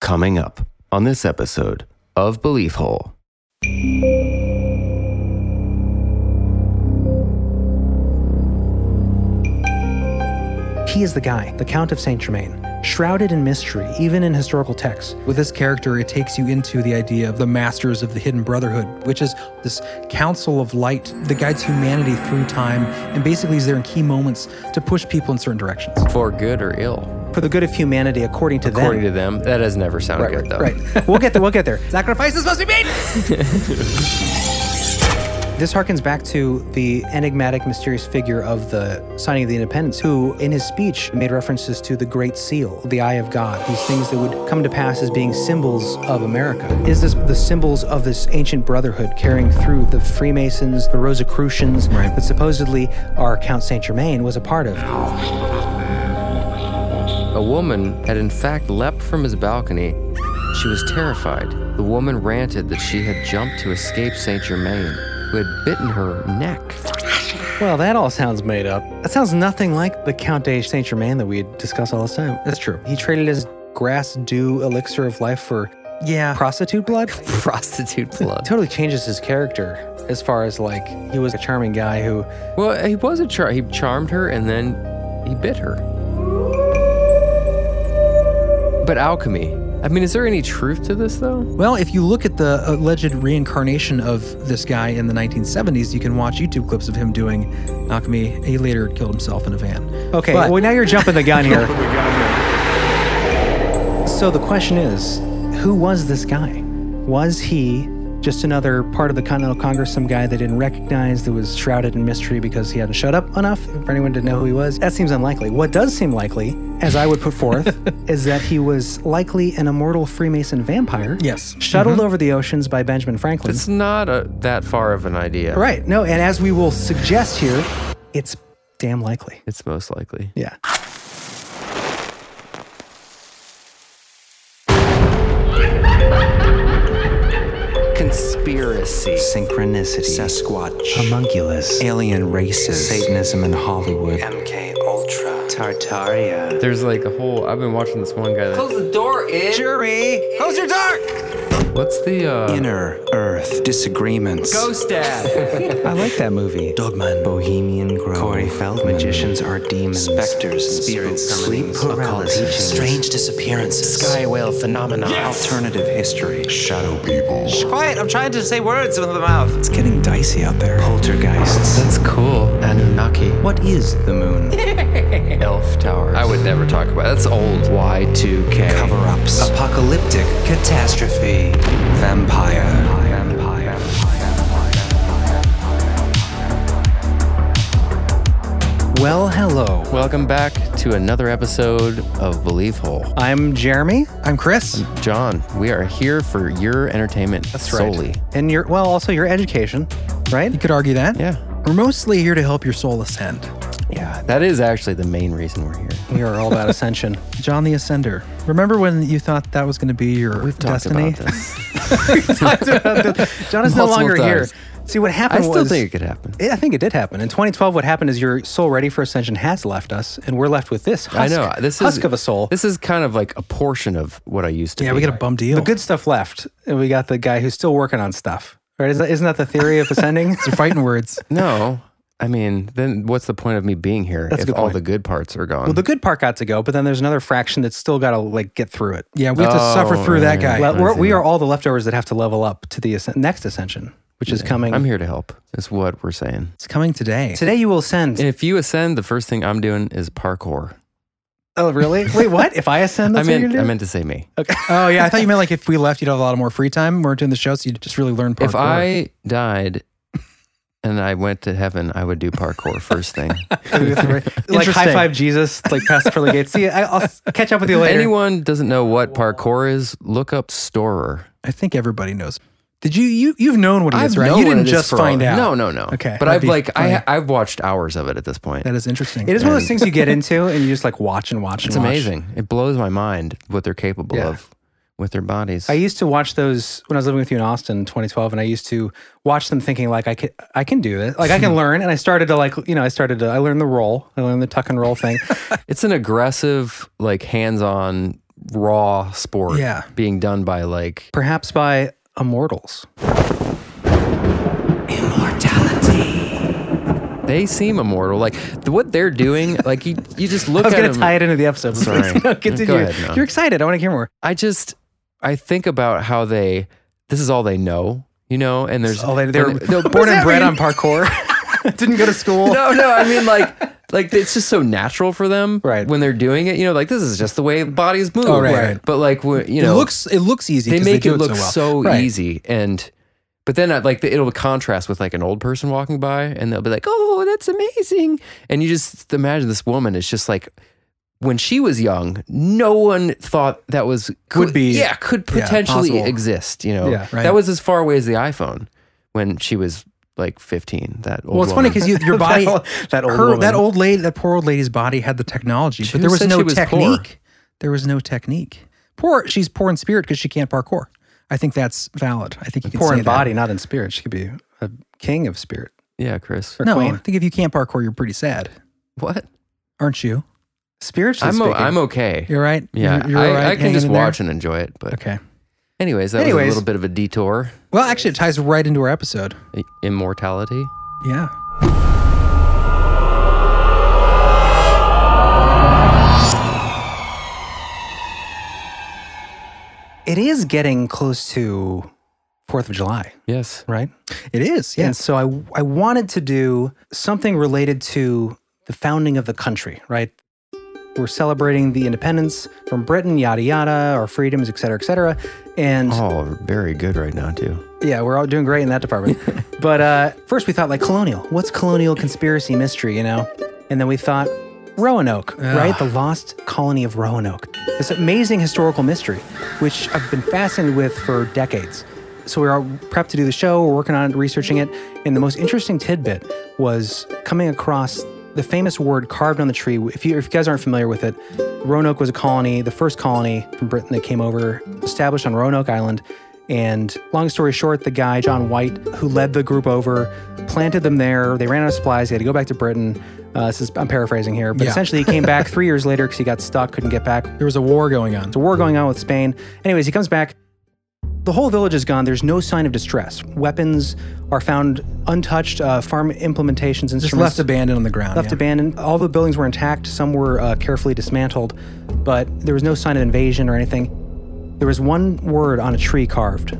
Coming up on this episode of Belief Hole. He is the guy, the Count of Saint Germain, shrouded in mystery, even in historical texts. With this character, it takes you into the idea of the Masters of the Hidden Brotherhood, which is this council of light that guides humanity through time and basically is there in key moments to push people in certain directions. for good or ill. For the good of humanity, according to According them. to them, that has never sounded right, good though. right, right. We'll get there. We'll get there. Sacrifices must be made! This harkens back to the enigmatic, mysterious figure of the signing of the independence, who, in his speech, made references to the Great Seal, the Eye of God, these things that would come to pass as being symbols of America. Is this the symbols of this ancient brotherhood carrying through the Freemasons, the Rosicrucians, that supposedly our Count Saint Germain was a part of? A woman had in fact leapt from his balcony. She was terrified. The woman ranted that she had jumped to escape Saint Germain, who had bitten her neck. Well, that all sounds made up. That sounds nothing like the Count de Saint Germain that we discuss all this time. That's true. He traded his grass dew elixir of life for Yeah. prostitute blood. Prostitute blood. totally changes his character as far as like he was a charming guy who Well, he was a char. He charmed her and then he bit her. But alchemy. I mean, is there any truth to this though? Well, if you look at the alleged reincarnation of this guy in the 1970s, you can watch YouTube clips of him doing alchemy. He later killed himself in a van. okay But- well now you're jumping the gun here so the question is who was this guy was he just another part of the continental congress some guy they didn't recognize that was shrouded in mystery because he hadn't shut up enough for anyone to know who he was that seems unlikely what does seem likely as i would put forth is that he was likely an immortal freemason vampire Yes. Mm-hmm. shuttled over the oceans by benjamin franklin It's not a, that far of an idea. Right. No, and as we will suggest here, it's damn likely. It's most likely. Yeah. Conspiracy. Synchronicity. Sasquatch. Homunculus. Alien races. Satanism in Hollywood. MK Ultra. Tartaria. There's like a whole. I've been watching this one guy. That, the door, in. Jury. Close your door. what's the uh, Inner Earth. Disagreements. ghost dad? I like that movie. Dogman. Bohemian Grove. Corey Feldman. Magicians are demons. Specters and spirits. Sleep summonings, paralysis. occultism, Strange disappearances. Sky whale phenomena. Alternative history. Shadow people. Shh, quiet. I'm trying to say words with the mouth. It's getting dicey out there. Poltergeists. That's cool. Anunnaki. What is the moon? Elf Tower. I would never talk about. That's old. Y2K. Cover ups. Apocalyptic. Catastrophe. Vampire. Vampire. Well, hello. Welcome back to another episode of Believe Hole. I'm Jeremy. I'm Chris. John, we are here for your entertainment solely. And your well, also your education, You right? could argue that. Yeah. We're mostly here to help your soul ascend. Yeah, that is actually the main reason we're here. We are all about ascension. John the Ascender. Remember when you thought that was going to be your We've talked destiny? about this. John is Multiple no longer times. here. See what I happened still was think it could happen. Yeah, I think it did happen. In 2012, what happened is your soul ready for ascension has left us, and we're left with this husk, I know. This husk is of a soul. This is kind of like a portion of what I used to Yeah, be. we got a bum deal. the good stuff left, and we got the guy who's still working on stuff. Right? Isn't that- isn't that the theory of ascending? They're fighting words. No. I mean, then what's the point of me being here That's a if good all point. the good parts are gone? Well, the good part got to go, but then there's another fraction that's still got to like get through it. Yeah, we have to Oh, suffer through that right. guy. Le- we're, we are all the leftovers that have to level up to the asc- next ascension, which is coming. I'm here to help. Is what we're saying. it's coming today. Today you will ascend. If you ascend, the first thing I'm doing is parkour. oh, really? Wait, what? If I ascend, I that's what meant you're I doing? meant to say me. Oh yeah, I thought you meant like if we left, you'd have a lot more free time. We weren't doing the show, so you'd just really learn. Parkour. If I died and I went to heaven, I would do parkour first thing. like Interesting. high five Jesus, like past the pearly gates. See, I, I'll s- catch up with you later. Anyone doesn't know what parkour is, look up storer. I think everybody knows. Did you you you've known what it is, right? known You what didn't it is just for a- find out. No, no, no. Okay, But that'd I've be like I funny. ha- I've watched hours of it at this point. that is interesting. It is one of those things you get into and you just like watch and watch and It's watch. amazing. It blows my mind what they're capable Yeah. of with their bodies. I used to watch those when I was living with you in Austin in 2012, and I used to watch them thinking like I can I can do this, like I can learn. And I started to like you know I started to I learned the roll, I learned the tuck and roll thing. it's an aggressive, like hands-on raw sport Yeah. being done by like perhaps by immortals. they seem immortal. Like th- what they're doing, like you, you just look I was at going to them. tie it into the episode. but Sorry. please, no, continue. Go ahead, no. You're excited. I want to hear more. I just I think about how they this is all they know, you know, and there's Oh, they, they're, and they're what born does and that bred mean? on parkour. Didn't go to school. No, no, I mean like like it's just so natural for them Right. when they're doing it, you know, like this is just the way bodies move. Oh, right, right. But like when- you know, it looks it looks easy. they 'cause make do it look so, well. so Right. easy and but then uh, like it'll contrast with like an old person walking by and they'll be like oh that's amazing and you just imagine this woman is just like when she was young no one thought that was could be- yeah could yeah, potentially possible. exist you know Yeah, right. that was as far away as the iphone when she was like 15 that old Well, it's funny woman. because you, your body, That old- that old her, woman. that old lady, that poor old lady's body had the technology, She but there was said no she was poor. technique. There was no technique. Poor, she's poor in spirit because she can't parkour. I think that's valid. I think you can Poor say in that. body, not in spirit. She could be a king of spirit. yeah chris No, queen. I think if you can't parkour, you're pretty sad, what aren't you? Spiritually i'm, o- speaking. I'm okay You're right. yeah you're, you're I, all right I can hanging just in there? watch and enjoy it but Okay. anyways that was Anyways. a little bit of a detour Well, actually, it ties right into our episode. I- immortality Yeah. it is getting close to 4th of July, yes right? It is. Yeah. And so I, I wanted to do something related to the founding of the country, right? We're celebrating the independence from Britain, yada, yada, our freedoms, et cetera, et cetera. And Oh, very good right now, too. yeah, we're all doing great in that department. but uh, first we thought, like, colonial. What's colonial conspiracy mystery, you know? And then we thought, Roanoke, right? The lost colony of Roanoke. This amazing historical mystery, which I've been fascinated with for decades. So we are prepped to do the show, we're working on it, researching it. And the most interesting tidbit was coming across the famous word carved on the tree. If you, if you guys aren't familiar with it, Roanoke was a colony, the first colony from Britain that came over, established on Roanoke Island. And long story short, the guy, John White, who led the group over, planted them there. They ran out of supplies. They had to go back to Britain. Uh, this is, I'm paraphrasing here, but Yeah. essentially he came back three years later because he got stuck, couldn't get back. There's there was a war going on. a war going on with Spain. Anyways, he comes back. The whole village is gone. There's no sign of distress. Weapons are found untouched, uh, farm implementations, instruments Just left abandoned on the ground. left yeah. abandoned. All the buildings were intact. Some were uh, carefully dismantled, but there was no sign of invasion or anything. There was one word on a tree carved,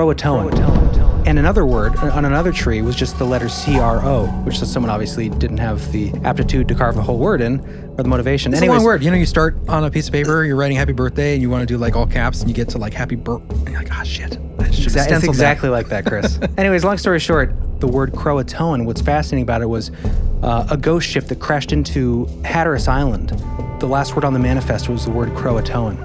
Croatoan. And another word on another tree was just the letter C R O, which so someone obviously didn't have the aptitude to carve the whole word in or the motivation. It's Anyways, a long word. You know, you start on a piece of paper, you're writing happy birthday, and you want to do like all caps, and you get to like happy birth, and you're like, ah, shit. I should Exa- it's exactly like that, Chris. Anyways, long story short, the word Croatoan, what's fascinating about it was uh, a ghost ship that crashed into Hatteras Island. The last word on the manifest was the word Croatoan.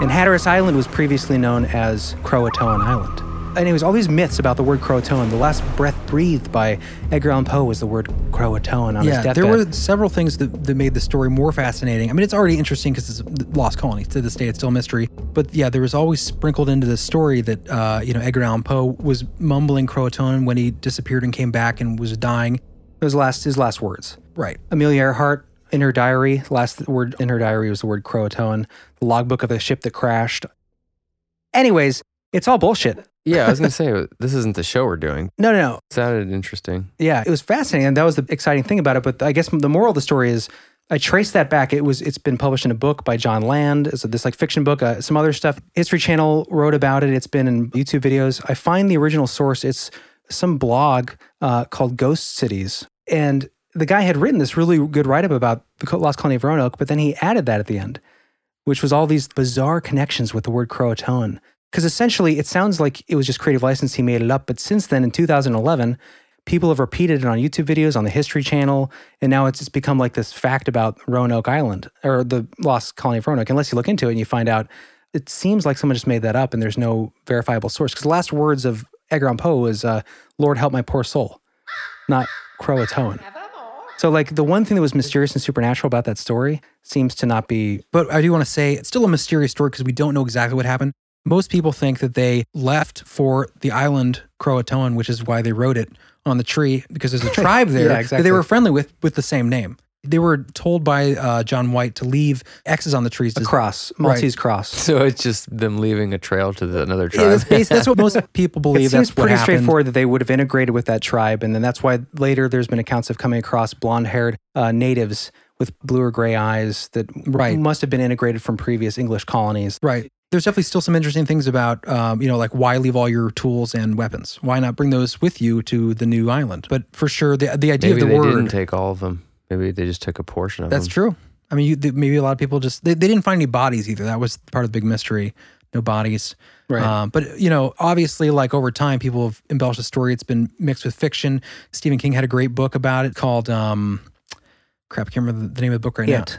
And Hatteras Island was previously known as Croatoan Island. Anyways, all these myths about the word Croatoan, the last breath breathed by Edgar Allan Poe was the word Croatoan on his Yeah, deathbed. there were several things that, that made the story more fascinating. I mean, it's already interesting because it's a lost colony. To this day, it's still a mystery. But yeah, there was always sprinkled into the story that, uh, you know, Edgar Allan Poe was mumbling Croatoan when he disappeared and came back and was dying. Those last, his last words. Right. Amelia Earhart in her diary, last word in her diary was the word Croatoan, the logbook of the ship that crashed. Anyways, it's all bullshit. Yeah, I was gonna say this isn't the show we're doing. No, no, no. Sounded interesting. Yeah, it was fascinating, and that was the exciting thing about it. But I guess the moral of the story is, I traced that back. It was it's been published in a book by John Land. It's this like fiction book, uh, some other stuff. History Channel wrote about it. It's been in YouTube videos. I find the original source. It's some blog uh, called Ghost Cities, and the guy had written this really good write up about the co- lost colony of Roanoke, but then he added that at the end which was all these bizarre connections with the word Croatoan. Because essentially, it sounds like it was just creative license. He made it up. But since then, in 2011, people have repeated it on YouTube videos, on the History Channel. And now it's just become like this fact about Roanoke Island or the lost colony of Roanoke. Unless you look into it and you find out, it seems like someone just made that up and there's no verifiable source. Because the last words of Edgar Allan Poe was, uh, Lord help my poor soul, not Croatoan. So, like, the one thing that was mysterious and supernatural about that story seems to not be But I do want to say it's still a mysterious story because we don't know exactly what happened. Most people think that they left for the island Croatoan, which is why they wrote it on the tree because there's a tribe there Yeah, that they exactly. were friendly with with the same name. They were told by uh, John White to leave X's on the trees. A to- cross, Right. Maltese cross. So it's just them leaving a trail to the, another Yeah, tribe. that's, basi- that's what most people believe. It seems that's what pretty happened. straightforward that they would have integrated with that tribe, and then that's why later there's been accounts of coming across blonde-haired uh, natives with blue or gray eyes that Right. must have been integrated from previous English colonies. Right. There's definitely still some interesting things about, um, you know, like why leave all your tools and weapons? Why not bring those with you to the new island? But for sure, the the idea Maybe of the they word didn't take all of them. Maybe they just took a portion of That's them. true. I mean, you, th- maybe a lot of people just they, they didn't find any bodies either. That was part of the big mystery. No bodies. Right. Um, but you know, obviously, like over time, people have embellished the story. It's been mixed with fiction. Stephen King had a great book about it called um, crap. I can't remember the, the name of the book right Yet, now.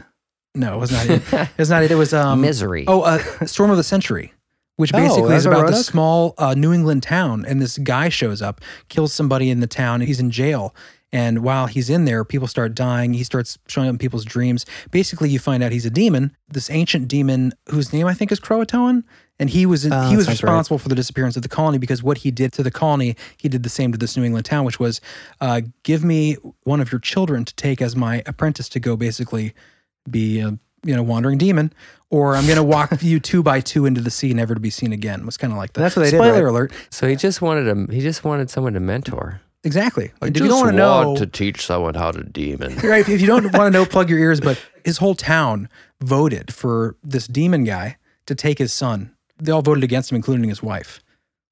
No, it was not. it. It was not. It, it was um, Misery. Oh, uh, Storm of the Century, which Oh, basically that's is about this erotic. small uh, New England town, and this guy shows up, kills somebody in the town, and he's in jail. And while he's in there, people start dying. He starts showing up in people's dreams. Basically, you find out he's a demon, this ancient demon whose name I think is Croatoan. And he was Ah, he that was sounds right. responsible for the disappearance of the colony because what he did to the colony, he did the same to this New England town, which was, uh, give me one of your children to take as my apprentice to go basically be a you know wandering demon, or I'm going to walk you two by two into the sea, never to be seen again. Was kind of like that. That's what they did, Spoiler right? alert. So he just wanted a, he just wanted someone to mentor. Exactly. I If just you don't want to know. want to teach someone how to demon. Right, if- if you don't want to know, plug your ears. But his whole town voted for this demon guy to take his son. They all voted against him, including his wife.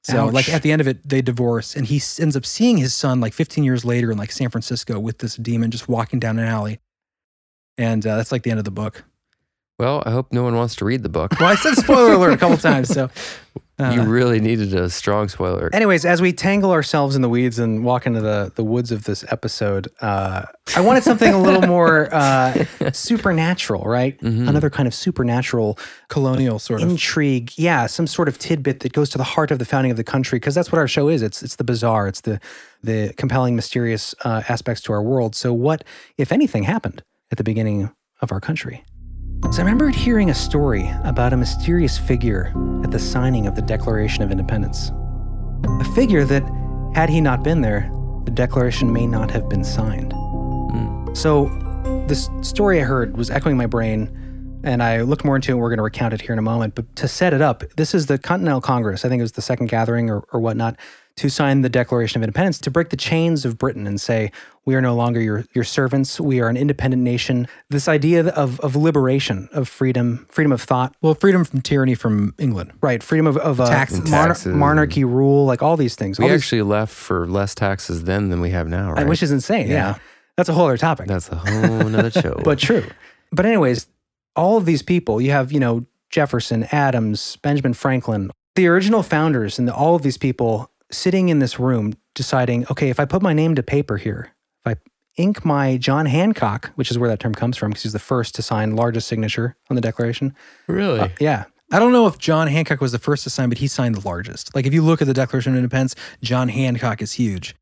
So, Ouch. like at the end of it, they divorce, and he s- ends up seeing his son like 15 years later in like San Francisco with this demon just walking down an alley. And uh, that's like the end of the book. Well, I hope no one wants to read the book. Well, I said spoiler alert a couple times, so uh, you really needed a strong spoiler. Anyways, as we tangle ourselves in the weeds and walk into the, the woods of this episode, uh, I wanted something a little more uh, supernatural, right? Another kind of supernatural colonial sort of. intrigue. Yeah, some sort of tidbit that goes to the heart of the founding of the country, because that's what our show is. It's it's the bizarre, it's the the compelling, mysterious uh, aspects to our world. So, what, if anything, happened at the beginning of our country? So, I remembered hearing a story about a mysterious figure at the signing of the Declaration of Independence. A figure that, had he not been there, the Declaration may not have been signed. Hmm. So, this story I heard was echoing in my brain, and I looked more into it. And we're going to recount it here in a moment. But to set it up, this is the Continental Congress. I think it was the second gathering or, or whatnot to sign the Declaration of Independence to break the chains of Britain and say we are no longer your your servants. We are an independent nation. This idea of of liberation, of freedom, freedom of thought, Well, freedom from tyranny from England. right? Freedom of of uh, Taxes. monar- Taxes. monarchy rule, like all these things. We All these- actually left for less taxes then than we have now, right? which is insane. Yeah. Yeah. that's a whole other topic. That's a whole nother show. but true. But anyways, all of these people, you have, you know, Jefferson, Adams, Benjamin Franklin, the original founders and the, all of these people sitting in this room deciding, okay, if I put my name to paper here, if I ink my John Hancock, which is where that term comes from because he's the first to sign largest signature on the declaration. really, Yeah. I don't know if John Hancock was the first to sign, but he signed the largest. Like if you look at the Declaration of Independence, John Hancock is huge.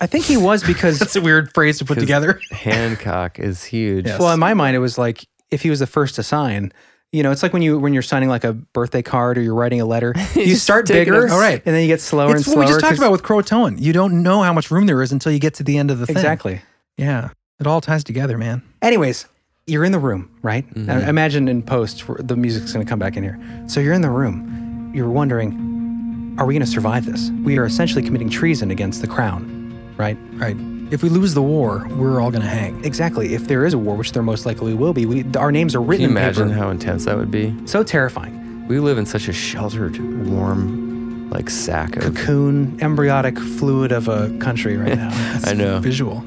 I think he was because That's a weird phrase to put together. Hancock is huge. Yes. Well, in my mind, it was like if he was the first to sign. You know, it's like when you when you're signing like a birthday card or you're writing a letter. You Just start taking bigger, a- All right. and then you get slower and It's slower. what we just talked 'cause- about with Croatoan. You don't know how much room there is until you get to the end of the thing. Exactly. Yeah. It all ties together, man. Anyways, you're in the room, right? Mm-hmm. Now, imagine in post for- the music's going to come back in here. So you're in the room. You're wondering, are we going to survive this? We are essentially committing treason against the crown, right? Right. If we lose the war, we're all going to hang. Exactly. If there is a war, which there most likely will be, we, our names are Can you written imagine in paper. how intense that would be? so terrifying. We live in such a sheltered, warm, like sack of. Cocoon, embryotic fluid of a country right now. I know. Visual.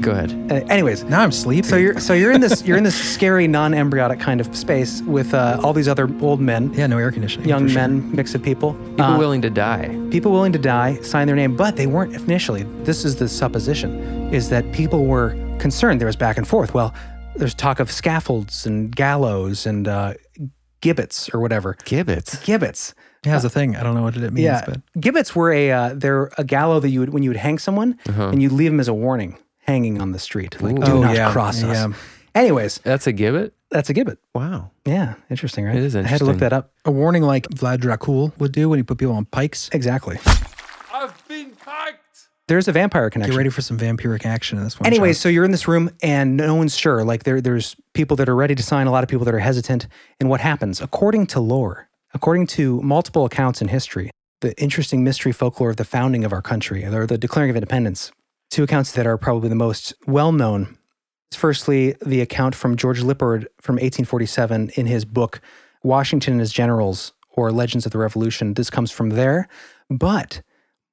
Go ahead. Uh, anyways, Now I'm sleepy. So you're so you're in this you're in this scary non-embryotic kind of space with uh, all these other old men, yeah, no air conditioning. young for sure. men, mix of people, People Uh, willing to die. people willing to die, sign their name, but they weren't initially. This is the supposition: is that people were concerned. There was back and forth. Well, there's talk of scaffolds and gallows and uh, gibbets or whatever. Gibbets. Gibbets. Yeah, it's a thing. I don't know what it means, Yeah, but gibbets were a uh, they're a gallow that you would when you would hang someone Uh-huh. and you would leave them as a warning hanging on the street, like do Oh, not yeah, cross us. yeah. Anyways, That's a gibbet. that's a gibbet. Wow. Yeah, interesting, right? It is I had to look that interesting. up. a warning like Vlad Dracul would do when he put people on pikes. Exactly. I've been piked. There's a vampire connection. Get ready for some vampiric action in this one. Anyway, so you're in this room and no one's sure. Like there, there's people that are ready to sign, a lot of people that are hesitant. And what happens, according to lore, according to multiple accounts in history, the interesting mystery folklore of the founding of our country or the declaring of independence, two accounts that are probably the most well known. Firstly, the account from George Lippard from 1847 in his book Washington and His Generals or Legends of the Revolution. This comes from there, but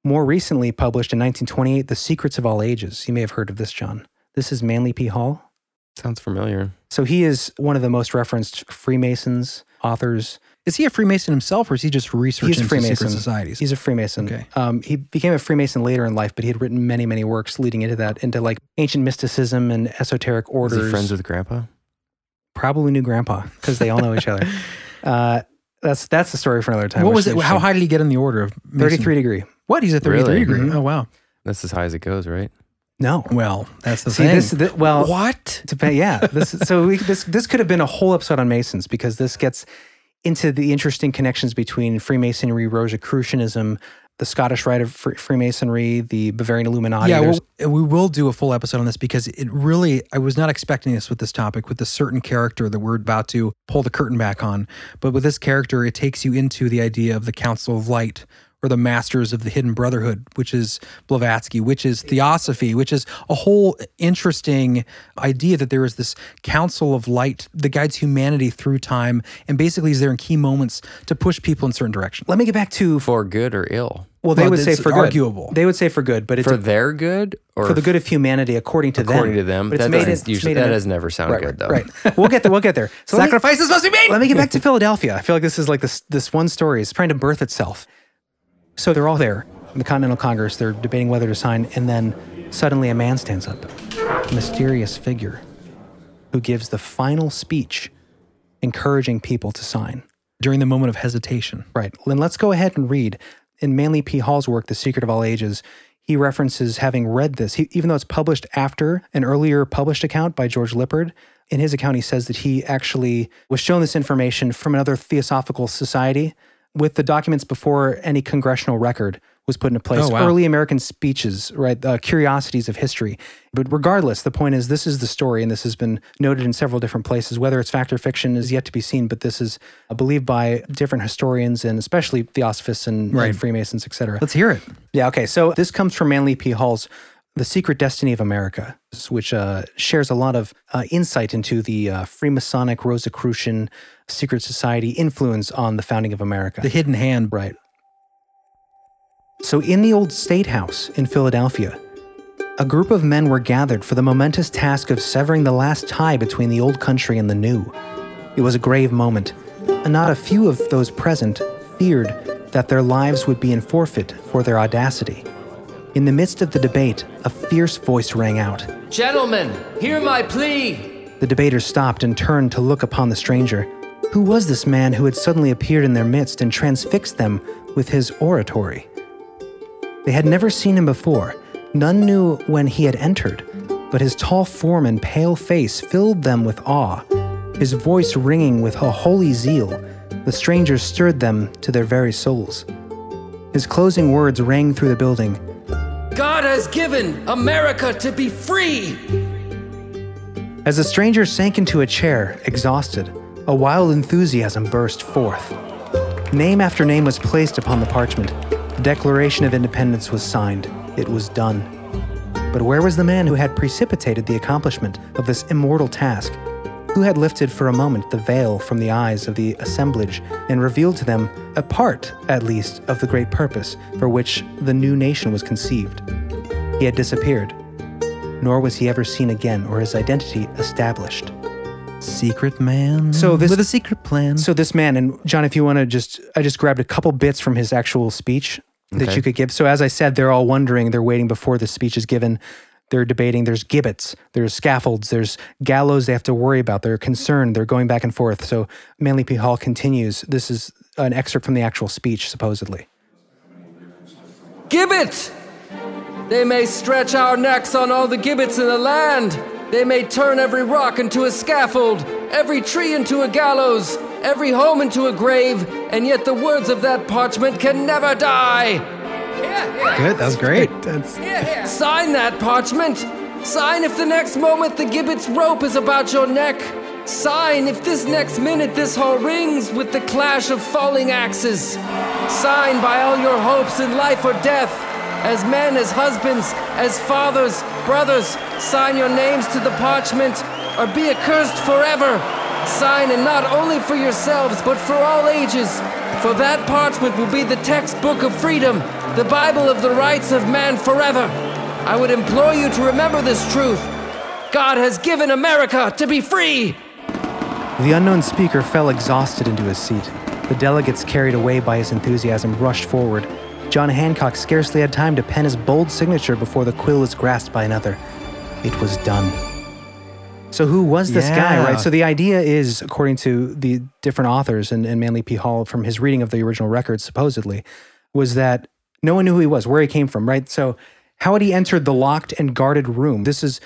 more recently published in 1928, The Secrets of All Ages. You may have heard of this, John. This is Manly P. Hall. Sounds familiar. So he is one of the most referenced Freemasons, authors. is he a Freemason himself, or is he just researching He's a Freemason. secret societies? He's a Freemason. Okay. Um, he became a Freemason later in life, but he had written many, many works leading into that, into like ancient mysticism and esoteric Was orders. he friends with Grandpa? Probably knew Grandpa because they all know each other. Uh, that's that's the story for another time. what which was is it? How interesting. high did he get in the order of Mason? 33 degree. What? He's a 33 Really? degree. Mhm. Oh, wow. That's as high as it goes, right? No. Well, that's the See, thing. this, thi- well, What? Depen- yeah. This, so we, this this could have been a whole episode on Masons because this gets into the interesting connections between Freemasonry, Rosicrucianism, the Scottish Rite of Fre- Freemasonry, the Bavarian Illuminati. yeah, There's- well, and we will do a full episode on this because it really, I was not expecting this with this topic, with the certain character that we're about to pull the curtain back on. But with this character, it takes you into the idea of the Council of Light or the Masters of the Hidden Brotherhood, which is Blavatsky, which is Theosophy, which is a whole interesting idea that there is this Council of Light that guides humanity through time and basically is there in key moments to push people in certain directions. let me get back to For good or ill? well, they Well, would say it's for good. arguable. They would say for good, but it's For their good or for the good of humanity, according to them. according to them? but it's that made in- doesn't it's usually made in that a- does never sound right, good though. right, Right. We'll get there. We'll get there. So let me- Sacrifices must be made. Let me get back to Philadelphia. I feel like this is like this this one story. It's trying to birth itself. So they're all there in the Continental Congress. They're debating whether to sign, and then suddenly a man stands up, a mysterious figure, who gives the final speech, encouraging people to sign. During the moment of hesitation. Right. Then let's go ahead and read. In Manly P. Hall's work, The Secret of All Ages, he references having read this, he, even though it's published after an earlier published account by George Lippard. In his account, he says that he actually was shown this information from another theosophical society with the documents before any congressional record was put into place. Oh, wow. Early American speeches, right? Uh, curiosities of history. But regardless, the point is this is the story, and this has been noted in several different places. Whether it's fact or fiction is yet to be seen, but this is uh, believed by different historians and especially theosophists and, Right. and Freemasons, etc. Let's hear it. Yeah, okay. So this comes from Manly P. Hall's The Secret Destiny of America, which uh, shares a lot of uh, insight into the uh, Freemasonic Rosicrucian secret society influence on the founding of America. The hidden hand. Right. So, in the old State House in Philadelphia, a group of men were gathered for the momentous task of severing the last tie between the old country and the new. It was a grave moment, and not a few of those present feared that their lives would be in forfeit for their audacity. In the midst of the debate, a fierce voice rang out. Gentlemen, hear my plea. The debaters stopped and turned to look upon the stranger. Who was this man who had suddenly appeared in their midst and transfixed them with his oratory? They had never seen him before. None knew when he had entered, but his tall form and pale face filled them with awe. His voice ringing with a holy zeal, the stranger stirred them to their very souls. His closing words rang through the building. God has given America to be free. As the stranger sank into a chair, exhausted, a wild enthusiasm burst forth. Name after name was placed upon the parchment. The Declaration of Independence was signed. It was done. But where was the man who had precipitated the accomplishment of this immortal task? Who had lifted for a moment the veil from the eyes of the assemblage and revealed to them a part, at least, of the great purpose for which the new nation was conceived? He had disappeared nor was he ever seen again or his identity established. Secret man. So this- with a secret plan. So this man and John, if you want to just, I just grabbed a couple bits from his actual speech that you could give. So as I said, they're all wondering, they're waiting before the speech is given. They're debating. There's gibbets, there's scaffolds, there's gallows they have to worry about. They're concerned. They're going back and forth. So Manly P. Hall continues. This is an excerpt from the actual speech, supposedly. Gibbet! They may stretch our necks on all the gibbets in the land. They may turn every rock into a scaffold, every tree into a gallows, every home into a grave, and yet the words of that parchment can never die. Good. That was great. That's Sign that parchment. Sign if the next moment the gibbet's rope is about your neck. Sign if this next minute this hall rings with the clash of falling axes. Sign by all your hopes in life or death. As men, as husbands, as fathers, brothers, sign your names to the parchment or be accursed forever. Sign and not only for yourselves but for all ages. For that parchment will be the textbook of freedom, the Bible of the rights of man forever. I would implore you to remember this truth. God has given America to be free! The unknown speaker fell exhausted into his seat. The delegates, carried away by his enthusiasm, rushed forward. John Hancock scarcely had time to pen his bold signature before the quill was grasped by another. It was done. So, who was this guy, Yeah. right? So, the idea is, according to the different authors and, and Manly P. Hall from his reading of the original record, supposedly, was that no one knew who he was, where he came from, right? So, how had he entered the locked and guarded room? This is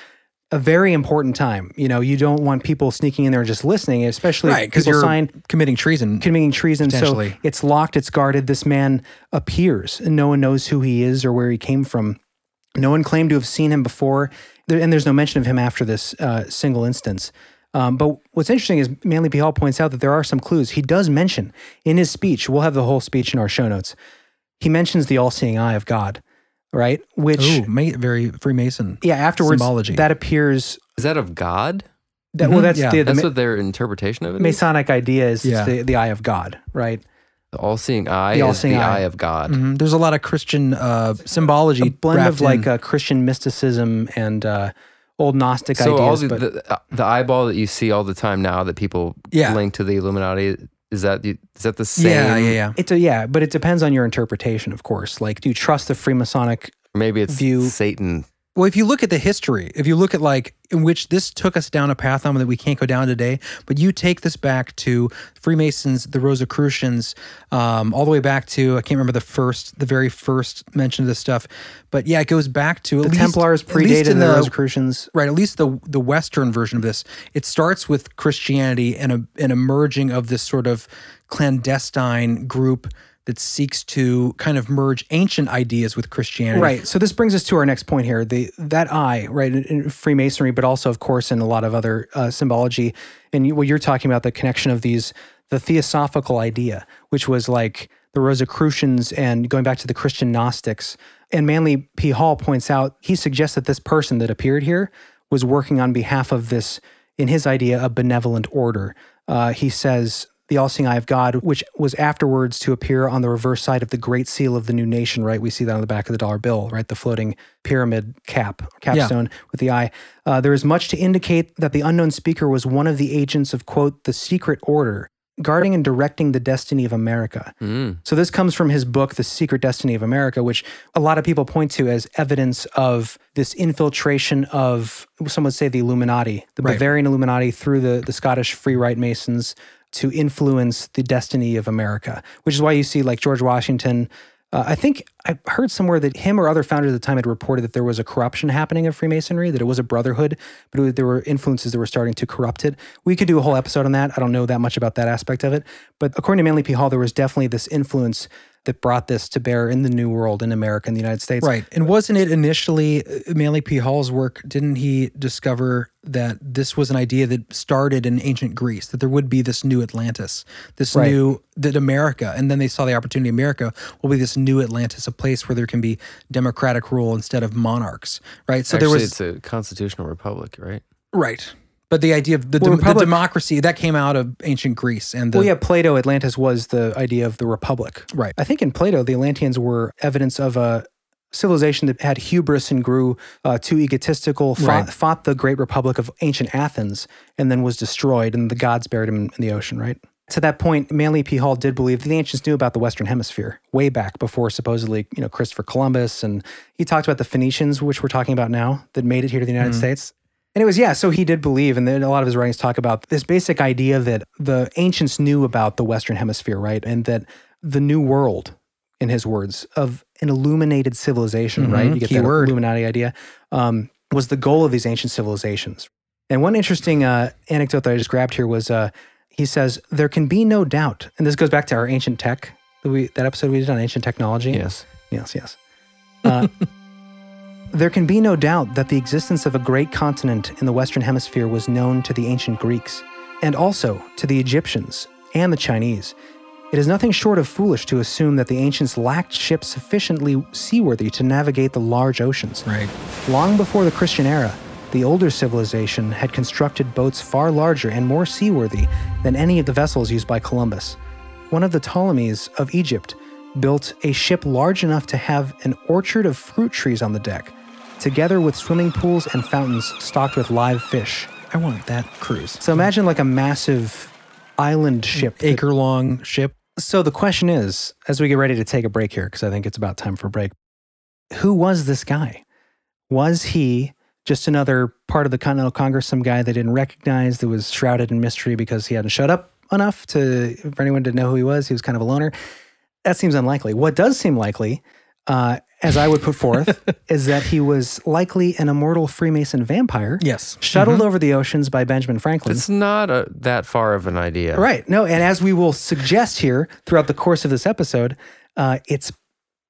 a very important time. You know, you don't want people sneaking in there and just listening, especially right because because people you're sign committing treason. committing treason. So Potentially. it's locked, it's guarded. This man appears, and no one knows who he is or where he came from. No one claimed to have seen him before, there, and there's no mention of him after this uh, single instance. Um, but what's interesting is Manly P. Hall points out that there are some clues. He does mention in his speech, we'll have the whole speech in our show notes. He mentions the all seeing eye of God, right? Which, Ooh, ma- very Freemason. yeah, afterwards, symbology. that appears. Is that of God? That, well, Mhm, that's yeah. the, the That's Ma- what their interpretation of it is? Masonic idea is it's Yeah. the, the eye of God, right? The all seeing eye The is all-seeing the eye. eye. of God. Mhm. There's a lot of Christian uh, symbology. a blend wrapped of like in. uh, Christian mysticism and uh, old Gnostic So all ideas. the, but the, uh, the eyeball that you see all the time now that people Yeah. link to the Illuminati is that the- is that the same? yeah, yeah, yeah. it's a, yeah, but it depends on your interpretation, of course. Like, do you trust the Freemasonic? Maybe it's View. Satan. Well, if you look at the history, if you look at like in which this took us down a path on that we can't go down today, but you take this back to Freemasons, the Rosicrucians, um, all the way back to I can't remember the first, the very first mention of this stuff, but yeah, it goes back to at The least- Templars at least predated the, in Rosicrucians. right at least the the western version of this it starts with christianity and a, an emerging of this sort of clandestine group that seeks to kind of merge ancient ideas with christianity Right. So this brings us to our next point here. The that eye, right, in, in Freemasonry, but also, of course, in a lot of other uh, symbology, and you, what you're talking about, the connection of these, the theosophical idea, which was like the Rosicrucians and going back to the Christian Gnostics. And Manly P. Hall points out he suggests that this person that appeared here was working on behalf of this, in his idea, a benevolent order. Uh, he says the all-seeing eye of God, which was afterwards to appear on the reverse side of the Great Seal of the new nation. Right, we see that on the back of the dollar bill, right, the floating pyramid cap capstone with the eye. Uh, there is much to indicate that the unknown speaker was one of the agents of quote the secret order. Guarding and directing the destiny of America. Mm. So, this comes from his book, The Secret Destiny of America, which a lot of people point to as evidence of this infiltration of, some would say, the Illuminati, the Right. Bavarian Illuminati through the, the Scottish Free Right Masons to influence the destiny of America, which is why you see like George Washington. Uh, I think I heard somewhere that him or other founders at the time had reported that there was a corruption happening of Freemasonry, that it was a brotherhood, but it, was- there were influences that were starting to corrupt it. We could do a whole episode on that. I don't know that much about that aspect of it. But according to Manly P. Hall, there was definitely this influence that brought this to bear in the New World, in America, in the United States. Right. And wasn't it initially uh, Manly P. Hall's work? Didn't he discover that this was an idea that started in ancient Greece, that there would be this new Atlantis, this Right. new, that America, and then they saw the opportunity America will be this new Atlantis, a place where there can be democratic rule instead of monarchs, right? So Actually, there was. it's a constitutional republic, right? right. But the idea of the, Well, dem- the Republic- democracy that came out of ancient Greece and the. Well, yeah, Plato, Atlantis was the idea of the republic. Right. I think in Plato, the Atlanteans were evidence of a civilization that had hubris and grew uh, too egotistical, fought, Right. fought the great republic of ancient Athens, and then was destroyed, and the gods buried him in the ocean, right? To that point, Manly P. Hall did believe that the ancients knew about the Western Hemisphere way back before supposedly, you know, Christopher Columbus, and he talked about the Phoenicians, which we're talking about now, that made it here to the Mm-hmm. United States. And it was, yeah, so he did believe, and then a lot of his writings talk about this basic idea that the ancients knew about the Western Hemisphere, right? And that the New World, in his words, of an illuminated civilization, right? You get that keyword. Illuminati idea, um, was the goal of these ancient civilizations. And one interesting uh, anecdote that I just grabbed here was uh, he says, There can be no doubt, and this goes back to our ancient tech, that, we, that episode we did on ancient technology. Yes. Yes, yes. There can be no doubt that the existence of a great continent in the Western Hemisphere was known to the ancient Greeks, and also to the Egyptians and the Chinese. It is nothing short of foolish to assume that the ancients lacked ships sufficiently seaworthy to navigate the large oceans. Right. Long before the Christian era, the older civilization had constructed boats far larger and more seaworthy than any of the vessels used by Columbus. One of the Ptolemies of Egypt built a ship large enough to have an orchard of fruit trees on the deck, together with swimming pools and fountains stocked with live fish. I want that cruise. So imagine like a massive island ship. that- Acre long ship. so the question is, as we get ready to take a break here, because I think it's about time for a break, who was this guy? Was he just another part of the Continental Congress, some guy they didn't recognize that was shrouded in mystery because he hadn't showed up enough to for anyone to know who he was? He was kind of a loner. That seems unlikely. What does seem likely, uh, as I would put forth, is that he was likely an immortal Freemason vampire. Yes. Shuttled over the oceans by Benjamin Franklin. It's not a, that far of an idea. Right. No, and as we will suggest here throughout the course of this episode, uh, it's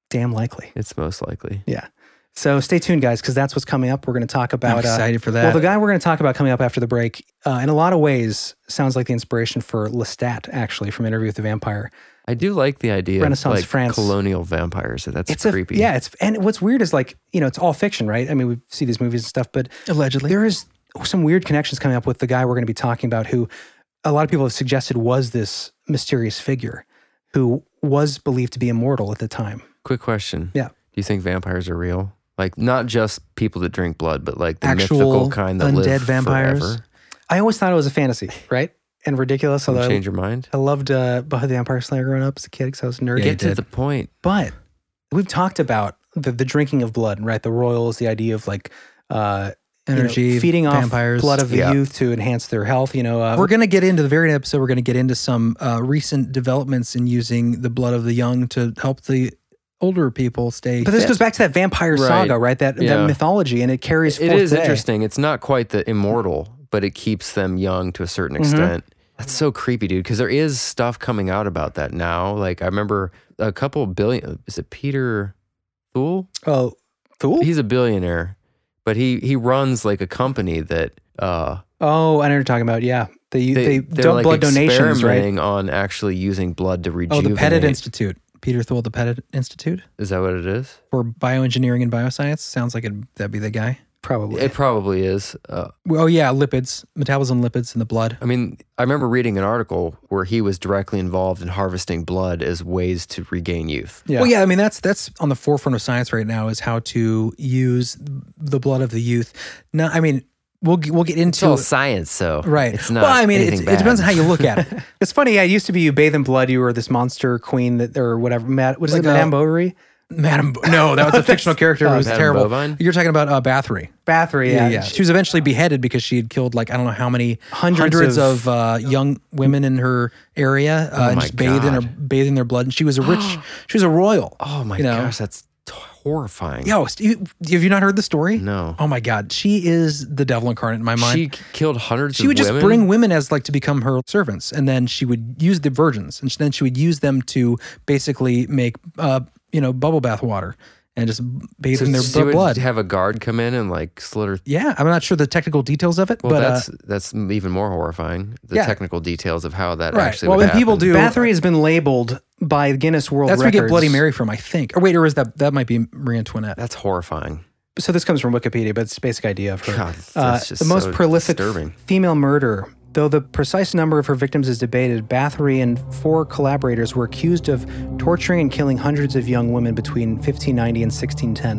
damn likely. It's most likely. Yeah. So stay tuned, guys, because that's what's coming up. We're going to talk about. uh, I'm excited for that. Well, the guy we're going to talk about coming up after the break, uh, in a lot of ways, sounds like the inspiration for Lestat, actually, from Interview with the Vampire. I do like the idea Renaissance of like France. colonial vampires. That's creepy. A, yeah. It's and what's weird is like you know it's all fiction, right? I mean, we see these movies and stuff, but Allegedly. there is some weird connections coming up with the guy we're going to be talking about who a lot of people have suggested was this mysterious figure who was believed to be immortal at the time. Quick question. Yeah. Do you think vampires are real? Like not just people that drink blood, but like the Actual mythical kind that live undead vampires? forever. I always thought it was a fantasy, right? And ridiculous. Although I, Change your mind. I loved uh, Buffy the Vampire Slayer growing up as a kid because I was nerdy. Get to the point. But we've talked about the, the drinking of blood, right? The royals, the idea of like uh, you know, Energy, feeding off vampires. blood of the Yeah. youth to enhance their health. You know, uh, We're going to get into the very next episode. We're going to get into some uh, recent developments in using the blood of the young to help the older people stay. But this goes back to that vampire Right. saga, right? That Yeah. that mythology, and it carries. It forth is today. interesting. It's not quite the immortal, but it keeps them young to a certain Mm-hmm. extent. That's so creepy, dude. Because there is stuff coming out about that now. Like I remember a couple billion. Is it Peter Thule? Oh, Thule. He's a billionaire, but he he runs like a company that uh oh, I know what you're talking about. Yeah, they they they, they're, don't like blood donations, right? experimenting on actually using blood to oh, rejuvenate. the Pettit Institute. Peter Thule, the Pettit Institute Is that what it is? for bioengineering and bioscience. Sounds like it, that'd be the guy. Probably. It probably is. Uh, Oh, yeah. Lipids, metabolism, lipids in the blood. I mean, I remember reading an article where he was directly involved in harvesting blood as ways to regain youth. Yeah. Well, yeah, I mean that's that's on the forefront of science right now is how to use the blood of the youth. Now, I mean, we'll g- we'll get It's all into science, so right. It's not. well, I mean, it's, anything it depends on bad. how you look at it. it's funny. Yeah, it used to be you bathe in blood, you were this monster queen that or whatever. Matt, what is Like it? Madame a- Bovary. Madam, Bo- no, that was a fictional character. who was Madame terrible. Bovine? You're talking about uh, Bathory. Bathory. Yeah, Yeah, yeah, She was eventually beheaded because she had killed like I don't know how many Hundreds hundreds, of- of, uh, young women in her area uh, and Oh my just bathed in her God. bathed in their blood. And she was a rich. she was a royal. Oh my you know? gosh, that's t- horrifying. Yo, St- you- have you not heard the story? No. Oh my God, she is the devil incarnate in my mind. she k- killed hundreds. she would of just women? bring women as like to become her servants and then she would use the virgins and then she would use them to basically make uh you know bubble bath water and just bathe So in their she bu- would blood Have a guard come in and like slit her. yeah i'm not sure the technical details of it Well, but that's uh, that's even more horrifying. The yeah. technical details of how that Right. actually. Well, would when people happen. do- Bathory has been labeled by Guinness World that's where Records. we get bloody mary from i think or wait or is that that might be marie antoinette That's horrifying. so this comes from Wikipedia, but it's a basic idea of her. Uh, God, that's just the most so prolific disturbing. female murderer. Though the precise number of her victims is debated, Bathory and four collaborators were accused of torturing and killing hundreds of young women between 1590 and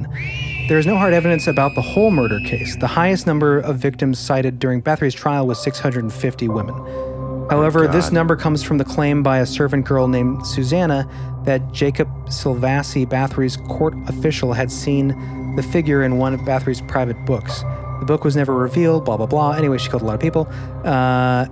1610. There is no hard evidence about the whole murder case. The highest number of victims cited during Bathory's trial was 650 women. Oh However, this number comes from the claim by a servant girl named Susanna that Jacob Silvassi, Bathory's court official, had seen the figure in one of Bathory's private books. The book was never revealed, blah, blah, blah. Anyway, she killed a lot of people. Uh,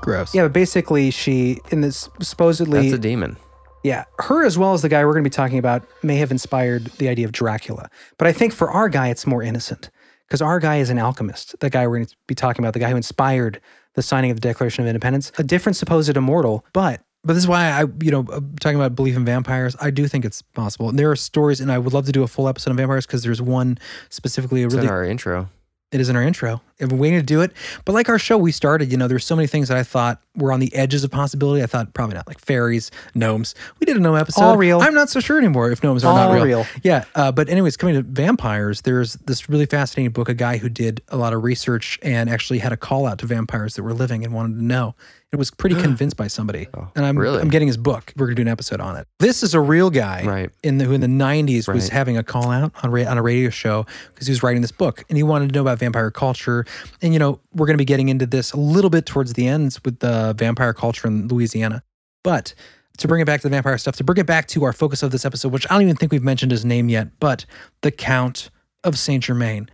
gross yeah, but basically, she, in this supposedly. That's a demon. Yeah, her as well as the guy we're going to be talking about may have inspired the idea of Dracula. But I think for our guy, it's more innocent because our guy is an alchemist. The guy we're going to be talking about, the guy who inspired the signing of the Declaration of Independence, a different supposed immortal, but But this is why I, you know, uh, talking about belief in vampires, I do think it's possible. And there are stories, and I would love to do a full episode on vampires because there's one specifically a It's really in our intro. it is in our intro. I've been waiting to do it. But like our show we started, you know, there's so many things that I thought were on the edges of possibility. I thought probably not, like fairies, gnomes. We did a gnome episode. All real. I'm not so sure anymore if gnomes are All not real. real. Yeah. Uh, but anyways, coming to vampires, there's this really fascinating book, a guy who did a lot of research and actually had a call out to vampires that were living and wanted to know. It was pretty convinced by somebody. Oh, and I'm, really? I'm getting his book. We're going to do an episode on it. This is a real guy Right. in the, who in the 90s was Right. having a call out on, ra- on a radio show because he was writing this book and he wanted to know about vampire culture. And, you know, we're going to be getting into this a little bit towards the ends with the vampire culture in Louisiana. But to bring it back to the vampire stuff, to bring it back to our focus of this episode, which I don't even think we've mentioned his name yet, but the Count of Saint Germain.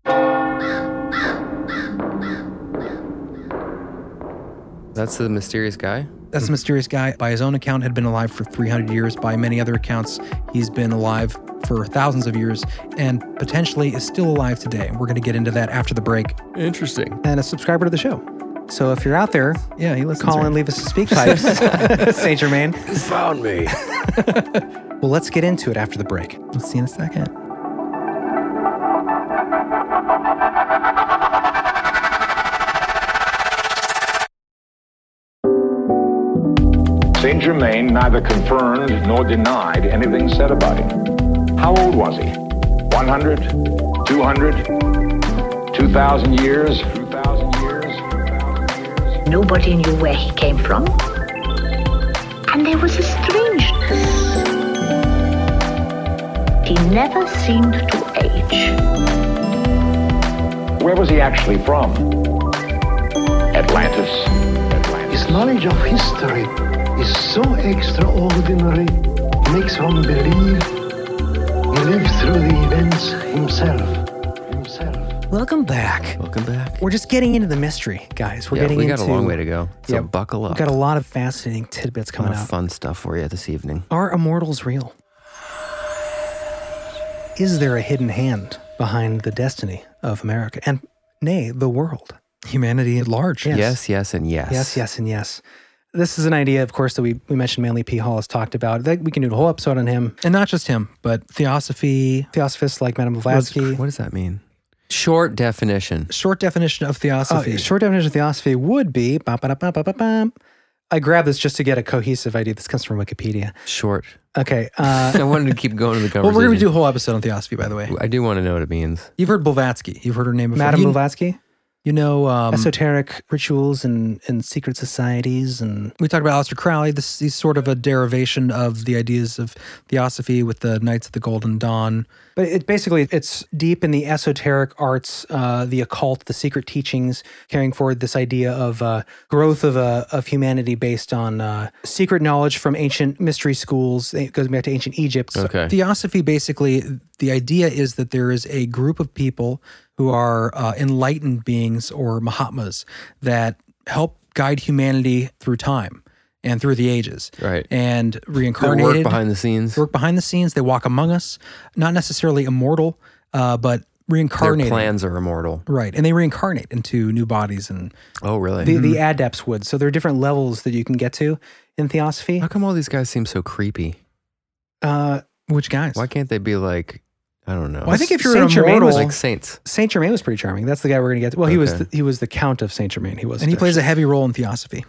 That's the mysterious guy. That's a mysterious guy. By his own account, had been alive for 300 years. By many other accounts, he's been alive for thousands of years and potentially is still alive today. We're going to get into that after the break. Interesting. and a subscriber to the show. So if you're out there, Yeah, he listens. call right? and leave us some speak pipes, Saint Germain. Found me. Well, let's get into it after the break. We'll see you in a second. St. Germain neither confirmed nor denied anything said about him. How old was he? 100? 200? 2,000 years? 2,000 years? Nobody knew where he came from. And there was a strangeness. He never seemed to age. Where was he actually from? Atlantis. Atlantis. His knowledge of history is so extraordinary, it makes one believe he lived through the events himself. Himself. Welcome back. Welcome back. We're just getting into the mystery, guys. We're yeah, getting we got into a long way to go. So Yeah, buckle up. We've got a lot of fascinating tidbits a coming lot of up. fun stuff for you this evening. Are immortals real? Is there a hidden hand behind the destiny of America and, nay, the world? Humanity at large. Yes. Yes, yes, and yes. Yes, yes, and yes. This is an idea, of course, that we, we mentioned Manly P. Hall has talked about. That we can do a whole episode on him. And not just him, but theosophy. Theosophists like Madame What's- Blavatsky. What does that mean? Short definition. Short definition of Uh, theosophy. short definition of theosophy would be. bum, ba, da, bum, ba, ba, bum. I grabbed this just to get a cohesive idea. This comes from Wikipedia. Short. Okay. Uh, I wanted to keep going to the well, conversation. we're going to do a whole episode on theosophy, by the way. I do want to know what it means. You've heard Blavatsky. You've heard her name before. Madame you, Blavatsky, You know, Mm. um, esoteric rituals and, and secret societies and we talked about Aleister Crowley. This is sort of a derivation of the ideas of theosophy with the Knights of the Golden Dawn. But it basically it's deep in the esoteric arts, uh, the occult, the secret teachings, carrying forward this idea of uh, growth of uh, of humanity based on uh, secret knowledge from ancient mystery schools. It goes back to ancient Egypt. So Okay. Theosophy basically, the idea is that there is a group of people who are uh, enlightened beings or Mahatmas that help guide humanity through time and through the ages. Right. And The reincarnated. work behind the scenes. work behind the scenes. They walk among us, not necessarily immortal, uh, but Their reincarnated. plans are immortal. Right. And they reincarnate into new bodies. And Mm-hmm. Oh, really? the, the adepts would. So there are different levels that you can get to in theosophy. How come all these guys seem so creepy? Uh, which guys? Why can't they be like, I don't know. Well, I think if you're Saint an Germain immortal, was like saints. Saint Germain was pretty charming. That's the guy we're going to get. To. Well, he was Okay. the, he was the count of Saint Germain. He was, and he plays a heavy role in theosophy.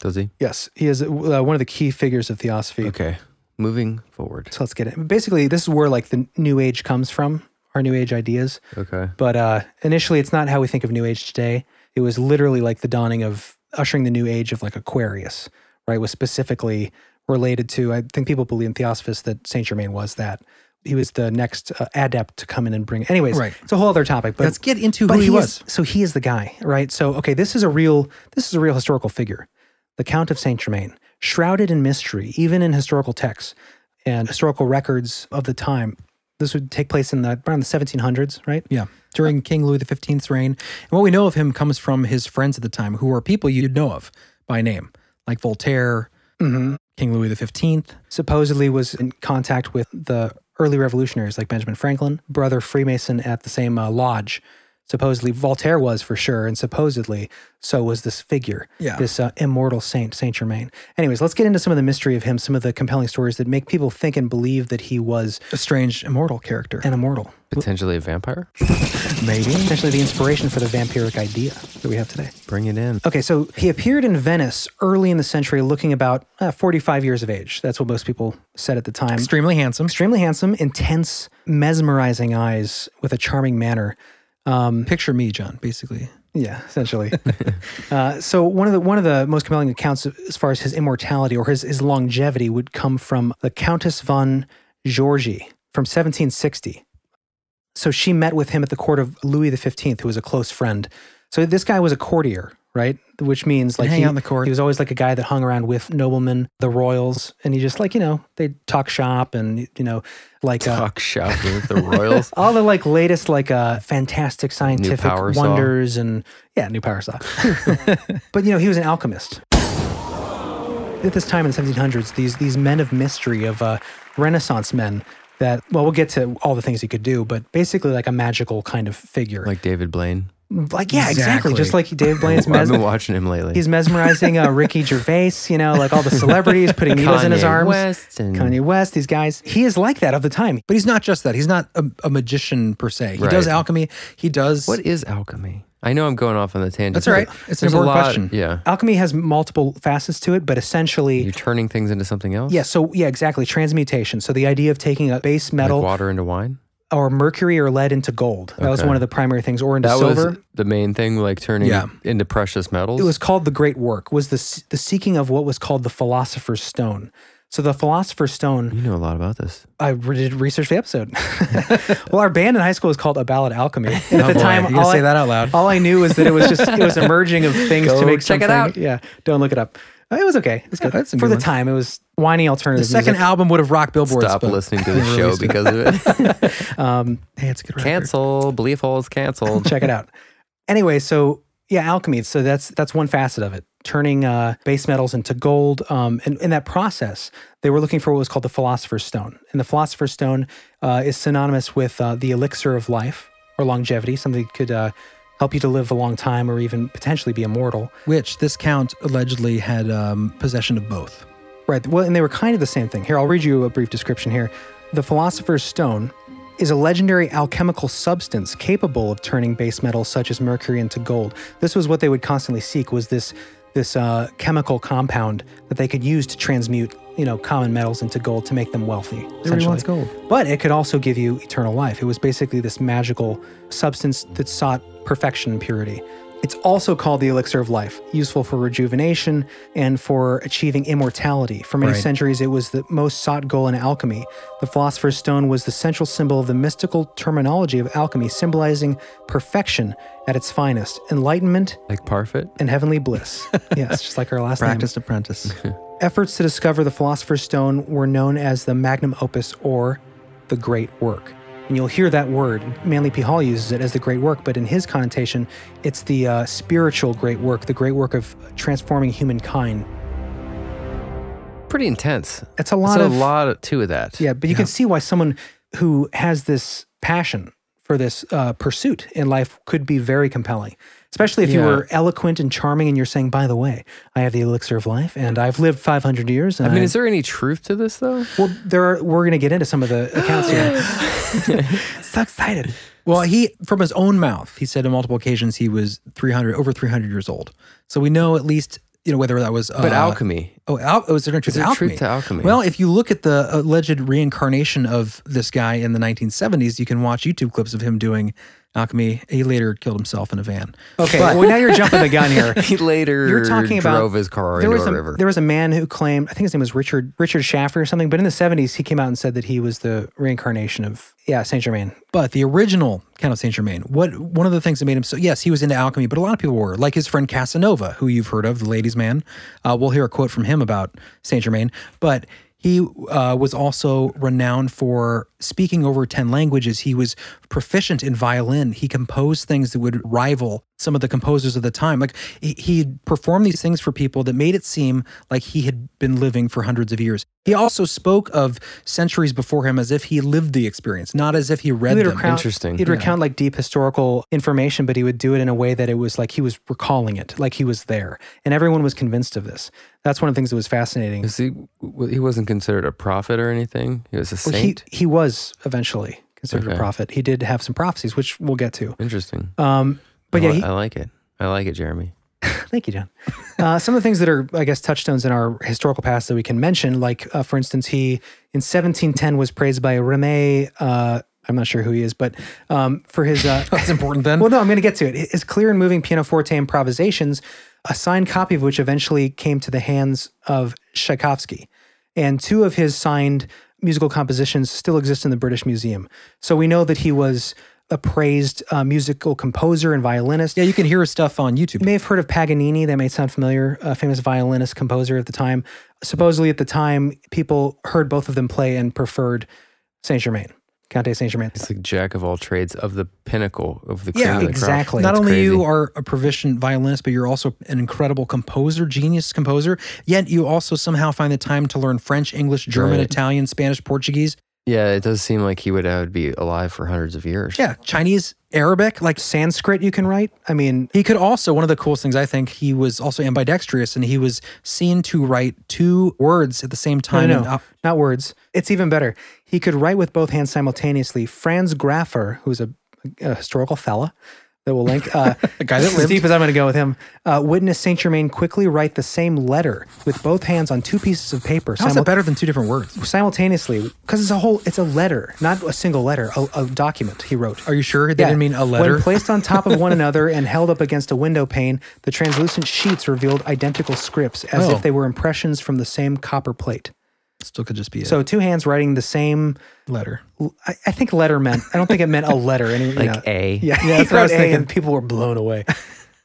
Does he? Yes, he is uh, one of the key figures of theosophy. Okay. Moving forward. So let's get it. Basically, this is where like the new age comes from. Our new age ideas. Okay. But uh, initially, it's not how we think of New Age today. It was literally like the dawning of ushering the new age of like Aquarius, right? Was specifically related to, I think people believe in Theosophists that Saint Germain was that. He was the next uh, adept to come in and bring. Anyways, Right. it's a whole other topic. But Let's get into but who he is- was. so he is the guy, right? So okay, this is a real this is a real historical figure, the Count of Saint Germain, shrouded in mystery, even in historical texts and historical records of the time. This would take place in the around the 1700s, right? Uh, Yeah. During King Louis XV's reign. And what we know of him comes from his friends at the time, who are people you'd know of by name, like Voltaire, King Louis XV. supposedly was in contact with the early revolutionaries like Benjamin Franklin, brother Freemason at the same uh, lodge Supposedly, Voltaire was for sure, and supposedly, so was this figure, Yeah. this uh, immortal saint, Saint Germain. Anyways, let's get into some of the mystery of him, some of the compelling stories that make people think and believe that he was a strange immortal character. an immortal. Potentially a vampire? Maybe. Potentially the inspiration for the vampiric idea that we have today. Bring it in. Okay, so he appeared in Venice early in the century, looking about uh, 45 years of age. That's what most people said at the time. Extremely handsome. Extremely handsome, intense, mesmerizing eyes with a charming manner. Picture me, John, basically. Yeah, essentially. uh, so one of the one of the most compelling accounts of- as far as his immortality or his, his longevity would come from the Countess von Georgi from 1760. So she met with him at the court of Louis XV, who was a close friend. So this guy was a courtier, right? Which means like hang he, out in the court. he was always like a guy that hung around with noblemen, the royals, and he just like you know they talk shop and you know like uh, Talk shopping with the Royals. all the like latest like uh fantastic scientific power saw. wonders and yeah new power saw but you know he was an alchemist at this time in the 1700s these these men of mystery of uh renaissance men that well we'll get to all the things he could do but basically like a magical kind of figure like, like David Blaine. yeah exactly. Exactly. just like Dave Blaine's I've mes- been watching him lately. he's mesmerizing uh, Ricky Gervais you know like all the celebrities putting needles in his Kanye arms West and- Kanye West these guys he is like that of the time But he's not just that. He's not a, a magician per se. He Right. does alchemy. He does. what is alchemy? I know I'm going off on the tangent. That's all right. but It's an there's a important lot- question. Yeah. alchemy has multiple facets to it, but essentially, You're turning things into something else? yeah, so yeah, exactly. Transmutation. So the idea of taking a base Like metal water into wine? or mercury or lead into gold. That was Okay. one of the primary things, or into That silver. was the main thing, like turning Yeah. into precious metals. it was called the Great Work, was the, s- the seeking of what was called the Philosopher's Stone. So the Philosopher's Stone, you know a lot about this. I re- did research for the episode. well, our band in high school was called A Ballad Alchemy. And at the Oh, boy. time, You gotta all say I, that out loud. All I knew was that it was just, it was a merging of things Go to make check it something. out. Yeah, don't look it up. Uh, It was okay. It was good. that's some For good the ones. time, it was whiny the alternative. second music. album would have rocked billboards. Stop but- listening to the show because of it. Hey, it's a good record. Cancel. Belief hole is canceled. check it out. Anyway, so yeah, alchemy. So that's that's one facet of it, turning uh, base metals into gold. Um, and in that process, they were looking for what was called the philosopher's stone. And the philosopher's stone uh, is synonymous with uh, the elixir of life or longevity, something that could uh, help you to live a long time or even potentially be immortal. Which this count allegedly had um, possession of both. Right. Well, and they were kind of the same thing. Here, I'll read you a brief description here. The Philosopher's Stone is a legendary alchemical substance capable of turning base metals such as mercury into gold. This was what they would constantly seek was this this uh, chemical compound that they could use to transmute, you know, common metals into gold to make them wealthy. essentially. wants gold. But it could also give you eternal life. It was basically this magical substance that sought perfection and purity. It's also called the elixir of life, useful for rejuvenation and for achieving immortality. For many Right. centuries, it was the most sought goal in alchemy. The philosopher's stone was the central symbol of the mystical terminology of alchemy, symbolizing perfection at its finest, enlightenment, like Parfit. and heavenly bliss. yes, just like our last name. Practiced apprentice. Efforts to discover the Philosopher's Stone were known as the magnum opus or the Great Work. And you'll hear that word. Manly P. Hall uses it as the Great Work, but in his connotation, it's the uh, spiritual Great Work, the Great Work of transforming humankind. Pretty intense. It's a lot It's of a lot to that. yeah, but you can see why someone who has this passion for this uh, pursuit in life could be very compelling. Especially if you Yeah. were eloquent and charming, and you're saying, "By the way, I have the elixir of life, and I've lived 500 years." And I mean, is there any truth to this though? Well, there are, we're going to get into some of the accounts here. so excited. Well, he from his own mouth, he said on multiple occasions he was 300 over 300 years old. So we know at least you know whether that was uh, But alchemy. Oh, al- oh, is there no truth Is to there alchemy? truth to alchemy? Well, if you look at the alleged reincarnation of this guy in the 1970s, you can watch YouTube clips of him doing alchemy. He later killed himself in a van. Okay, well, now you're jumping the gun here. He later You're talking about drove his car there into was a, a, river. There was a man who claimed, I think his name was Richard Richard Schaffer or something, but in the 70s he came out and said that he was the reincarnation of yeah, Saint Germain. But the original Count of Saint Germain, what one of the things that made him so yes, he was into alchemy, but a lot of people were like his friend Casanova, who you've heard of, the ladies' man. Uh, we'll hear a quote from him about Saint Germain, but he uh, was also renowned for speaking over ten languages. He was proficient in violin. He composed things that would rival some of the composers of the time. Like he, he performed these things for people that made it seem like he had been living for hundreds of years. He also spoke of centuries before him as if he lived the experience, not as if he read He would them. recount- Interesting. He'd recount like deep historical information, but he would do it in a way that it was like he was recalling it, like he was there, and everyone was convinced of this. That's one of the things that was fascinating. Is he, w- he wasn't considered a prophet or anything. He was a Well, saint. He he was eventually considered a Okay. prophet. He did have some prophecies, which we'll get to. Interesting. Um, but I, yeah, li- he, I like it. I like it, Jeremy. Thank you, John. Uh, some of the things that are, I guess, touchstones in our historical past that we can mention, like, uh, for instance, he in 1710 was praised by Remy. Uh, I'm not sure who he is, but um, for his. Uh, That's important then. well, no, I'm going to get to it. His clear and moving pianoforte improvisations, a signed copy of which eventually came to the hands of Tchaikovsky. And two of his signed musical compositions still exist in the British Museum. So we know that he was a praised uh, musical composer and violinist. yeah, you can hear his stuff on YouTube. You may have heard of Paganini. That may sound familiar, a famous violinist composer at the time. Supposedly, at the time, people heard both of them play and preferred Saint Germain, Countess Saint Germain. It's like jack of all trades of the pinnacle of the cream Yeah, of the crop. exactly. Not That's only you crazy. are a proficient violinist, but you're also an incredible composer, genius composer. Yet you also somehow find the time to learn French, English, German, Right. Italian, Spanish, Portuguese. Yeah, it does seem like he would uh, be alive for hundreds of years. Yeah, Chinese, Arabic. Like Sanskrit, you can write. I mean, he could also one of the coolest things I think he was also ambidextrous, and he was seen to write two words at the same no, time. no, and no, up- not words. It's even better. He could write with both hands simultaneously. Franz Graffer, who's a, a historical fella. That will link. Uh, the guy that as lived. deep as I'm going to go with him. Uh, witnessed Saint Germain quickly write the same letter with both hands on two pieces of paper. How's simul- that better than two different words? simultaneously because it's a whole it's a letter not a single letter a, a document he wrote Are you sure they didn't mean a letter? when placed on top of one another and held up against a window pane the translucent sheets revealed identical scripts as Oh. if they were impressions from the same copper plate Still could just be a so two hands writing the same letter. I, I think letter meant i don't think it meant a letter any, you know. Like A. yeah, Yeah, he that's what I wrote was A thinking. and people were blown away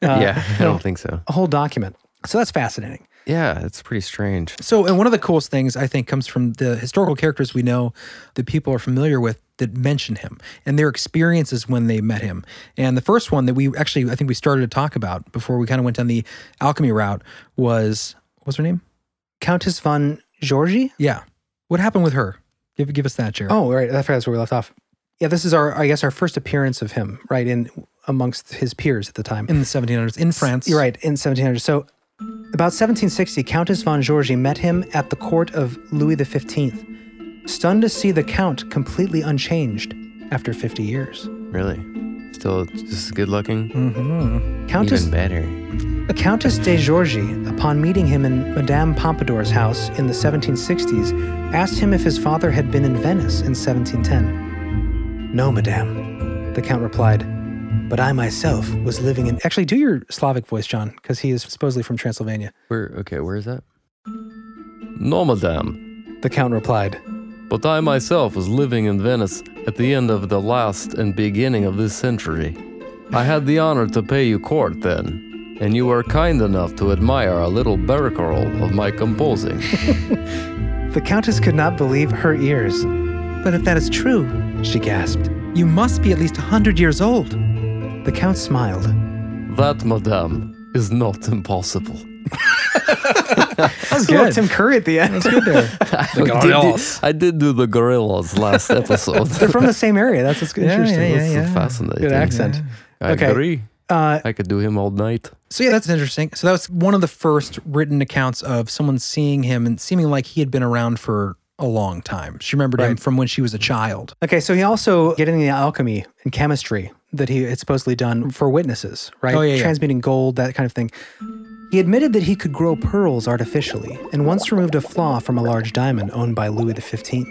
yeah, I don't think so. a whole document so that's fascinating Yeah, it's pretty strange. So, and one of the coolest things I think comes from the historical characters we know that people are familiar with that mention him and their experiences when they met him. And the first one that we actually, I think we started to talk about before we kind of went down the alchemy route was what's her name? countess von georgi Yeah. What happened with her? Give give us that, Jared. Oh, right. I forgot that's where we left off. Yeah, this is our, I guess, our first appearance of him, right, in amongst his peers at the time. in the 1700s in France. You're right, in 1700. So, about 1760, Countess von Georgi met him at the court of Louis XV, stunned to see the count completely unchanged after 50 years. Really? Still just good looking? Countess Even better. Countess de Georgi, upon meeting him in Madame Pompadour's house in the 1760s, asked him if his father had been in Venice in 1710. No, Madame, the Count replied, but I myself was living in. Actually, do your Slavic voice, John, because he is supposedly from Transylvania. Where? Okay, where is that? No, madame. The Count replied, But I myself was living in Venice at the end of the last and beginning of this century. I had the honor to pay you court then, and you were kind enough to admire a little barcarolle of my composing. The Countess could not believe her ears. But if that is true, She gasped. you must be at least 100 years old. The Count smiled. that, madame, is not impossible. That's He looked him curry at the end. That's good there. I did do- I did do the gorillas last episode. They're from the same area. That's what's interesting. yeah, That's yeah. fascinating. Good accent. I Okay. agree. Uh, I could do him all night. So yeah, that's interesting. So that was one of the first written accounts of someone seeing him and seeming like he had been around for a long time. She remembered him from when she was a child. Okay, so he also getting the alchemy and chemistry that he had supposedly done for witnesses, right? Oh, yeah, yeah. Transmuting gold, that kind of thing. He admitted that he could grow pearls artificially and once removed a flaw from a large diamond owned by Louis XV.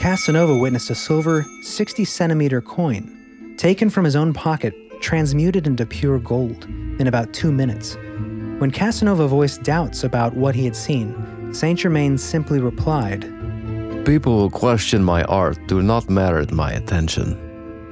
Casanova witnessed a silver 60 centimeter coin taken from his own pocket, transmuted into pure gold in about two minutes. When Casanova voiced doubts about what he had seen, Saint Germain simply replied, People who question my art do not merit my attention.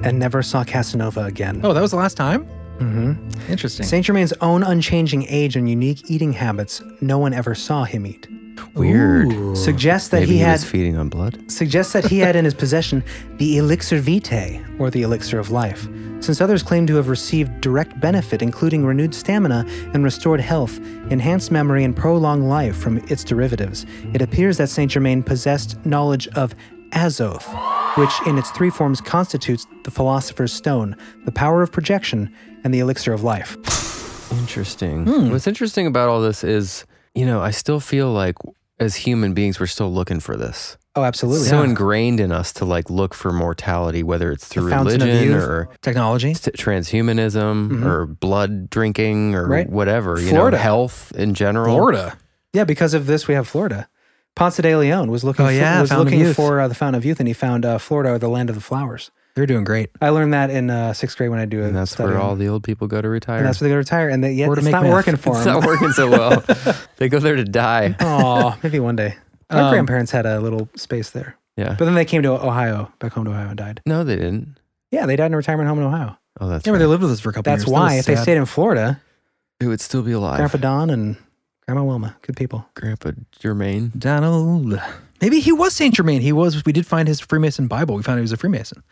and never saw Casanova again. Oh, that was the last time? Mm-hmm. Interesting. Saint Germain's own unchanging age and unique eating habits, no one ever saw him eat. Weird. suggests that Maybe he he, had was feeding on blood. suggests that he had in his possession the elixir vitae, or the elixir of life, since others claim to have received direct benefit, including renewed stamina and restored health, enhanced memory, and prolonged life from its derivatives. It appears that Saint Germain possessed knowledge of azoth, which in its three forms constitutes the philosopher's stone, the power of projection, and the elixir of life. Interesting. What's interesting about all this is, you know, I still feel like as human beings, we're still looking for this. Oh, absolutely. so ingrained in us to like look for mortality, whether it's through fountain of religion youth. or Technology. t- transhumanism or blood drinking or Mm-hmm. Right. whatever, you Florida. know, health in general. Florida. Yeah, because of this, we have Florida. Ponce de Leon was looking. Oh, yeah, for, was Fountain of looking Youth. for uh, the Fountain of Youth, and he found uh, Florida, the land of the flowers. They're doing great. I learned that in uh, sixth grade when I do a And that's study where on- all the old people go to retire. and that's where they go to retire, and they, yet Or to it's make not meth. working for it's them. not working so well. they go there to die. Aw, maybe one day. My Um, grandparents had a little space there, Yeah. but then they came to Ohio, back home to Ohio, and died. no, they didn't. Yeah, they died in a retirement home in Ohio. Oh, that's Yeah, but right. they lived with us for a couple That's years. That why was if they sad. stayed in Florida, It would still be alive. Grandpa Grandpa, Don and Grandma Wilma, good people. Germain. Donald. Maybe he was Saint Germain. He was. We did find his Freemason Bible. We found he was a Freemason.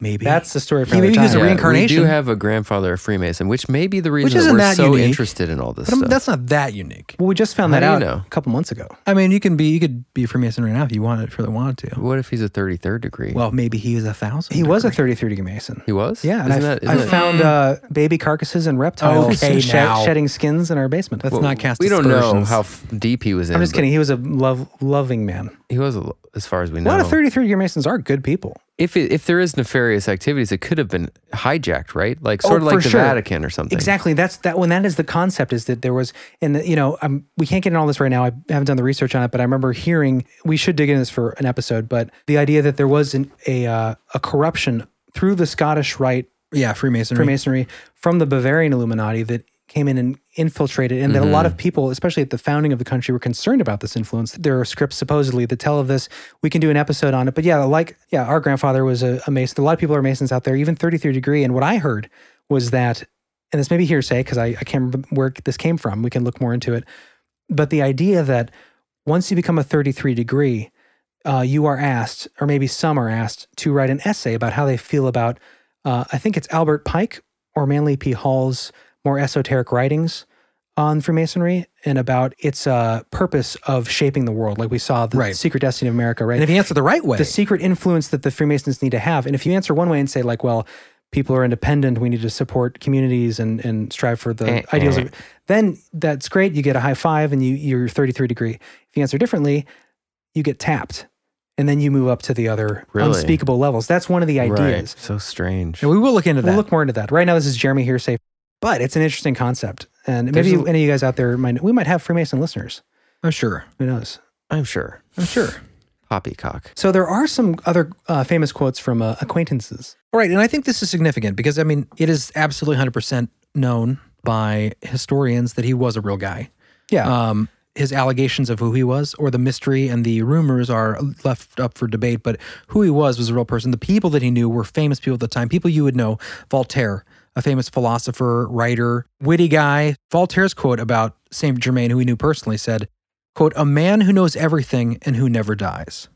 Maybe That's the story for He another maybe was time. a reincarnation. We do have a grandfather, a Freemason, which may be the reason isn't that we're that so unique. interested in all this But I'm- stuff. that's not that unique. Well, we just found How that out do you know? a couple months ago. I mean, you can be. You could be a Freemason right now if you wanted. If you really wanted to. what if he's a 33rd degree? Well, maybe he was a thousand. He was a degree. 33 degree Mason. he was? Yeah, and Isn't I've, that, isn't I've that- found uh, baby carcasses and reptiles Oh, Okay, shed- now. shedding skins in our basement. That's Well, not cast. We don't know aspersions. how f- deep he was in. I'm just but kidding. He was a love loving man. He was, a l- as far as we A know. lot of 33 year Masons are good people. if, it, if there is nefarious activities, it could have been hijacked, right? Like Oh, sort of for like the sure. Vatican or something. Exactly. That's that when that is the concept is that there was and the, you know I'm, we can't get into all this right now. I haven't done the research on it, but I remember hearing we should dig into this for an episode. But the idea that there was an, a uh, a corruption through the Scottish right Yeah, Freemasonry. Freemasonry from the Bavarian Illuminati that came in and infiltrated, and that a lot Mm-hmm. of people, especially at the founding of the country, were concerned about this influence. There are scripts supposedly that tell of this. We can do an episode on it, but yeah, like yeah, our grandfather was a, a Mason. A lot of people are Masons out there, even 33 degree. And what I heard was that, and this may be hearsay because I, I can't remember where this came from. We can look more into it, but the idea that once you become a 33 degree, uh, you are asked, or maybe some are asked, to write an essay about how they feel about, uh, I think it's Albert Pike or Manly P. Hall's more esoteric writings on Freemasonry and about its uh, purpose of shaping the world. Like we saw the Right. secret destiny of America, right? And if you answer the right way, the secret influence that the Freemasons need to have. And if you answer one way and say, like, well, people are independent, we need to support communities and, and strive for the ideals of then that's great. You get a high five and you you're 33 degree. If you answer differently, you get tapped. And then you move up to the other Really? unspeakable levels. That's one of the Right. ideas. So strange. and we will look into that. We'll look more into that. Right now, this is Jeremy hearsay, but it's an interesting concept. And There's maybe a- any of you guys out there might we might have Freemason listeners. I'm sure. Who knows? I'm sure. Oh, I'm sure. Poppycock. So there are some other uh, famous quotes from uh, acquaintances. All right, and I think this is significant because I mean it is absolutely 100% known by historians that he was a real guy. Yeah. Um, his allegations of who he was, or the mystery and the rumors, are left up for debate. But who he was was a real person. The people that he knew were famous people at the time, people you would know. Voltaire, a famous philosopher, writer, witty guy. Voltaire's quote about Saint Germain, who he knew personally, said, "quote A man who knows everything and who never dies."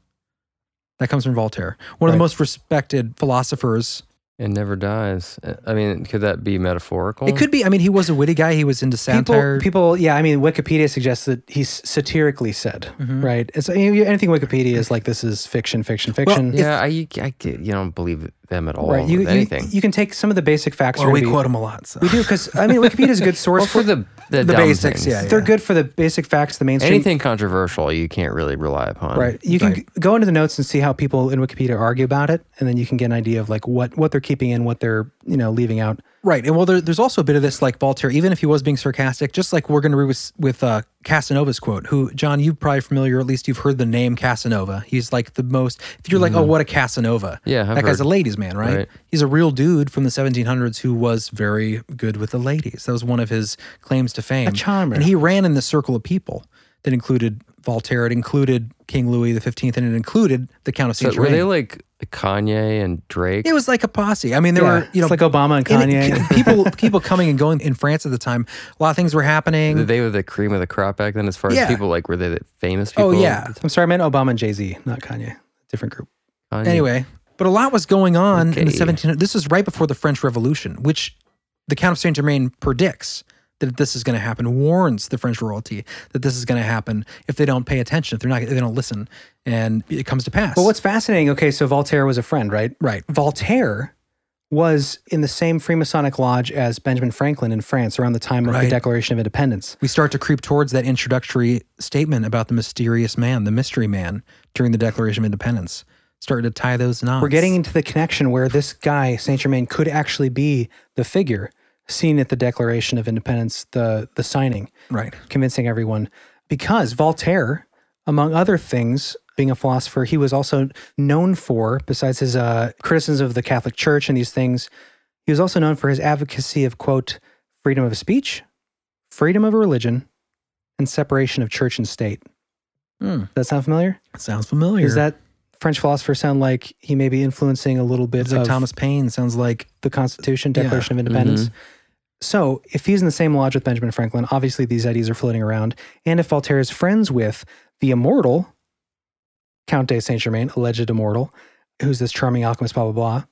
That comes from Voltaire, one of the Right. most respected philosophers And never dies. Uh, I mean, could that be metaphorical? It could be. I mean, he was a witty guy. He was into satire. People, people, yeah. I mean, Wikipedia suggests that he's satirically said, Mm-hmm. right? It's anything Wikipedia is like this is fiction, fiction, fiction. Yeah, I, you, I get- you don't believe them at all right. You, with you, anything. you can take some of the basic facts. Well, are we gonna be- quote him a lot. So. We do because I mean, Wikipedia is a good source well, for the the, the dumb basics, things. yeah, They're good for the basic facts, the mainstream. Anything controversial, you can't really rely upon. Right. You can Right. g- go into the notes and see how people in Wikipedia argue about it, and then you can get an idea of like what what they're keeping in, what they're you know leaving out. Right. And well, there, there's also a bit of this, like Voltaire, even if he was being sarcastic, just like we're going to read with, with uh, Casanova's quote, who, John, you probably familiar, or at least you've heard the name Casanova. He's like the most, if you're like, oh, what a Casanova. Mm-hmm. Yeah, I've that guy's a heard. ladies' man, right? Right. He's a real dude from the 1700s who was very good with the ladies. That was one of his claims to fame. charmer. And he ran in the circle of people. that included Voltaire, it included King Louis XV, and it included the Count of So Saint were they Germain. like Kanye and Drake? It was like a posse. I mean, there Yeah, were you know it's like Obama and and Kanye. it- people people coming and going in France at the time. A lot of things were happening. they were the cream of the crop back then, as far Yeah. as people like were they the famous people? Oh yeah. I'm sorry, I meant Obama and Jay Z, not Kanye. Different group. Kanye? Anyway, but a lot was going on in the Okay. 1700s. This is right before the French Revolution, which the Count of Saint Germain predicts that this is going to happen, warns the French royalty that this is going to happen if they don't pay attention, if they're not, if they don't listen, and it comes to pass. But what's fascinating? Okay, so Voltaire was a friend, right? right? Voltaire was in the same Freemasonic lodge as Benjamin Franklin in France around the time of Right. the Declaration of Independence. We start to creep towards that introductory statement about the mysterious man, the mystery man, during the Declaration of Independence. Starting to tie those knots. We're getting into the connection where this guy Saint Germain could actually be the figure seen at the Declaration of Independence, the the signing, right. convincing everyone. Because Voltaire, among other things, being a philosopher, he was also known for, besides his uh, criticisms of the Catholic Church and these things, he was also known for his advocacy of quote freedom of speech, freedom of religion, and separation of church and state. Hmm. Does that sound familiar? Sounds familiar. Does that French philosopher sounds like he may be influencing a little bit It's like of Thomas Paine. Sounds like the Constitution, Declaration of Independence? Mm-hmm. So, if he's in the same lodge with Benjamin Franklin, obviously these ideas are floating around. And if Voltaire is friends with the immortal Count de Saint Germain, alleged immortal, who's this charming alchemist, blah, blah, blah,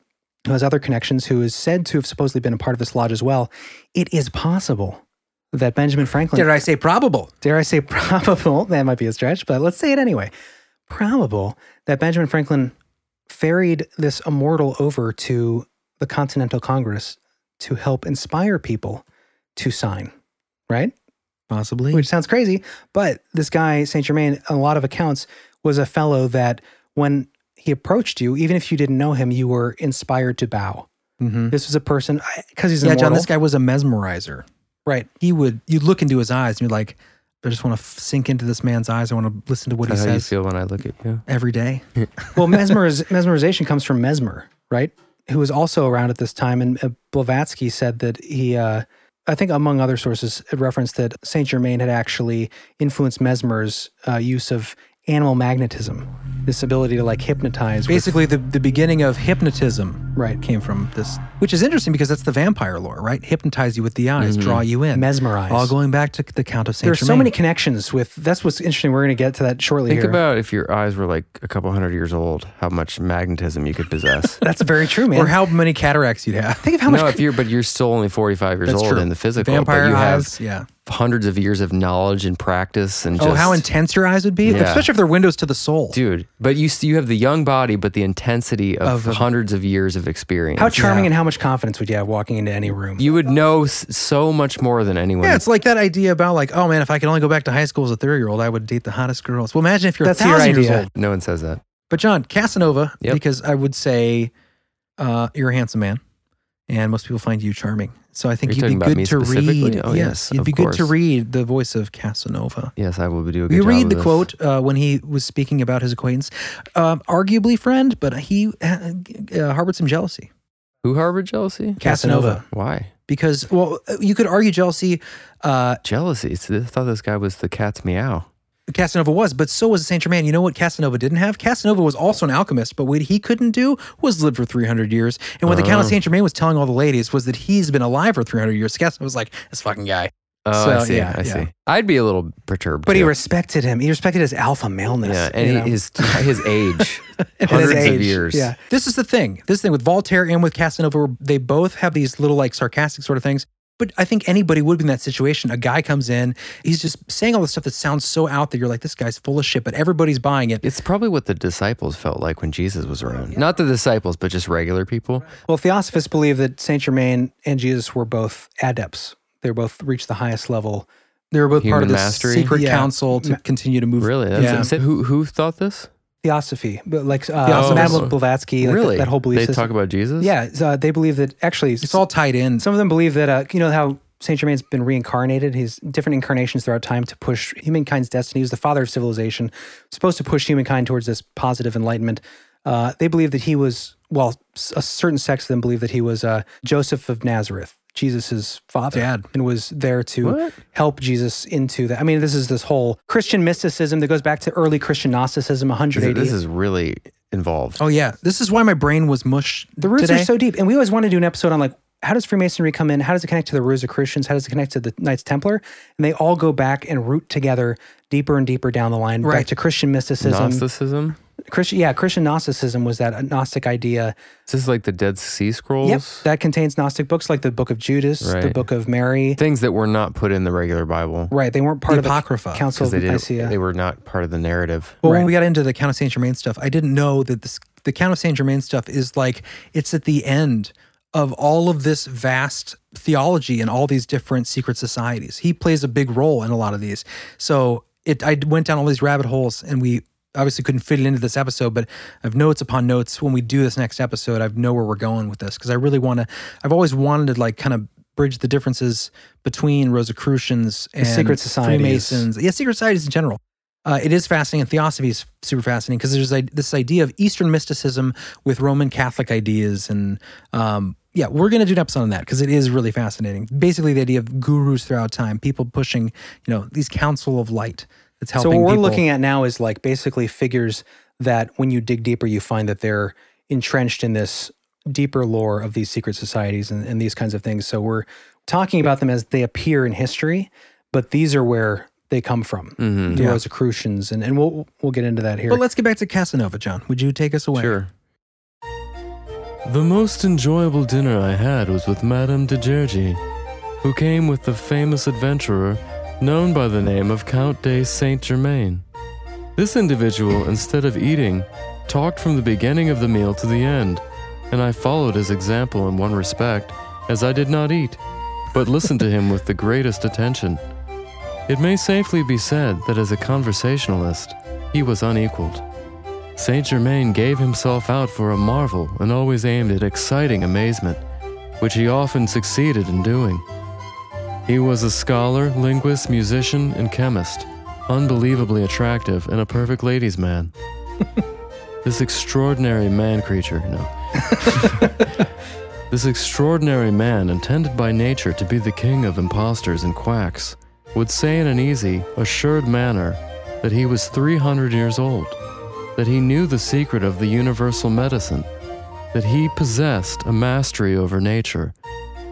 who has other connections, who is said to have supposedly been a part of this lodge as well, it is possible that Benjamin Franklin did I say probable? dare I say probable, that might be a stretch, but let's say it anyway. Probable that Benjamin Franklin ferried this immortal over to the Continental Congress to help inspire people to sign, right? Possibly. Which sounds crazy, but this guy, Saint Germain, on a lot of accounts, was a fellow that when he approached you, even if you didn't know him, you were inspired to bow. Mhm. This was a person, because he's yeah, an immortal. John, this guy was a mesmerizer. right. He would, you'd look into his eyes and you're like, I just want to f- sink into this man's eyes. I want to listen to what he That's how you says feel when I look at you. every day. Well, mesmeriz- mesmerization comes from Mesmer, right? Who was also around at this time. And uh, Blavatsky said that he, uh, I think among other sources, it referenced that Saint Germain had actually influenced Mesmer's uh, use of animal magnetism, this ability to like hypnotize. with- Basically, the, the beginning of hypnotism Right. came from this, which is interesting because that's the vampire lore, right? Hypnotize you with the eyes, Mm-hmm. draw you in, Mesmerize. All going back to the Count of Saint There's Germain. so many connections with. That's what's interesting. We're going to get to that shortly. Think here. about if your eyes were like a couple hundred years old, how much magnetism you could possess. that's very true, man. or how many cataracts you'd have. think of how no, much if you're but you're still only 45 years That's old true. in the physical, vampire but you eyes. have yeah. hundreds of years of knowledge and practice and just oh, how intense your eyes would be, Yeah. especially if they're windows to the soul. dude. But you s- you have the young body, but the intensity Of of, a- hundreds of years of experience. how charming and how much confidence would you have walking into any room? you would know s- so much more than anyone. Yeah, it's like that idea about like, oh man, if I could only go back to high school as a thirty year old, I would date the hottest girls. Well, imagine if you're a That's your thousand years idea. old. no one says that. But John Casanova, Yep. because I would say uh, you're a handsome man, and most people find you charming. So I think Are you'd be you talking about good me to specifically? read. Oh, yes, you'd of be good to course. read the voice of Casanova. Yes, I will do a good We job read of the this. quote uh, when he was speaking about his acquaintance, um, arguably friend, but he uh, uh, harbored some jealousy. Who harbored jealousy? Casanova, Why? because well, you could argue jealousy uh, Jealousy. It's- I thought this guy was the cat's meow. Casanova was, but so was Saint Germain. You know what Casanova didn't have? Casanova was also an alchemist, but what he couldn't do was live for 300 years. And what the Uh-huh. Count of Saint Germain was telling all the ladies was that he's been alive for 300 years. Casanova was like, this fucking guy. Oh, I So, see. yeah, I yeah. see. I'd be a little perturbed. but he too. respected him. He respected his alpha maleness. yeah, and you he- know? his his age, his hundreds age, of years. yeah. This is the thing. This thing with Voltaire and with Casanova, they both have these little like sarcastic sort of things. But I think anybody would be in that situation. A guy comes in, he's just saying all this stuff that sounds so out that you're like, this guy's full of shit, but everybody's buying it. It's probably what the disciples felt like when Jesus was around. Not the disciples, but just regular people. Well, theosophists believe that Saint Germain and Jesus were both adepts. They were both reached the highest level. They were both part Human of this mastery? secret Yeah. council to continue to move. Really? Yeah. That's Who who thought this? Theosophy, but like uh, Theosophists. Madeline Blavatsky, like Oh, really? that, that whole belief They system. talk about Jesus. yeah, so, uh, they believe that actually, It's all tied in. some of them believe that uh, you know how Saint Germain's been reincarnated. His different incarnations throughout time to push humankind's destiny. He was the father of civilization, supposed to push humankind towards this positive enlightenment. Uh, they believe that he was well, s- a certain sect of them believe that he was uh, Joseph of Nazareth, Jesus's father Dad. and was there to help Jesus into that. I mean, this is this whole Christian mysticism that goes back to early Christian Gnosticism, 180. This is really involved. Oh yeah, this is why my brain was mush. the roots today. are so deep. And we always want to do an episode on like, how does Freemasonry come in? How does it connect to the Rosicrucians? How does it connect to the Knights Templar? And they all go back and root together deeper and deeper down the line, back Right. to Christian mysticism. Gnosticism. Christian, yeah, Christian Gnosticism was that Gnostic idea Is this like the Dead Sea Scrolls? Yep, that contains Gnostic books like the Book of Judas, the Right. Book of Mary. Things that were not put in the regular Bible right, they weren't part The of Apocrypha, the Council because of they didn't. Nicaea. They were not part of the narrative. Well, when we got into the Count of Saint Germain stuff, I didn't know that this, the Count of Saint Germain stuff is like it's at the end of all of this vast theology and all these different secret societies. He plays a big role in a lot of these. So it, I went down all these rabbit holes, and we obviously couldn't fit it into this episode. But I've notes upon notes. When we do this next episode, I know where we're going with this because I really want to. I've always wanted to like kind of bridge the differences between Rosicrucians and secret societies. Freemasons. Yeah, secret societies in general uh, it is fascinating, and theosophy is super fascinating because there's like, this idea of Eastern mysticism with Roman Catholic ideas, and um, yeah, we're gonna do an episode on that because it is really fascinating. Basically, the idea of gurus throughout time, people pushing, you know, these council of light that's so helping. what we're people. looking at now is like basically figures that when you dig deeper, you find that they're entrenched in this deeper lore of these secret societies and, and these kinds of things. So we're talking about them as they appear in history, but these are where they come from, the Rosicrucians, and, and we'll we'll get into that here. But Mm-hmm. let's get back to Casanova, John. Would you take us away? Sure. The most enjoyable dinner I had was with Madame de Gergy, who came with the famous adventurer known by the name of Count de Saint Germain. This individual, instead of eating, talked from the beginning of the meal to the end, and I followed his example in one respect, as I did not eat, but listened to him with the greatest attention. It may safely be said that as a conversationalist, he was unequaled. Saint Germain gave himself out for a marvel and always aimed at exciting amazement, which he often succeeded in doing. He was a scholar, linguist, musician, and chemist, unbelievably attractive and a perfect ladies' man. this extraordinary man creature, no. this extraordinary man, intended by nature to be the king of impostors and quacks, would say in an easy, assured manner that he was 300 years old that he knew the secret of the universal medicine, that he possessed a mastery over nature,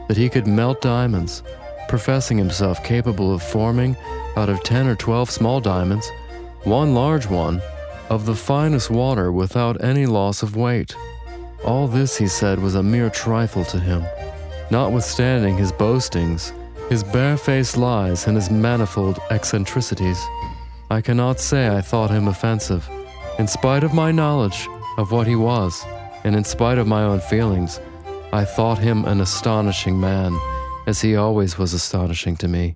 that he could melt diamonds, professing himself capable of forming, out of 10 or 12 small diamonds, one large one of the finest water without any loss of weight. All this, he said, was a mere trifle to him, notwithstanding his boastings, his barefaced lies, and his manifold eccentricities. I cannot say I thought him offensive. In spite of my knowledge of what he was, and in spite of my own feelings, I thought him an astonishing man, as he always was astonishing to me.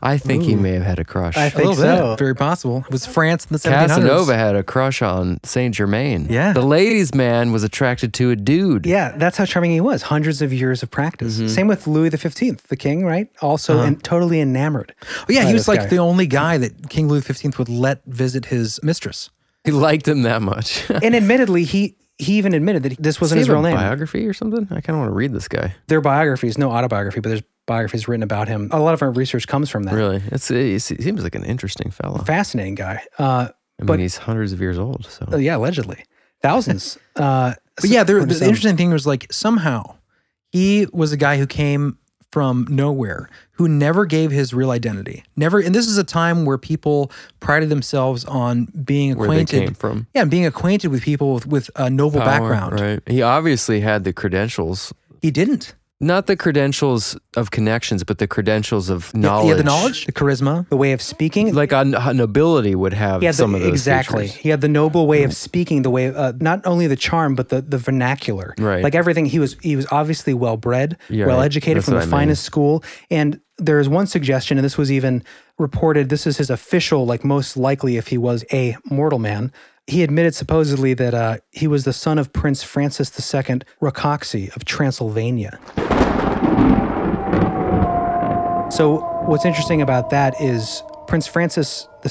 I think he may have had a crush. I A little think so. bit, very possible. It was France in the 1700s. Casanova had a crush on Saint Germain. Yeah. The ladies' man was attracted to a dude. Yeah, that's how charming he was. Hundreds of years of practice. Mm-hmm. Same with Louis the Fifteenth, the king, right? Also, and totally enamored. But Uh-huh. Oh, yeah, by he this was like guy. the only guy that King Louis XV would let visit his mistress. He liked him that much. and admittedly, he he even admitted that this wasn't his Does he have real a name. Biography or something? I kind of want to read this guy. there are biographies, no autobiography, but there's biographies written about him. A lot of our research comes from that. Really, it's, it seems like an interesting fellow. Fascinating guy. Uh, I but- Oh, mean, he's hundreds of years old. So yeah, allegedly thousands. uh, But yeah, there, from the some- interesting thing was like somehow he was a guy who came from nowhere, who never gave his real identity. Never, and this is a time where people prided themselves on being Where acquainted. they came from. Yeah, and being acquainted with people with, with a noble Power, background. right? He obviously had the credentials He didn't. not the credentials of connections, but the credentials of He- knowledge. He had the knowledge, the charisma. the way of speaking. Like a, a nobility would have he had the- some of those exactly. features. Mm. He had the noble way of speaking, the way uh, not only the charm but the the vernacular. Right. Like everything, he was he was obviously well bred, Yeah, well educated that's from the what I mean. finest school. And there is one suggestion, and this was even reported. This is his official, like most likely, if he was a mortal man. He admitted supposedly that uh, he was the son of Prince Francis II Rakoczy of Transylvania. So, what's interesting about that is Prince Francis II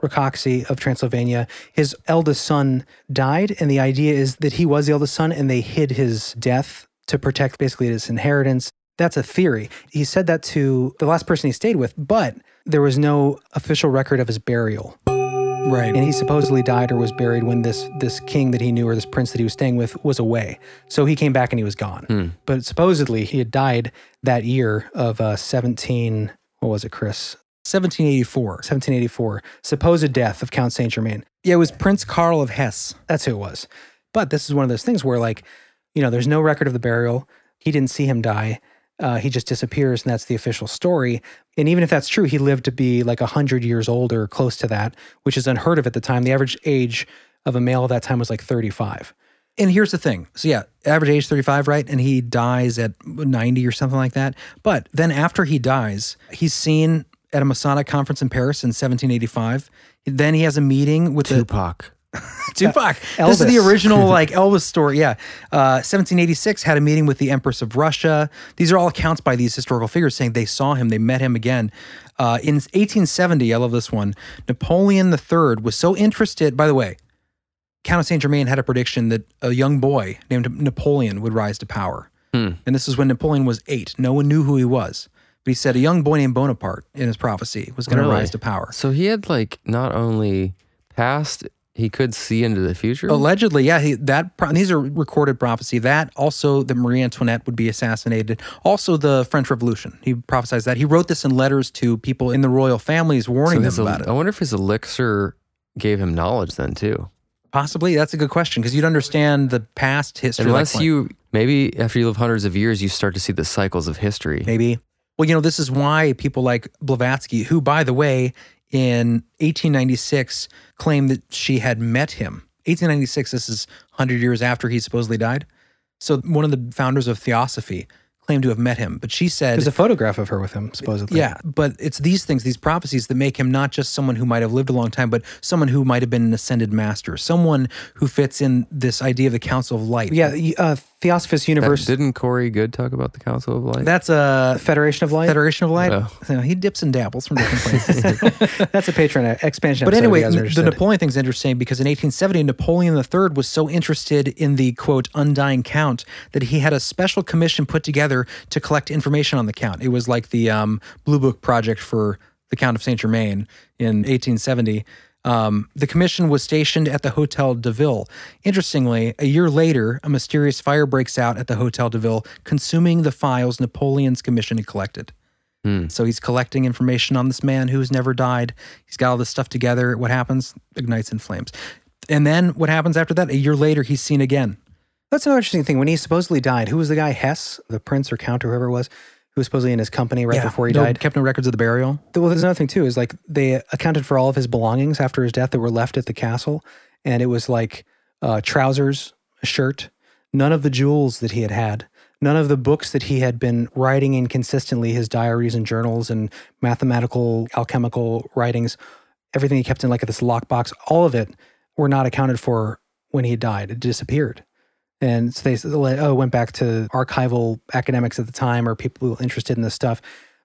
Rakoczy of Transylvania, his eldest son died, and the idea is that he was the eldest son, and they hid his death to protect basically his inheritance. That's a theory. He said that to the last person he stayed with, but there was no official record of his burial. Right. And he supposedly died or was buried when this this king that he knew or this prince that he was staying with was away. So he came back and he was gone. But supposedly he had died that year of uh, 17 what was it, Chris? 1784. 1784. Supposed death of Count Saint Germain. Yeah, it was Prince Karl of Hesse. That's who it was. But this is one of those things where, like, you know, there's no record of the burial. He didn't see him die. Uh, he just disappears, and that's the official story. And even if that's true, he lived to be like 100 years old or close to that, which is unheard of at the time. The average age of a male at that time was like 35. And here's the thing. So yeah, average age 35, right? And he dies at 90 or something like that. But then after he dies, he's seen at a Masonic conference in Paris in 1785. Then he has a meeting with the Tupac. Tupac. This is the Elvis. original like Elvis story. Yeah, uh, 1786 had a meeting with the Empress of Russia. These are all accounts by these historical figures saying they saw him, they met him again. Uh, in 1870, I love this one. Napoleon III was so interested. By the way, Count of Saint Germain had a prediction that a young boy named Napoleon would rise to power. And this is when Napoleon was eight. No one knew who he was, but he said a young boy named Bonaparte in his prophecy was going to Really? rise to power. So he had like not only past, he could see into the future. Allegedly, yeah, he, that pro- these are recorded prophecy. That also that Marie Antoinette would be assassinated. Also, the French Revolution. He prophesies that. He wrote this in letters to people in the royal families, So warning his them el- about I it. wonder if his elixir gave him knowledge then too. Possibly, that's a good question because you'd understand the past history. like Unless Flint. you maybe after you live hundreds of years, you start to see the cycles of history. maybe. Well, you know, this is why people like Blavatsky, who, by the way, in 1896 claimed that she had met him. 1896, this is 100 years after he supposedly died. So one of the founders of Theosophy claimed to have met him, but she said, There's a photograph of her with him, supposedly. yeah, but it's these things, these prophecies that make him not just someone who might have lived a long time, but someone who might have been an ascended master, someone who fits in this idea of the Council of Light. Yeah. y- Uh, Theosophist That- Universe, didn't Corey Good talk about the Council of Light? That's uh, a Federation of Light. Federation of Light. Oh. You know, he dips and dabbles from different places. That's a Patreon expansion. But episode if anyway, you guys are the interested. Napoleon thing's interesting because in 1870, Napoleon III was so interested in the quote undying count that he had a special commission put together to collect information on the count. It was like the um, Blue Book project for the Count of Saint Germain in 1870. Um, the commission was stationed at the Hotel de Ville. Interestingly, a year later, a mysterious fire breaks out at the Hotel de Ville, consuming the files Napoleon's commission had collected. So he's collecting information on this man who's never died. He's got all this stuff together. What happens? Ignites in flames. And then what happens after that? A year later, he's seen again. That's another interesting thing. When he supposedly died, who was the guy, Hess, the prince or count or whoever it was, who was supposedly in his company right before he No- died? Kept no records of the burial. Well, there's another thing too, is like they accounted for all of his belongings after his death that were left at the castle. And it was like uh, trousers, a shirt, none of the jewels that he had had, none of the books that he had been writing in consistently, his diaries and journals and mathematical, alchemical writings, everything he kept in like this lockbox, all of it were not accounted for when he died. It disappeared. And so they s- like, oh, went back to archival academics at the time or people who were interested in this stuff.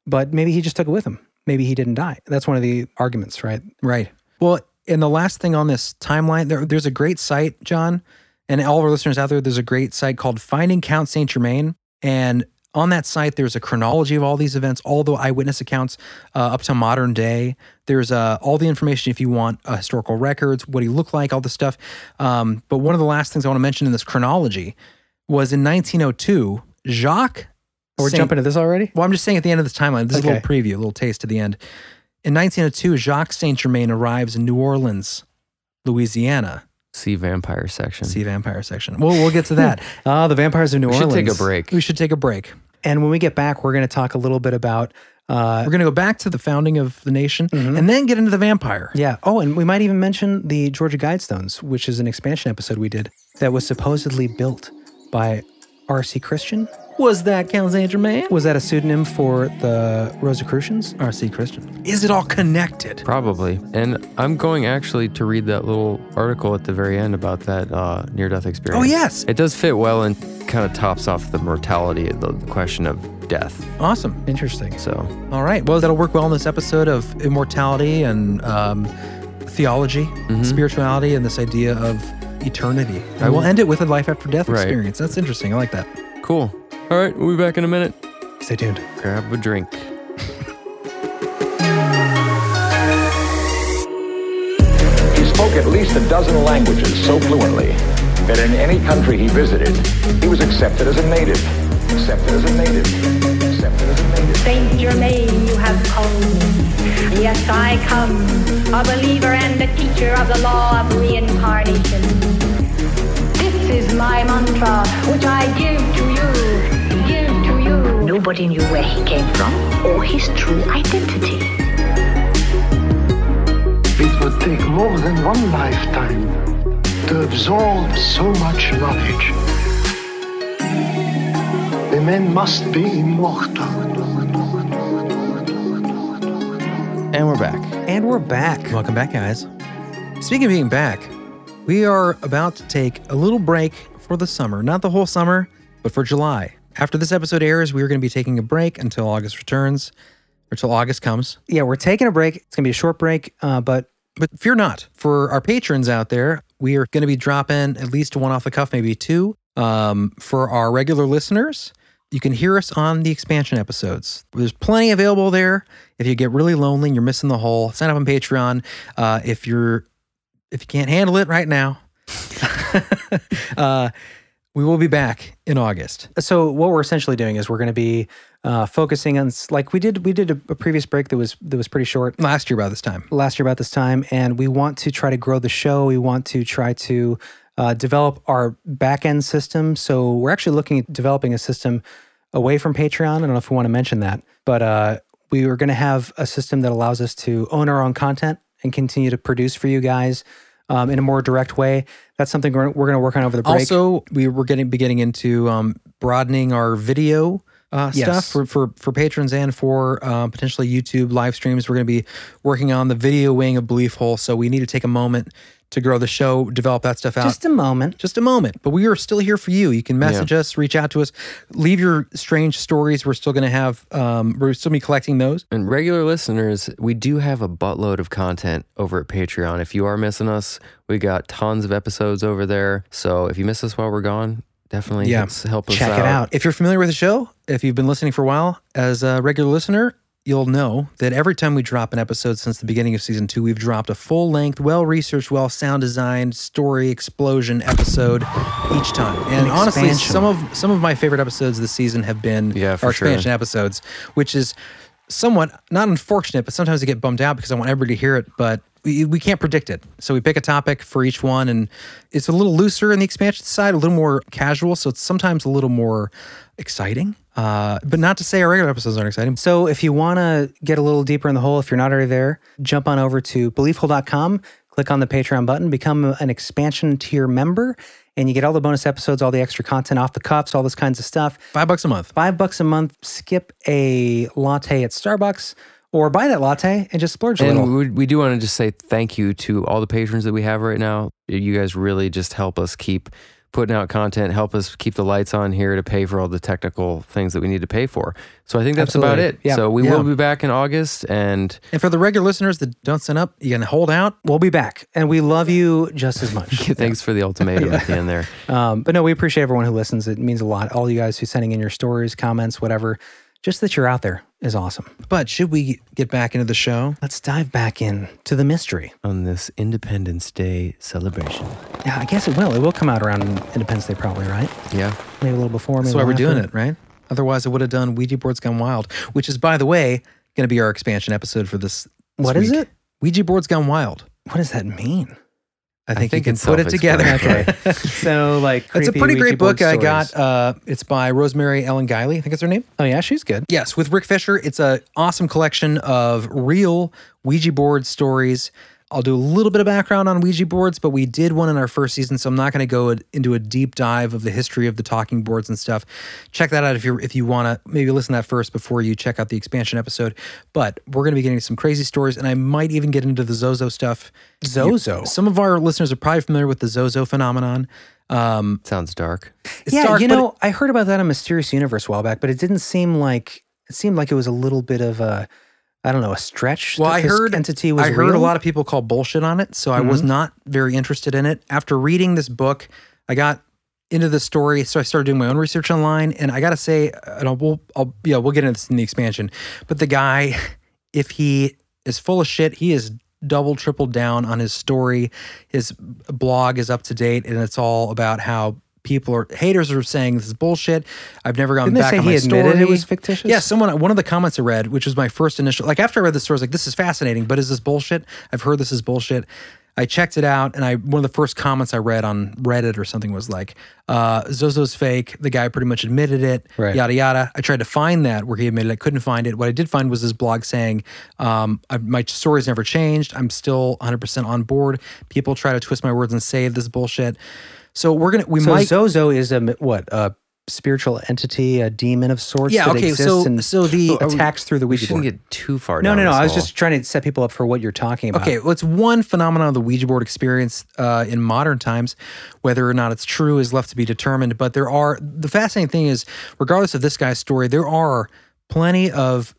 But maybe he just took it with him. Maybe he didn't die. That's one of the arguments, right? Right. Well, and the last thing on this timeline, there, there's a great site, John, and all of our listeners out there, there's a great site called Finding Count Saint Germain. And on that site, there's a chronology of all these events, all the eyewitness accounts uh, up to modern day. There's uh, all the information if you want uh, historical records, what he looked like, all this stuff. Um, but one of the last things I want to mention in this chronology was in 1902, Jacques. We're Saint- jumping to this already. well, I'm just saying at the end of this timeline, this is a little Okay. preview, a little taste to the end. In 1902, Jacques Saint Germain arrives in New Orleans, Louisiana. See vampire section. See vampire section. Well, we'll get to that. Uh, Ah, the vampires of New we should Orleans. take a break. we should take a break. And when we get back, we're going to talk a little bit about, uh, We're going to go back to the founding of the nation and then get into the vampire. Mm-hmm. yeah. Oh, and we might even mention the Georgia Guidestones, which is an expansion episode we did that was supposedly built by R.C. Christian. Was that Count Saint Germain? Was that a pseudonym for the Rosicrucians? R.C. Christian. Is it all connected? Probably. And I'm going actually to read that little article at the very end about that uh, near death experience. Oh, yes. It does fit well and kind of tops off the mortality, the question of death. Awesome. Interesting. So All right. Well, that'll work well in this episode of immortality and um, theology, spirituality, and this idea of eternity. I will end it with a life after death Right. experience. That's interesting. I like that. cool. All right. We'll be back in a minute. Stay tuned. Grab a drink. He spoke at least a dozen languages so fluently that in any country he visited, he was accepted as a native. Accepted as a native. Accepted as a native. Saint Germain, you have called me. Yes, I come, a believer and a teacher of the law of reincarnation. This is my mantra, which I give to you, give to you. Nobody knew where he came from or his true identity. It would take more than one lifetime to absorb so much knowledge. The man must be immortal. And we're back. And we're back. Welcome back, guys. Speaking of being back, we are about to take a little break for the summer. Not the whole summer, but for July. After this episode airs, we are going to be taking a break until August returns, or till August comes. Yeah, we're taking a break. It's going to be a short break, uh, but But fear not, for our patrons out there, we are going to be dropping at least one off the cuff, maybe two. Um, for our regular listeners, you can hear us on the expansion episodes. There's plenty available there. If you get really lonely and you're missing the whole, sign up on Patreon. Uh, if you're if you can't handle it right now, uh, we will be back in August. so what we're essentially doing is we're going to be uh, focusing on s- like we did we did a, a previous break that was that was pretty short Last year by this time, last year about this time and we want to try to grow the show we want to try to uh, develop our back end system so we're actually looking at developing a system away from patreon i don't know if we want to mention that but uh, we are going to have a system that allows us to own our own content and continue to produce for you guys um, in a more direct way that's something we're, we're going to work on over the break Also, we were getting be getting into um, broadening our video uh, stuff Yes. for, for for patrons and for uh, potentially YouTube live streams. We're going to be working on the video wing of Belief Hole, so we need to take a moment to grow the show, develop that stuff out. just a moment just a moment, but we are still here for you. You can message us, reach out to us, leave your strange stories. We're still going to have, um, we're still going to be collecting those. And regular listeners, we do have a buttload of content over at Patreon. If you are missing us, we got tons of episodes over there. So if you miss us while we're gone, definitely Yeah. s- help us Check out. it out. If you're familiar with the show, if you've been listening for a while, as a regular listener, you'll know that every time we drop an episode since the beginning of season two, we've dropped a full length, well researched, well sound designed story explosion episode each time. And An honestly, expansion. some of some of my favorite episodes this season have been Yeah, for our sure. expansion episodes, which is somewhat not unfortunate, but sometimes I get bummed out because I want everybody to hear it, but we, we can't predict it. So we pick a topic for each one, and it's a little looser in the expansion side, a little more casual. So it's sometimes a little more exciting. Uh, but not to say our regular episodes aren't exciting. So if you want to get a little deeper in the hole, if you're not already there, jump on over to beliefhole.com, click on the Patreon button, become an expansion tier member, and you get all the bonus episodes, all the extra content off the cuffs, all this kinds of stuff. Five bucks a month. Five bucks a month, skip a latte at Starbucks or buy that latte and just splurge a little. And we, we do want to just say thank you to all the patrons that we have right now. You guys really just help us keep putting out content, help us keep the lights on here to pay for all the technical things that we need to pay for. So I think that's about it. Absolutely. Yeah. So we Yeah. will be back in August and And for the regular listeners that don't sign up, you can hold out. We'll be back and we love you just as much. thanks for the ultimatum at the end there. Um, but no, we appreciate everyone who listens. It means a lot. All you guys who sending in your stories, comments, whatever, just that you're out there is awesome. But should we get back into the show? Let's dive back in to the mystery. On this Independence Day celebration. Yeah, I guess it will. It will come out around Independence Day, probably, right? Yeah. Maybe a little before. Maybe That's why we're doing after. it, right? Otherwise, I would have done Ouija boards gone wild, which is, by the way, going to be our expansion episode for this. this What is week. it? Ouija boards gone wild. What does that mean? I think, think you can it's put it together. self-explanatory. So, like, It's a pretty great book I got. Uh, it's by Rosemary Ellen Guiley, I think that's her name. Oh yeah, she's good. Yes, with Rick Fisher. It's an awesome collection of real Ouija board stories. I'll do a little bit of background on Ouija boards, but we did one in our first season, so I'm not going to go into a deep dive of the history of the talking boards and stuff. Check that out if you if you want to maybe listen to that first before you check out the expansion episode. But we're going to be getting some crazy stories, and I might even get into the Zozo stuff. Zozo? Some of our listeners are probably familiar with the Zozo phenomenon. Um, Sounds dark. it's yeah, dark, you but know, I heard about that on Mysterious Universe a while back, but it didn't seem like it seemed like it was a little bit of a, I don't know, a stretch. Well, that I this heard entity was. I heard a real. lot of people Mm-hmm. call bullshit on it, so I was not very interested in it. After reading this book, I got into the story, so I started doing my own research online, and I gotta say, and I'll, we'll, I'll, yeah, we'll get into this in the expansion. But the guy, if he is full of shit, he is double, triple down on his story. His blog is up to date, and it's all about how people are haters are saying this is bullshit. I've never gone Didn't they back say on he my admitted story. it was fictitious? Yeah, someone one of the comments I read, which was my first initial like after I read the story, I was like, this is fascinating, but is this bullshit? I've heard this is bullshit. I checked it out, and I one of the first comments I read on Reddit or something was like, uh, "Zozo's fake." The guy pretty much admitted it, Right. yada yada. I tried to find that where he admitted. It. I couldn't find it. What I did find was his blog saying, um, I, "My story's never changed. I'm still 100 percent on board." People try to twist my words and say this is bullshit. So we're gonna we so might Zozo is a m- what a spiritual entity, a demon of sorts. Yeah, that okay, exists so- and so the- attacks through the We Ouija shouldn't board. get too far no, down. no, no. this I was hole. just trying to set people up for what you're talking about. Okay, well, it's one phenomenon of the Ouija board experience uh, in modern times. Whether or not it's true is left to be determined. But there are the fascinating thing is, regardless of this guy's story, there are plenty of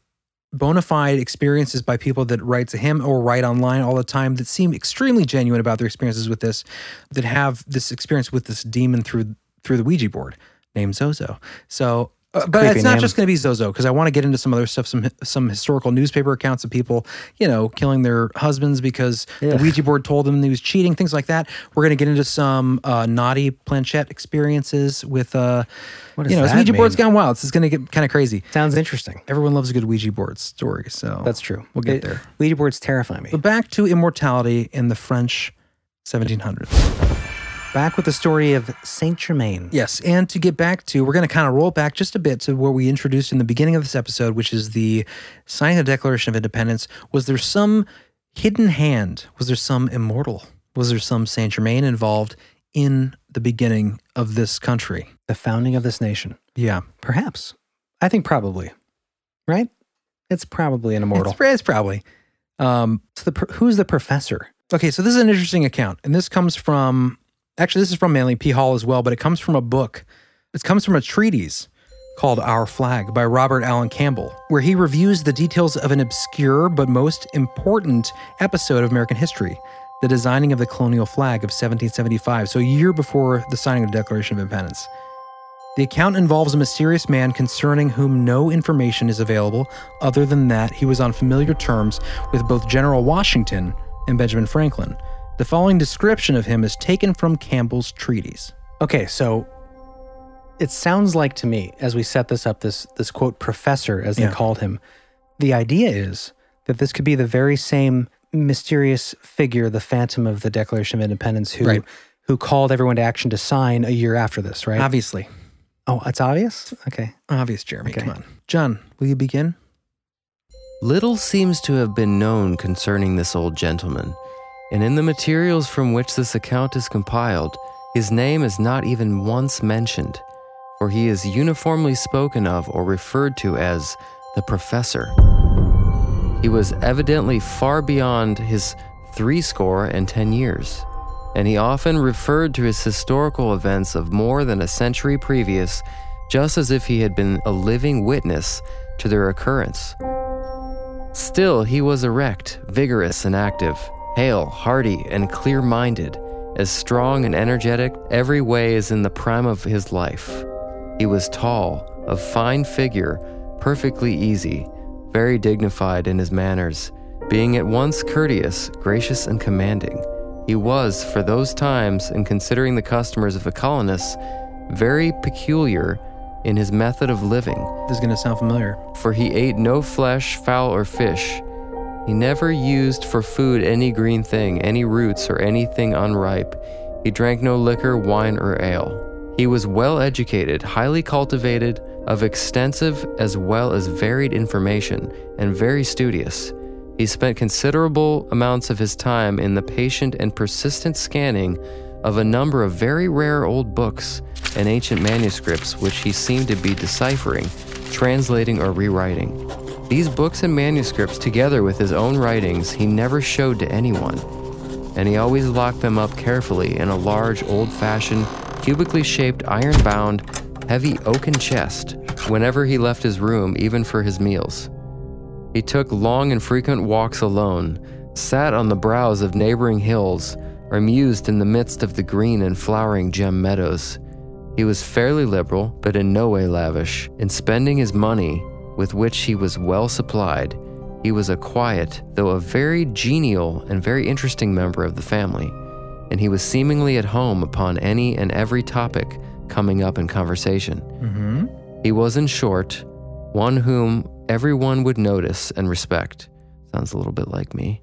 bona fide experiences by people that write to him or write online all the time that seem extremely genuine about their experiences with this, that have this experience with this demon through through the Ouija board named Zozo. So. uh, but creepy it's not name. just going to be Zozo because I want to get into some other stuff, some some historical newspaper accounts of people, you know, killing their husbands because the Ouija board told them he was cheating, things like that. We're going to get into some uh, naughty planchette experiences with, uh, What you does know, this that Ouija board's mean? gone wild. It's going to get kind of crazy. Sounds interesting. Everyone loves a good Ouija board story, so That's true. We'll get It- there. Ouija boards terrify me. But back to immortality in the French 1700s. Back with the story of Saint Germain. Yes, and to get back to, we're going to kind of roll back just a bit to where we introduced in the beginning of this episode, which is the signing of the Declaration of Independence. Was there some hidden hand? Was there some immortal? Was there some Saint Germain involved in the beginning of this country? The founding of this nation. Yeah, Perhaps. I think probably. Right? It's probably an immortal. It's, it's probably. Um, So the, pr- who's the professor? Okay, so this is an interesting account, and this comes from actually this is from Manly P. Hall as well, but it comes from a book. It comes from a treatise called Our Flag by Robert Allen Campbell, where he reviews the details of an obscure but most important episode of American history, the designing of the colonial flag of 1775, so a year before the signing of the Declaration of Independence. The account involves a mysterious man concerning whom no information is available other than that he was on familiar terms with both General Washington and Benjamin Franklin. The following description of him is taken from Campbell's treatise. Okay, so it sounds like to me, as we set this up, this this quote professor, as Yeah. they called him, the idea is that this could be the very same mysterious figure, the phantom of the Declaration of Independence, who Right. who called everyone to action to sign a year after this, right? Obviously. oh, it's obvious. Okay, Obvious, Jeremy. Okay. Come on. John, will you begin? Little seems to have been known concerning this old gentleman, and in the materials from which this account is compiled, his name is not even once mentioned, for he is uniformly spoken of or referred to as the professor. He was evidently far beyond his threescore and ten years, and he often referred to his historical events of more than a century previous just as if he had been a living witness to their occurrence. Still, he was erect, vigorous, and active, hale, hearty, and clear minded, as strong and energetic every way as in the prime of his life. He was tall, of fine figure, perfectly easy, very dignified in his manners, being at once courteous, gracious, and commanding. He was, for those times, and considering the customers of the colonists, very peculiar in his method of living This is going to sound familiar. for he ate no flesh, fowl, or fish. He never used for food any green thing, any roots, or anything unripe. He drank no liquor, wine, or ale. He was well educated, highly cultivated, of extensive as well as varied information, and very studious. He spent considerable amounts of his time in the patient and persistent scanning of a number of very rare old books and ancient manuscripts which he seemed to be deciphering, translating, or rewriting. These books and manuscripts, together with his own writings, he never showed to anyone, and he always locked them up carefully in a large, old fashioned, cubically shaped, iron bound, heavy oaken chest whenever he left his room, even for his meals. He took long and frequent walks alone, sat on the brows of neighboring hills, or mused in the midst of the green and flowering gem meadows. He was fairly liberal, but in no way lavish. In spending his money, with which he was well supplied, he was a quiet, though a very genial and very interesting member of the family, and he was seemingly at home upon any and every topic coming up in conversation. He was, in short, one whom everyone would notice and respect. Sounds a little bit like me.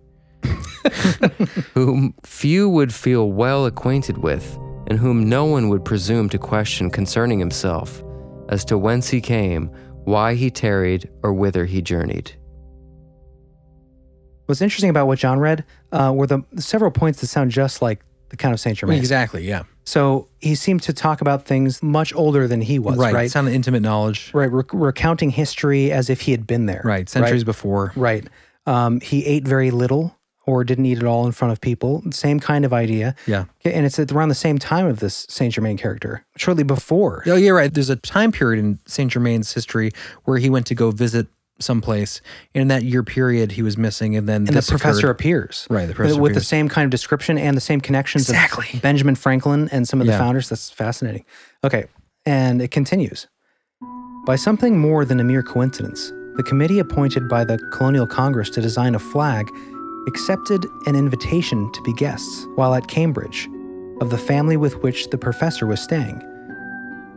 whom few would feel well acquainted with, and whom no one would presume to question concerning himself as to whence he came, why he tarried, or whither he journeyed. What's interesting about what John read uh, were the several points that sound just like the Count of Saint Germain. Exactly. Yeah. So he seemed to talk about things much older than he was, right? right. Sound of intimate knowledge. right, rec- recounting history as if he had been there. Right. Centuries before. Right. Um, he ate very little or didn't eat at all in front of people. Same kind of idea. Yeah. Okay, And it's at around the same time of this Saint Germain character, shortly before. Oh, yeah, right. There's a time period in Saint Germain's history where he went to go visit someplace, and in that year period, he was missing, and then And this the professor occurred. appears. Right, the professor With the appears. same kind of description and the same connections Exactly. of Benjamin Franklin and some of the Yeah. founders. That's fascinating. Okay. And it continues. By something more than a mere coincidence, the committee appointed by the Colonial Congress to design a flag accepted an invitation to be guests while at Cambridge of the family with which the professor was staying.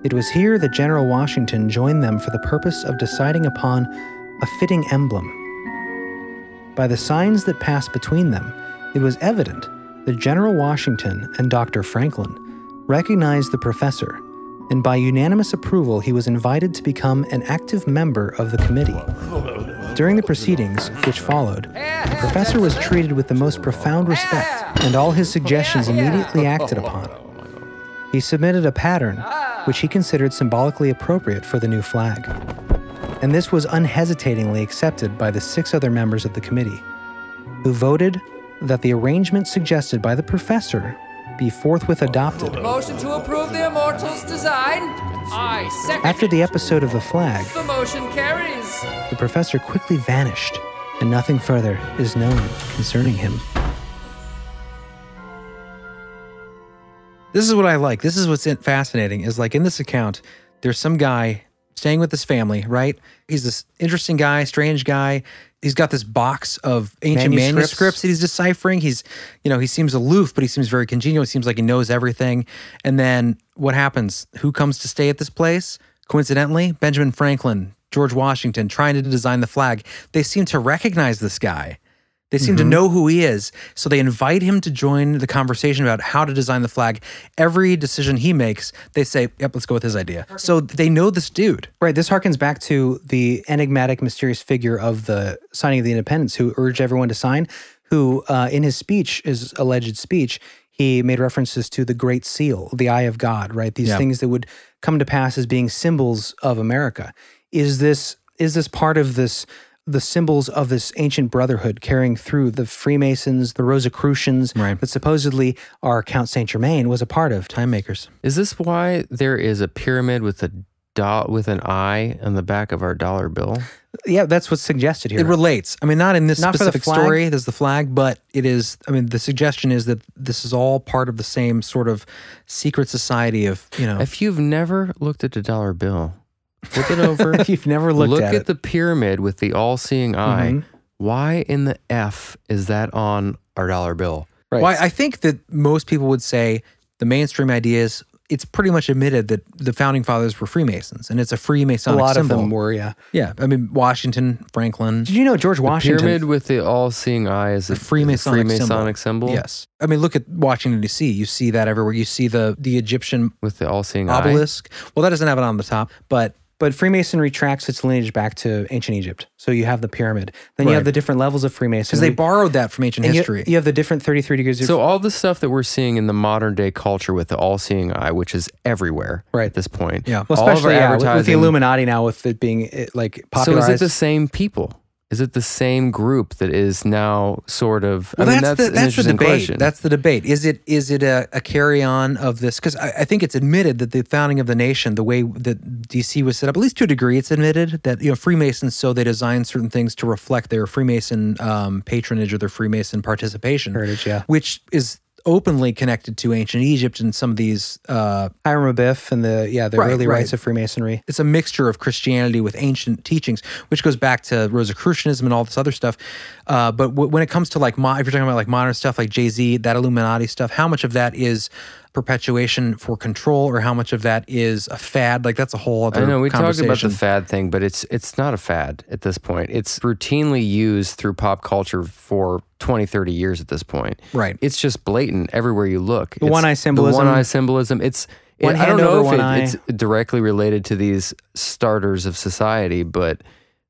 It was here that General Washington joined them for the purpose of deciding upon a fitting emblem. By the signs that passed between them, it was evident that General Washington and Dr. Franklin recognized the professor, and by unanimous approval, he was invited to become an active member of the committee. During the proceedings, which followed, the professor was treated with the most profound respect, and all his suggestions immediately acted upon. He submitted a pattern which he considered symbolically appropriate for the new flag and this was unhesitatingly accepted by the six other members of the committee, who voted that the arrangement suggested by the professor be forthwith adopted. Motion to approve the immortal's design. I second. After the episode of the flag, The motion carries. the professor quickly vanished, and nothing further is known concerning him. This is what I like. This is what's in- fascinating is like in this account, there's some guy staying with his family, right? He's this interesting guy, strange guy. He's got this box of ancient manuscripts, Manuscripts. that he's deciphering. He's, you know, he seems aloof, but he seems very congenial. He seems like he knows everything. And then what happens? Who comes to stay at this place? Coincidentally, Benjamin Franklin, George Washington, trying to design the flag. They seem to recognize this guy. They seem Mm-hmm. to know who he is. So they invite him to join the conversation about how to design the flag. Every decision he makes, they say, yep, let's go with his idea. So they know this dude. Right, this harkens back to the enigmatic, mysterious figure of the signing of the independence who urged everyone to sign, who uh, in his speech, his alleged speech, he made references to the Great Seal, the Eye of God, right? These Yeah. things that would come to pass as being symbols of America. Is this is this part of this the symbols of this ancient brotherhood carrying through the Freemasons, the Rosicrucians Right. that supposedly our Count Saint Germain was a part of? Time makers. Is this why there is a pyramid with a dot with an eye on the back of our dollar bill? Yeah, that's what's suggested here. It relates. I mean, not in this Not for the specific flag. story, there's the flag, but it is, I mean, the suggestion is that this is all part of the same sort of secret society of, you know, If you've never looked at a dollar bill, look it over. If you've never looked look at at, it. the pyramid with the all-seeing eye. Why in the f is that on our dollar bill? Right. Why I think that most people would say the mainstream idea is it's pretty much admitted that the founding fathers were Freemasons and it's a Freemasonic a lot symbol. of them were, yeah. Yeah, I mean Washington, Franklin, Did you know George Washington? Pyramid with the all-seeing eye is a, the Freemasonic, Freemasonic symbol. Yes, I mean look at Washington D.C. You see that everywhere. You see the the Egyptian With the all-seeing eye. obelisk. Well, that doesn't have it on the top, but But Freemasonry tracks its lineage back to ancient Egypt. So you have the pyramid. Then you Right. have the different levels of because Freemasonry. they borrowed that from ancient and you- history. You, have the different 33 degrees of So all the stuff that we're seeing in the modern day culture with the all-seeing eye, which is everywhere Right. at this point. Yeah. well, all of our especially yeah, with, with the advertising- Illuminati now with it being eh, like So popularized. is it the same people? Is it the same group that is now sort of? Well, I mean, that's, that's, the, that's an the interesting debate. question. That's the debate. Is it is it a, a carry on of this? Because I, I think it's admitted that the founding of the nation, the way that DC was set up, at least to a degree, it's admitted that you know Freemasons so they design certain things to reflect their Freemason um, patronage or their Freemason participation, Heritage, yeah. which is openly connected to ancient Egypt and some of these uh, Hiram Abiff and the yeah the early rites of Freemasonry. It's a mixture of Christianity with ancient teachings, which goes back to Rosicrucianism and all this other stuff. Uh, but w- when it comes to like, mo- if you're talking about like modern stuff, like Jay Z, that Illuminati stuff, how much of that is perpetuation for control, or how much of that is a fad? Like that's a whole other. I know we talked about the conversation. fad thing, but it's it's not a fad at this point. It's routinely used through pop culture for 20, 30 years at this point. Right. It's just blatant everywhere you look. The It's- one-eye symbolism. The one eye symbolism. It's One it- I hand don't know over if one it- eye. it's directly related to these starters of society, but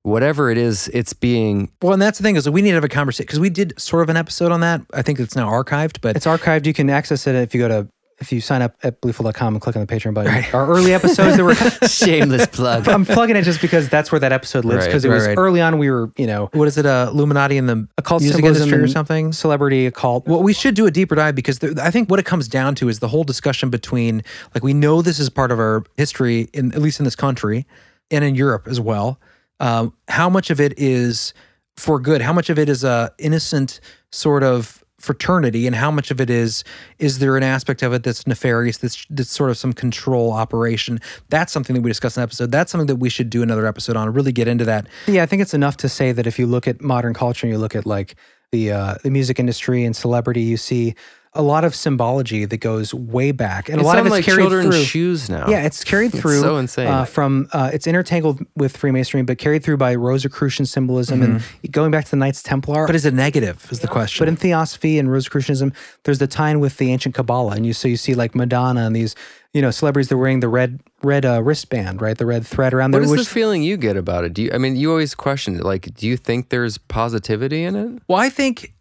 whatever it is, it's being Well, and that's the thing is that we need to have a conversation because we did sort of an episode on that. I think it's now archived, but It's archived. You can access it if you go to if you sign up at beliefful.com and click on the Patreon button. Our early episodes that were shameless plug. I'm plugging it just because that's where that episode lives Right, because it right, was right. early on. We were you know what is it? Uh, Illuminati in the occult music symbolism industry or and something? celebrity occult. Well, we should do a deeper dive because there, I think what it comes down to is the whole discussion between like we know this is part of our history, in at least in this country and in Europe as well. Um, how much of it is for good? How much of it is a innocent sort of fraternity, and how much of it is is there an aspect of it that's nefarious? That's that's sort of some control operation. That's something that we discussed in the episode. That's something that we should do another episode on. Really get into that. Yeah, I think it's enough to say that if you look at modern culture and you look at like the uh, the music industry and celebrity, you see a lot of symbology that goes way back, and It's a lot of on, it's like, carried children's through. shoes now. Yeah, it's carried It's through. so insane. Uh, from uh, it's intertangled with Freemasonry, but carried through by Rosicrucian symbolism and going back to the Knights Templar. Mm-hmm. But is it negative? Is the question? But in Theosophy and Rosicrucianism, there's the tie in with the ancient Kabbalah, and you so you see like Madonna and these you know celebrities that are wearing the red red uh, wristband, right? The red thread around What their is which the feeling you get about it? Do you? I mean, you always question it. Like, do you think there's positivity in it? Well, I think,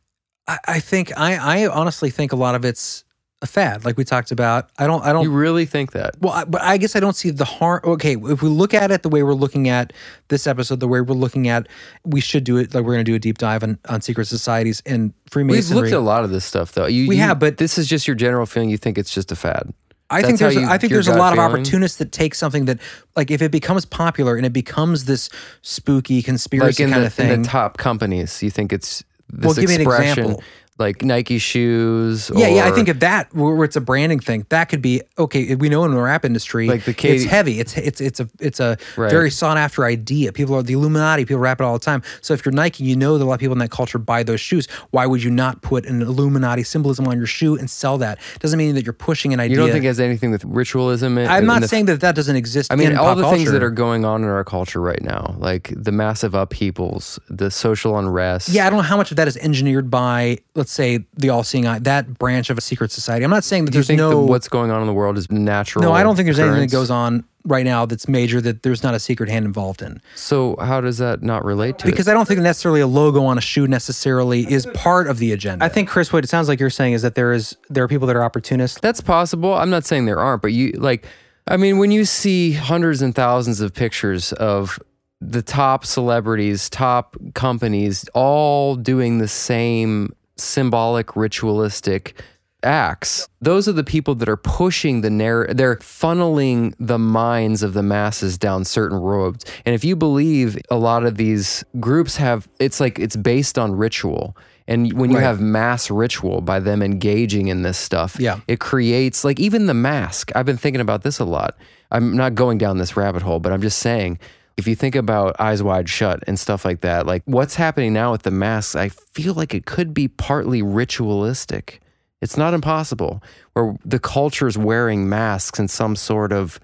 I, I think, I, I honestly think a lot of it's a fad, like we talked about. I don't, I don't. You really think that? well, I, but I guess I don't see the harm. Okay, if we look at it the way we're looking at this episode, the way we're looking at, we should do it. Like we're going to do a deep dive on, on secret societies and We've Freemasonry. looked at a lot of this stuff, though. You, We you- have, but- this is just your general feeling. You think it's just a fad. I That's think how there's you- I think your there's a gut lot of feeling? opportunists that take something that like if it becomes popular and it becomes this spooky like conspiracy in kind the, of thing. in the top companies. You think it's Well, this give me an expression, example. like Nike shoes. Yeah, yeah. I or- think if that where it's a branding thing, that could be okay. We know in the rap industry, Like the it's Katy- heavy. It's it's it's a it's a Right. very sought after idea. People are the Illuminati. People rap it all the time. So if you're Nike, you know that a lot of people in that culture buy those shoes. Why would you not put an Illuminati symbolism on your shoe and sell that? Doesn't mean that you're pushing an you idea. don't think it has anything with ritualism. In, I'm in not the- saying that that doesn't exist. I mean, in all pop the things that culture. are going on in our culture right now, like the massive upheavals, the social unrest. Yeah, I don't know how much of that is engineered by, let's say, the all-seeing eye, that branch of a secret society. I'm not saying that Do you there's think no that what's going on in the world is natural? No, I don't think there's anything occurrence? that goes on right now that's major that there's not a secret hand involved in. So how does that not relate to? it? Because I don't think necessarily a logo on a shoe necessarily is part of the agenda. I think Chris, what it sounds like you're saying is that there is there are people that are opportunists. That's possible. I'm not saying there aren't, but you like, I mean, when you see hundreds and thousands of pictures of the top celebrities, top companies, all doing the same symbolic, ritualistic acts, those are the people that are pushing the narrative, they're funneling the minds of the masses down certain roads. And if you believe a lot of these groups have, it's like it's based on ritual. And when you Right. have mass ritual by them engaging in this stuff, Yeah. it creates like even the mask. I've been thinking about this a lot. I'm not going down this rabbit hole, but I'm just saying if you think about eyes wide shut and stuff like that, like what's happening now with the masks, I feel like it could be partly ritualistic. It's not impossible where the culture's wearing masks in some sort of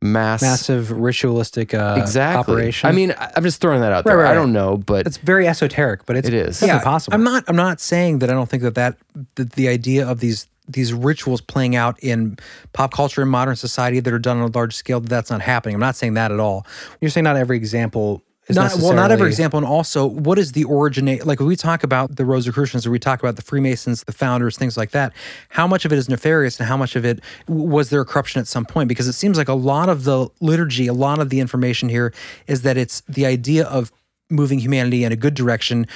mass massive ritualistic uh, exactly. operation. I mean, I- I'm just throwing that out there. right, I right. don't know, but it's very esoteric, but it's It is. yeah, yeah, possible. I'm not. I'm not saying that I don't think that that, that the idea of these these rituals playing out in pop culture and modern society that are done on a large scale that that's not happening. I'm not saying that at all. You're saying not every example is not well, not every necessarily- example, and also what is the originate? Like when we talk about the Rosicrucians, or we talk about the Freemasons, the founders, things like that. How much of it is nefarious, and how much of it w- was there corruption at some point? Because it seems like a lot of the liturgy, a lot of the information here is that it's the idea of moving humanity in a good direction.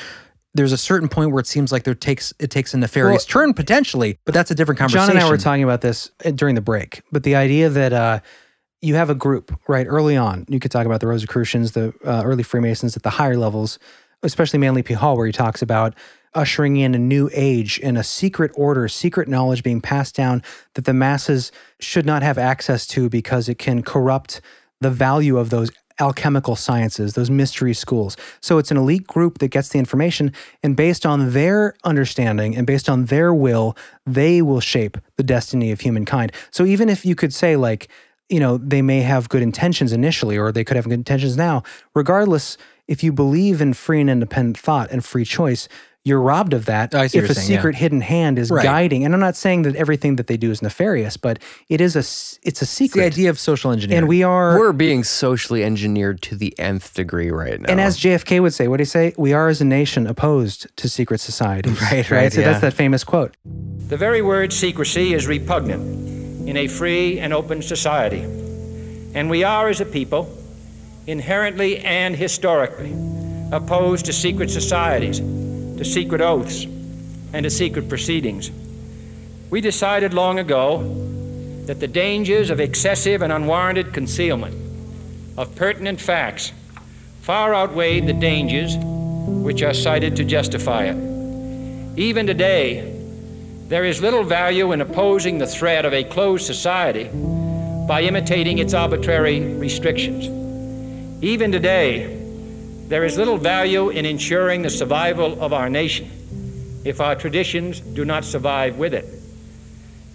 There's a certain point where it seems like there takes it takes a nefarious turn potentially, but that's a different conversation. John and I were talking about this uh, during the break, but the idea that uh, you have a group right early on, you could talk about uh, the Rosicrucians, the uh, early Freemasons at the higher levels, especially Manly P. Hall, where he talks about ushering in a new age and a secret order, secret knowledge being passed down that the masses should not have access to because it can corrupt the value of those alchemical sciences, those mystery schools. So it's an elite group that gets the information, and based on their understanding and based on their will, they will shape the destiny of humankind. So even if you could say, like, you know, they may have good intentions initially, or they could have good intentions now, regardless, if you believe in free and independent thought and free choice, you're robbed of that I if see what a you're saying, yeah. secret hidden hand is Right. guiding. And I'm not saying that everything that they do is nefarious, but it is a s- it's a secret. the idea of social engineering. And we are We're being socially engineered to the nth degree right now. And as JFK would say, what do you say? We are as a nation opposed to secret societies. Right, right, So yeah. that's that famous quote. The very word secrecy is repugnant in a free and open society. And we are, as a people, inherently and historically opposed to secret societies, to secret oaths, and to secret proceedings. We decided long ago that the dangers of excessive and unwarranted concealment of pertinent facts far outweighed the dangers which are cited to justify it. Even today, there is little value in opposing the threat of a closed society by imitating its arbitrary restrictions. Even today, there is little value in ensuring the survival of our nation if our traditions do not survive with it.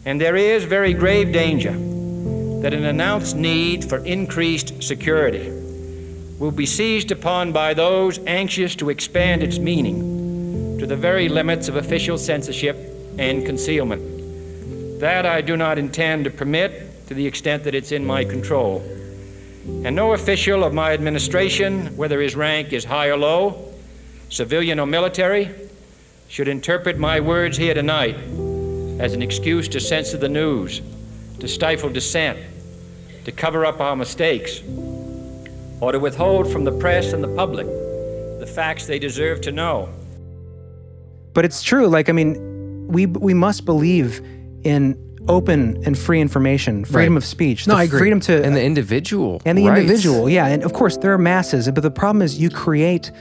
And there is very grave danger that an announced need for increased security will be seized upon by those anxious to expand its meaning to the very limits of official censorship and concealment. That I do not intend to permit to the extent that it's in my control. And no official of my administration, whether his rank is high or low, civilian or military, should interpret my words here tonight as an excuse to censor the news, to stifle dissent, to cover up our mistakes, or to withhold from the press and the public the facts they deserve to know. But it's true. Like, I mean, we we must believe in open and free information, freedom Right. of speech, No, the I agree. freedom to and the individual and the rights. individual. Yeah, and of course there are masses, but the problem is you create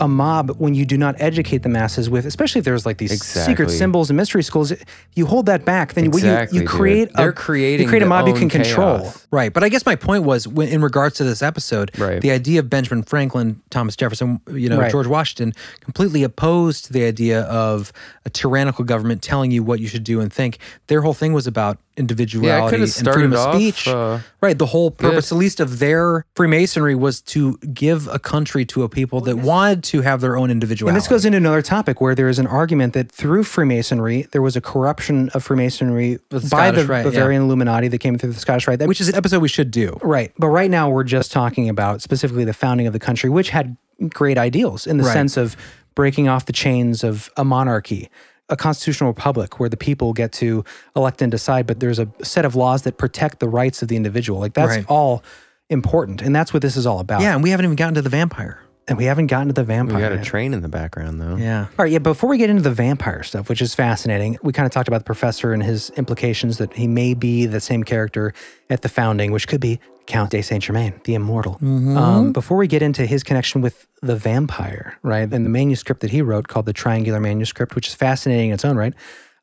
a mob when you do not educate the masses with, especially if there's like these secret Exactly. symbols and mystery schools. You hold that back, then what Exactly, you, you dude. create They're a creating you create a their mob you can own control. chaos. Right. But I guess my point was when, in regards to this episode, the idea of Benjamin Franklin, Thomas Jefferson, you know, Right. George Washington, completely opposed to the idea of a tyrannical government telling you what you should do and think. Their whole thing was about individuality could've and freedom started of off, speech. uh, right. The whole purpose, at least of their Freemasonry, was to give a country to a people that wanted to have their own individuality. And this goes into another topic where there is an argument that through Freemasonry there was a corruption of Freemasonry the by the Scottish Rite, yeah. Bavarian Illuminati that came through the Scottish Rite, That- which is an episode we should do. Right. But right now, we're just talking about specifically the founding of the country, which had great ideals in the Right. sense of breaking off the chains of a monarchy, a constitutional republic where the people get to elect and decide, but there's a set of laws that protect the rights of the individual. Like that's Right. all important. And that's what this is all about. Yeah. And we haven't even gotten to the vampire. And we haven't gotten to the We vampire. got a yet. train in the background though. Yeah. All right, yeah, before we get into the vampire stuff, which is fascinating, we kind of talked about the professor and his implications that he may be the same character at the founding, which could be Count de Saint Germain, the immortal. Mm-hmm. Um, before we get into his connection with the vampire, right, and the manuscript that he wrote called the Triangular Manuscript, which is fascinating in its own right,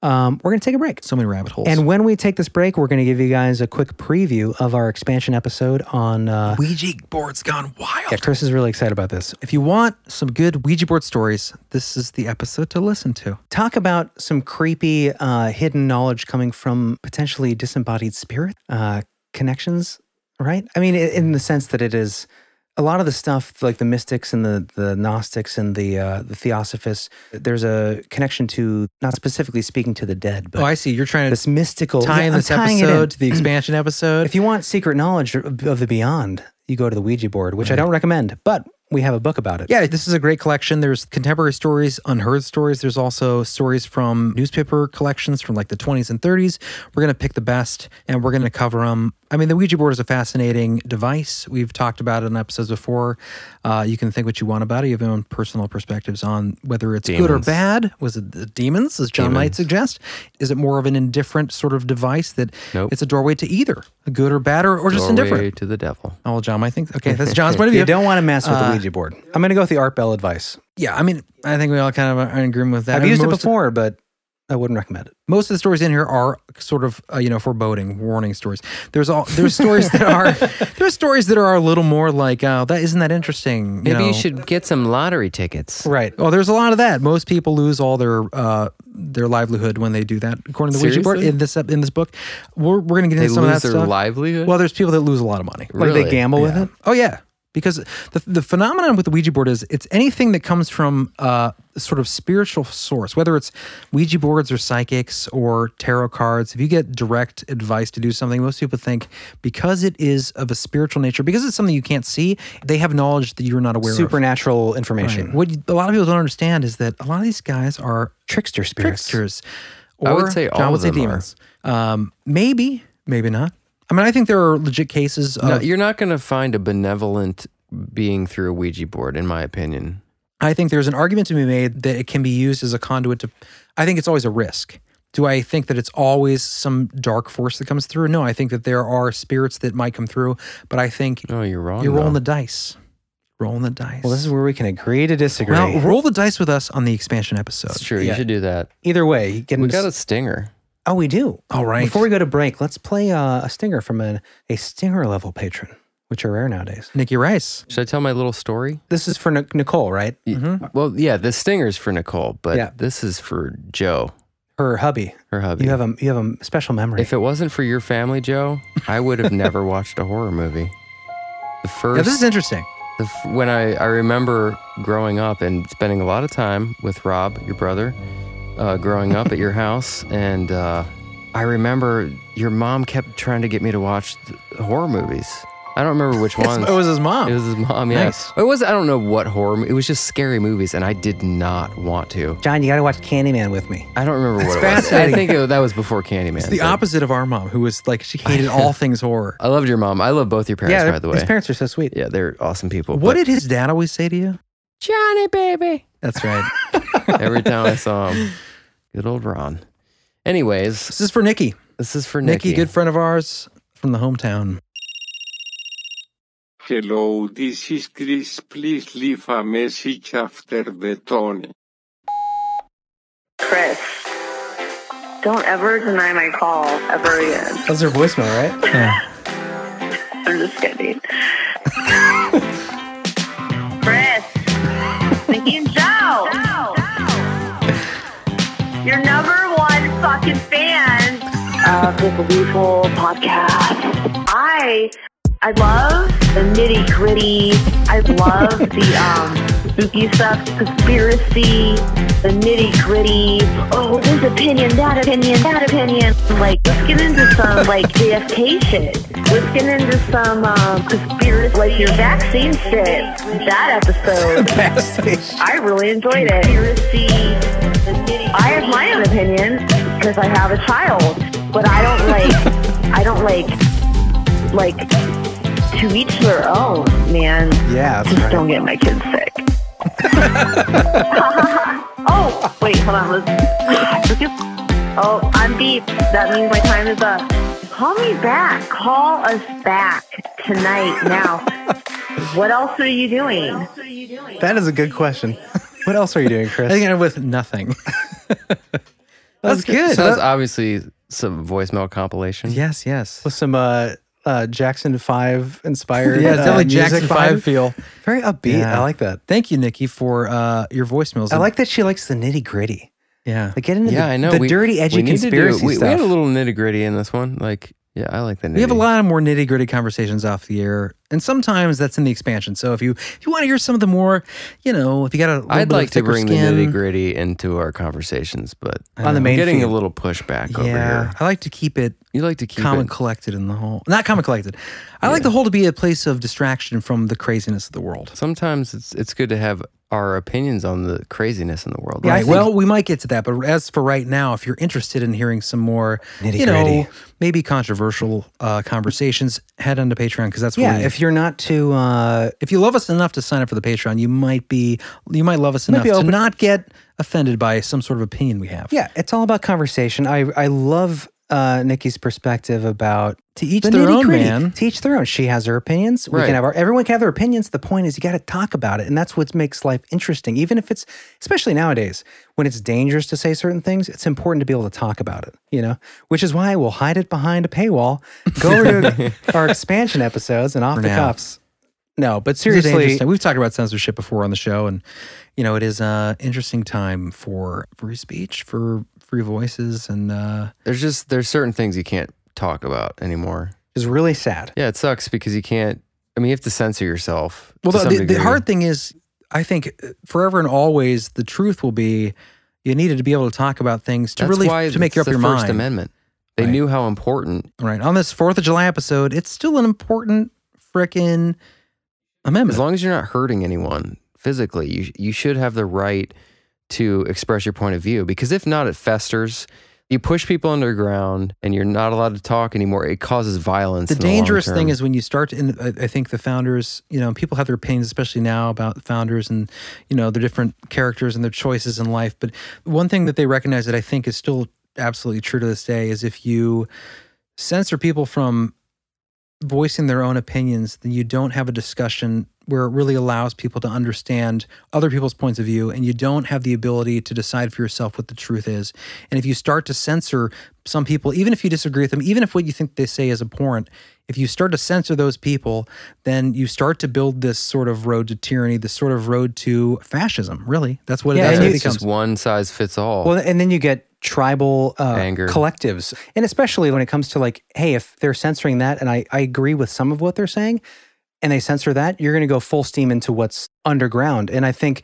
um, we're going to take a break. So many rabbit holes. And when we take this break, we're going to give you guys a quick preview of our expansion episode on. Uh, Ouija board's gone wild. yeah, Chris is really excited about this. If you want some good Ouija board stories, this is the episode to listen to. talk about some creepy uh, hidden knowledge coming from potentially disembodied spirit uh, connections, right? I mean, i- in the sense that it is a lot of the stuff like the mystics and the the Gnostics and the uh, the Theosophists. There's a connection to not specifically speaking to the dead, but oh, I see. You're trying to this mystical tie Yeah, in I'm this tying it in. episode to the expansion episode. If you want secret knowledge of the beyond, you go to the Ouija board, which I don't recommend, but we have a book about it. yeah, this is a great collection. There's contemporary stories, unheard stories. There's also stories from newspaper collections from like the 20s and 30s. We're going to pick the best and we're going to cover them I mean, the Ouija board is a fascinating device. We've talked about it in episodes before. Uh, you can think what you want about it. You have your own personal perspectives on whether it's good or Demons. bad. Was it the demons, as John might Demons. suggest? Is it more of an indifferent sort of device that Nope. it's a doorway to either good or bad or, or just Doorway indifferent? to the devil. Oh, well, John, I think okay. That's John's point of view. You don't want to mess with Uh, the Ouija board. I'm going to go with the Art Bell advice. Yeah, I mean, I think we all kind of are in agreement with that. I've I mean, used it most- before, but I wouldn't recommend it. most of the stories in here are sort of uh, you know foreboding warning stories there's all there's stories that are there's stories that are a little more like oh that isn't that interesting Maybe know? you should get some lottery tickets. right well there's a lot of that most people lose all their uh their livelihood when they do that according to the ouija board Seriously? in this in this book we're, we're gonna get They into some lose of that their stuff livelihood. well there's people that lose a lot of money Like Really? they gamble with Yeah. it? Oh yeah, because the the phenomenon with the Ouija board is it's anything that comes from uh, sort of spiritual source, whether it's Ouija boards or psychics or tarot cards. If you get direct advice to do something, most people think because it is of a spiritual nature, because it's something you can't see, they have knowledge that you're not aware of. Supernatural information. Right. What you- a lot of people don't understand is that a lot of these guys are Trickster spirits. tricksters. Or I would say all John would of say them are. demons. Um, maybe, maybe not. I mean, I think there are legit cases. Of, No, you're not going to find a benevolent being through a Ouija board, in my opinion. I think there's an argument to be made that it can be used as a conduit to. I think it's always a risk. Do I think that it's always some dark force that comes through? No, I think that there are spirits that might come through, but I think No, you're wrong. you're rolling though. the dice. Rolling the dice. Well, this is where we can agree to disagree. Well, roll the dice with us on the expansion episode. It's true. You should do that. Either way, you get We into- got a stinger. oh, we do. All right. Before we go to break, let's play uh, a stinger from an, a stinger level patron, which are rare nowadays. Nikki Rice. Should I tell my little story? This is for Nic Nicole, right? Y- Well, yeah, the stinger's for Nicole, but Yeah. this is for Joe, Her hubby. her hubby. You have a you have a special memory. if it wasn't for your family, Joe, I would have never watched a horror movie. The first Yeah, this is interesting. the, f- when I, I remember growing up and spending a lot of time with Rob, your brother, uh, growing up at your house. And uh, I remember your mom kept trying to get me to watch th- horror movies. I don't remember which ones. It was his mom. It was his mom, yeah. Nice. Oh, It was, I don't know what horror, mo- it was just scary movies, and I did not want to. John, you got to watch Candyman with me. I don't remember what it was. I fascinating. think it, that was before Candyman. It's the but opposite of our mom, who was like she hated all things horror. I loved your mom. I love both your parents, yeah, Oh, by the his way. parents are so sweet. yeah, they're awesome people. What but did his dad always say to you? Johnny, baby? That's right. every time I saw him. Good old Ron. Anyways, this is for Nikki. this is for Nikki, Nikki. good friend of ours from the hometown. Hello, this is Chris. Please leave a message after the tone. Chris, don't ever deny my call ever again. That was her voicemail, right? I'm just kidding. Chris, Nikki and Joe, your number one fucking fan of this Lethal podcast. I I love the nitty gritty. I love the um, spooky stuff, conspiracy, the nitty gritty. Oh, this opinion, that opinion, that opinion. Like, let's get into some like JFK shit. Let's get into some um, conspiracy, like your vaccine shit. That episode, I really enjoyed it. Conspiracy. I have my own opinion because I have a child, but I don't like. I don't like. Like to each their own, man. Yeah, that's Just right. don't get my kids sick. oh, wait, hold on. Let's... Oh, I'm beeped. That means my time is up. Call me back. Call us back tonight now. what else are you doing? That is a good question. What else are you doing, Chris? I think I'm with nothing. that's good. So that's That- obviously some voicemail compilation. yes, yes. with some uh, uh, Jackson Five inspired. Yeah, it's uh, definitely music Jackson behind it. Five feel. Very upbeat. Yeah. I like that. Thank you, Nikki, for uh, your voicemails. I like that she likes the nitty gritty. yeah. Like get into Yeah, the, I know. the we- dirty, edgy we need to do- conspiracy we, stuff. We had a little nitty gritty in this one. Like, yeah, I like the nitty. we have a lot of more nitty gritty conversations off the air And sometimes that's in the expansion. So if you if you want to hear some of the more, you know, if you got a little I'd bit like of to thicker bring skin, the nitty gritty into our conversations, but On the I'm main getting feed. a little pushback over Yeah, here. I like to keep it. You like to keep calm it- and collected in the whole. Not calm and collected. I like the whole to be a place of distraction from the craziness of the world. Sometimes it's it's good to have our opinions on the craziness in the world. Yeah, Right. well, we might get to that, but as for right now, if you're interested in hearing some more, you know, Nitty-gritty. maybe controversial uh, conversations, head on to Patreon because that's Yeah, where if you're not too, uh, if you love us enough to sign up for the Patreon, you might be you might love us Might enough be to open- not get offended by some sort of opinion we have. yeah, it's all about conversation. I I love uh, Nikki's perspective about to each the their own, nitty-gritty. man. To each their own. She has her opinions. We Right. can have our everyone can have their opinions. The point is, you got to talk about it, and that's what makes life interesting. Even if it's especially nowadays when it's dangerous to say certain things, it's important to be able to talk about it. You know, which is why we'll hide it behind a paywall. Go over to our expansion episodes and off For the now. cuffs. No, but It's a dangerous seriously, thing. we've talked about censorship before on the show, and you know, it is an interesting time for free speech, for free voices, and uh, there's just there's certain things you can't talk about anymore. it's really sad. Yeah, it sucks because you can't. I mean, you have to censor yourself. Well, to the, some the, the degree. hard thing is, I think uh, forever and always, the truth will be you needed to be able to talk about things to That's really why to make it's up the your First mind. Amendment. They Right. knew how important Right on this Fourth of July episode, it's still an important frickin' amendment. As long as you're not hurting anyone physically, you you should have the right to express your point of view. Because if not, it festers. You push people underground, and you're not allowed to talk anymore. It causes violence. the in long dangerous thing term. is when you start to, and I I think the founders, you know, people have their opinions, especially now about the founders and, you know, their different characters and their choices in life. But one thing that they recognize that I think is still absolutely true to this day is if you censor people from voicing their own opinions, then you don't have a discussion where it really allows people to understand other people's points of view and you don't have the ability to decide for yourself what the truth is. And if you start to censor some people, even if you disagree with them, even if what you think they say is abhorrent, if you start to censor those people, then you start to build this sort of road to tyranny, this sort of road to fascism, really. That's what, yeah, that's what it it's becomes. just one size fits all. Well, and then you get tribal uh, Anger. collectives, and especially when it comes to like, hey, if they're censoring that, and I, I agree with some of what they're saying, and they censor that, you're going to go full steam into what's underground. And I think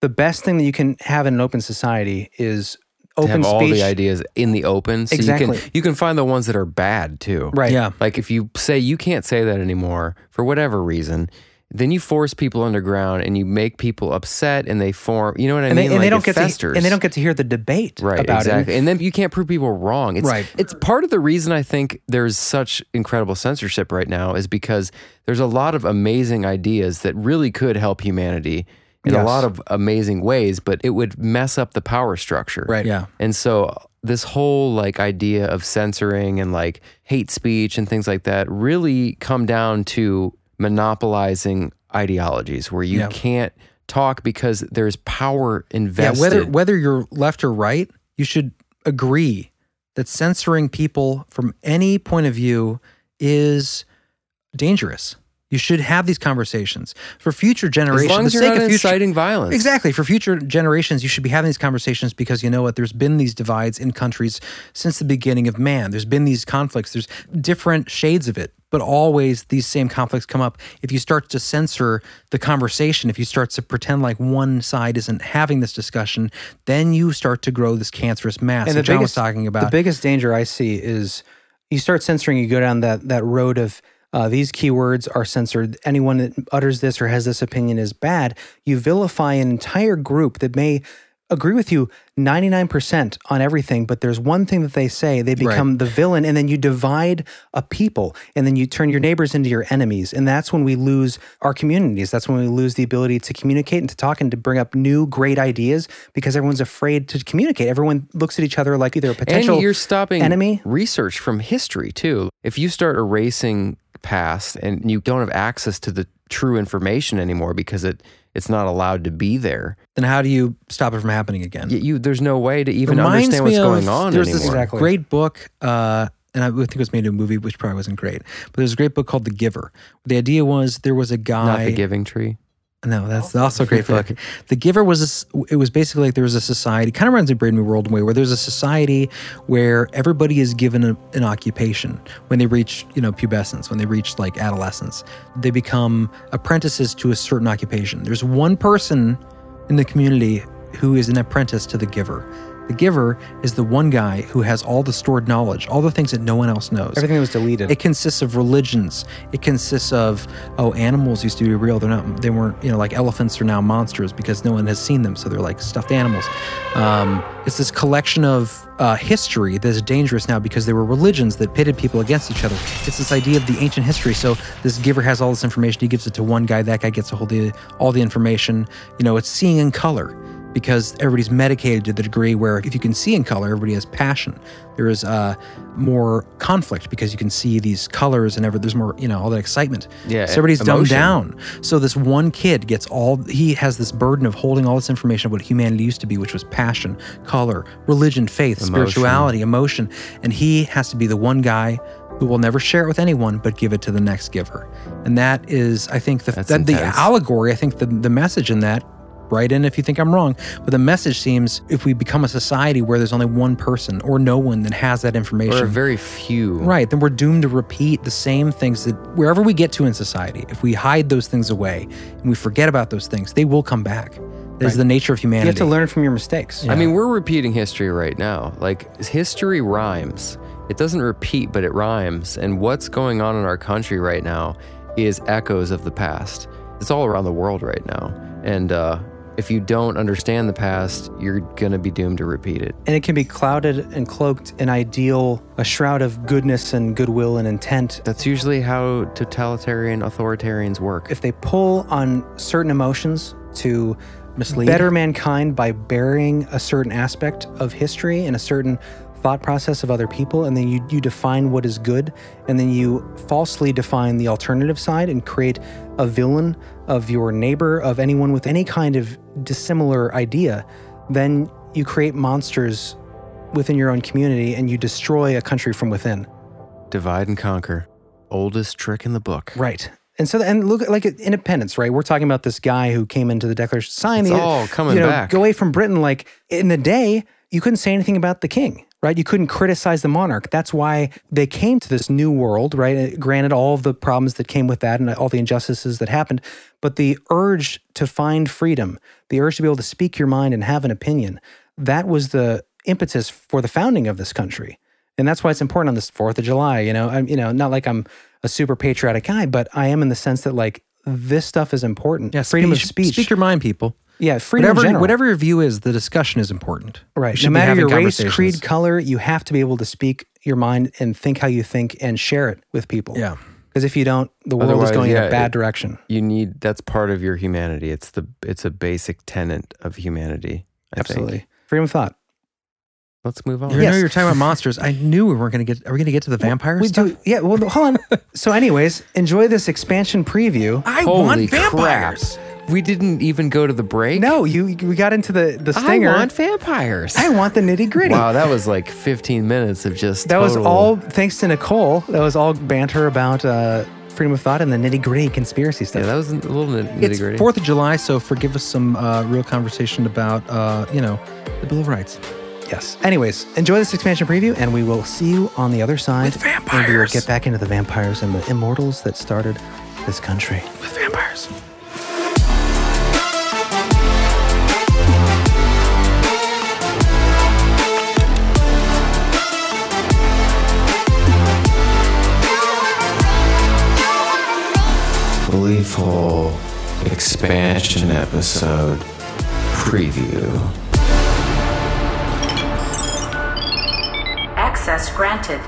the best thing that you can have in an open society is to have open all the speech. ideas in the open, so you Exactly. can you can find the ones that are bad too. Right. Yeah. Like if you say you can't say that anymore for whatever reason, then you force people underground and you make people upset and they form. You know what I And mean? they, and Like, they it don't get to, festers. and they don't get to hear the debate right about exactly. it. And then you can't prove people wrong. It's, Right. It's part of the reason I think there's such incredible censorship right now is because there's a lot of amazing ideas that really could help humanity. In a Yes. lot of amazing ways, but it would mess up the power structure. Right. Yeah. And so this whole like idea of censoring and like hate speech and things like that really come down to monopolizing ideologies where you Yeah. can't talk because there's power invested. Yeah, whether whether you're left or right, you should agree that censoring people from any point of view is dangerous. You should have these conversations for future generations. as long as the you're sake not of future, inciting violence. Exactly. For future generations, you should be having these conversations because you know what? There's been these divides in countries since the beginning of man. There's been these conflicts. There's different shades of it, but always these same conflicts come up. If you start to censor the conversation, if you start to pretend like one side isn't having this discussion, then you start to grow this cancerous mass and that the John biggest, was talking about. The biggest danger I see is you start censoring, you go down that that road of uh, these keywords are censored. Anyone that utters this or has this opinion is bad. You vilify an entire group that may agree with you 99% on everything but there's one thing that they say they become the villain and then you divide a people and then you turn your neighbors into your enemies and that's when we lose our communities that's when we lose the ability to communicate and to talk and to bring up new great ideas because everyone's afraid to communicate everyone looks at each other like either a potential and you're stopping enemy research from history too. If you start erasing past and you don't have access to the true information anymore because it it's not allowed to be there, then how do you stop it from happening again? y- you there's no way to even Reminds understand what's me going of- on There's anymore. this great book, uh, and I think it was made into a movie, which probably wasn't great. But there's a great book called The Giver. The idea was there was a guy. Not the giving tree. No, that's also a great book. the Giver was a s it was basically like there was a society, kind of runs a Brave New World in a way, where there's a society where everybody is given a, an occupation when they reach you know pubescence, when they reach like adolescence, they become apprentices to a certain occupation. There's one person in the community who is an apprentice to the Giver. The Giver is the one guy who has all the stored knowledge, all the things that no one else knows. Everything that was deleted. It consists of religions. It consists of oh, animals used to be real. They're not. They weren't. You know, like elephants are now monsters because no one has seen them, so they're like stuffed animals. Um, it's this collection of uh, history that's dangerous now because there were religions that pitted people against each other. It's this idea of the ancient history. So this giver has all this information. He gives it to one guy. That guy gets a hold of the, all the information. You know, it's seeing in color because everybody's medicated to the degree where if you can see in color, everybody has passion. There is uh, more conflict because you can see these colors and every, there's more, you know, all that excitement. Yeah, So everybody's dumbed emotion. down. So this one kid gets all, he has this burden of holding all this information of what humanity used to be, which was passion, color, religion, faith, Emotion. spirituality, emotion. And he has to be the one guy who will never share it with anyone but give it to the next giver. And that is, I think, the, that, the intense. allegory, I think the, the message in that write in if you think I'm wrong. But the message seems if we become a society where there's only one person or no one that has that information, Or very few. right, then we're doomed to repeat the same things that wherever we get to in society, if we hide those things away and we forget about those things, they will come back. That is Right. the nature of humanity. to learn from your mistakes. I mean, we're repeating history right now. Like, history rhymes. It doesn't repeat, but it rhymes. And what's going on in our country right now is echoes of the past. It's all around the world right now. And uh, if you don't understand the past, you're going to be doomed to repeat it. And it can be clouded and cloaked in ideal, a shroud of goodness and goodwill and intent. That's usually how totalitarian authoritarians work. If they pull on certain emotions to Mislead. better mankind by burying a certain aspect of history and a certain thought process of other people, and then you, you define what is good, and then you falsely define the alternative side and create a villain of your neighbor, of anyone with any kind of dissimilar idea, then you create monsters within your own community and you destroy a country from within. Divide and conquer. Oldest trick in the book. Right. And so, and look like at independence, right? We're talking about this guy who came into the Declaration, sign It's the, all coming you know, back. go away from Britain. Like in the day, you couldn't say anything about the king, right? You couldn't criticize the monarch. That's why they came to this new world, right? Uh, Granted, all of the problems that came with that and all the injustices that happened, but the urge to find freedom, the urge to be able to speak your mind and have an opinion, that was the impetus for the founding of this country and that's why it's important on this Fourth of July. You know, I'm you know not like I'm a super patriotic guy, but I am in the sense that like this stuff is important. Yeah, freedom of speech. Speak your mind, people. Yeah, freedom. in whatever, general. whatever your view is, the discussion is important. We Right. should No be matter having your race, conversations. creed, color, you have to be able to speak your mind and think how you think and share it with people. Yeah. Because if you don't, the world Otherwise, is going in yeah, a bad it- direction. You need that's part of your humanity. It's the it's a basic tenet of humanity. I Absolutely. Think. Freedom of thought. Let's move on. You know, you're talking about monsters. I knew we weren't going to get. Are we going to get to the vampires? We do. Yeah. Well, hold on. so, anyways, enjoy this expansion preview. I Holy crap! We didn't even go to the break. No, you. We got into the the I stinger. want vampires. I want the nitty gritty. Wow, that was like 15 minutes of just That was total- all thanks to Nicole. That was all banter about uh, freedom of thought and the nitty gritty conspiracy stuff. Yeah, that was a little nitty It's gritty. Fourth of July, so forgive us some uh, real conversation about uh, you know the Bill of Rights. yes. Anyways, enjoy this expansion preview, and we will see you on the other side. With vampires. we will get back into the vampires and the immortals that started this country. With vampires. Belief Hole expansion episode preview. Access granted.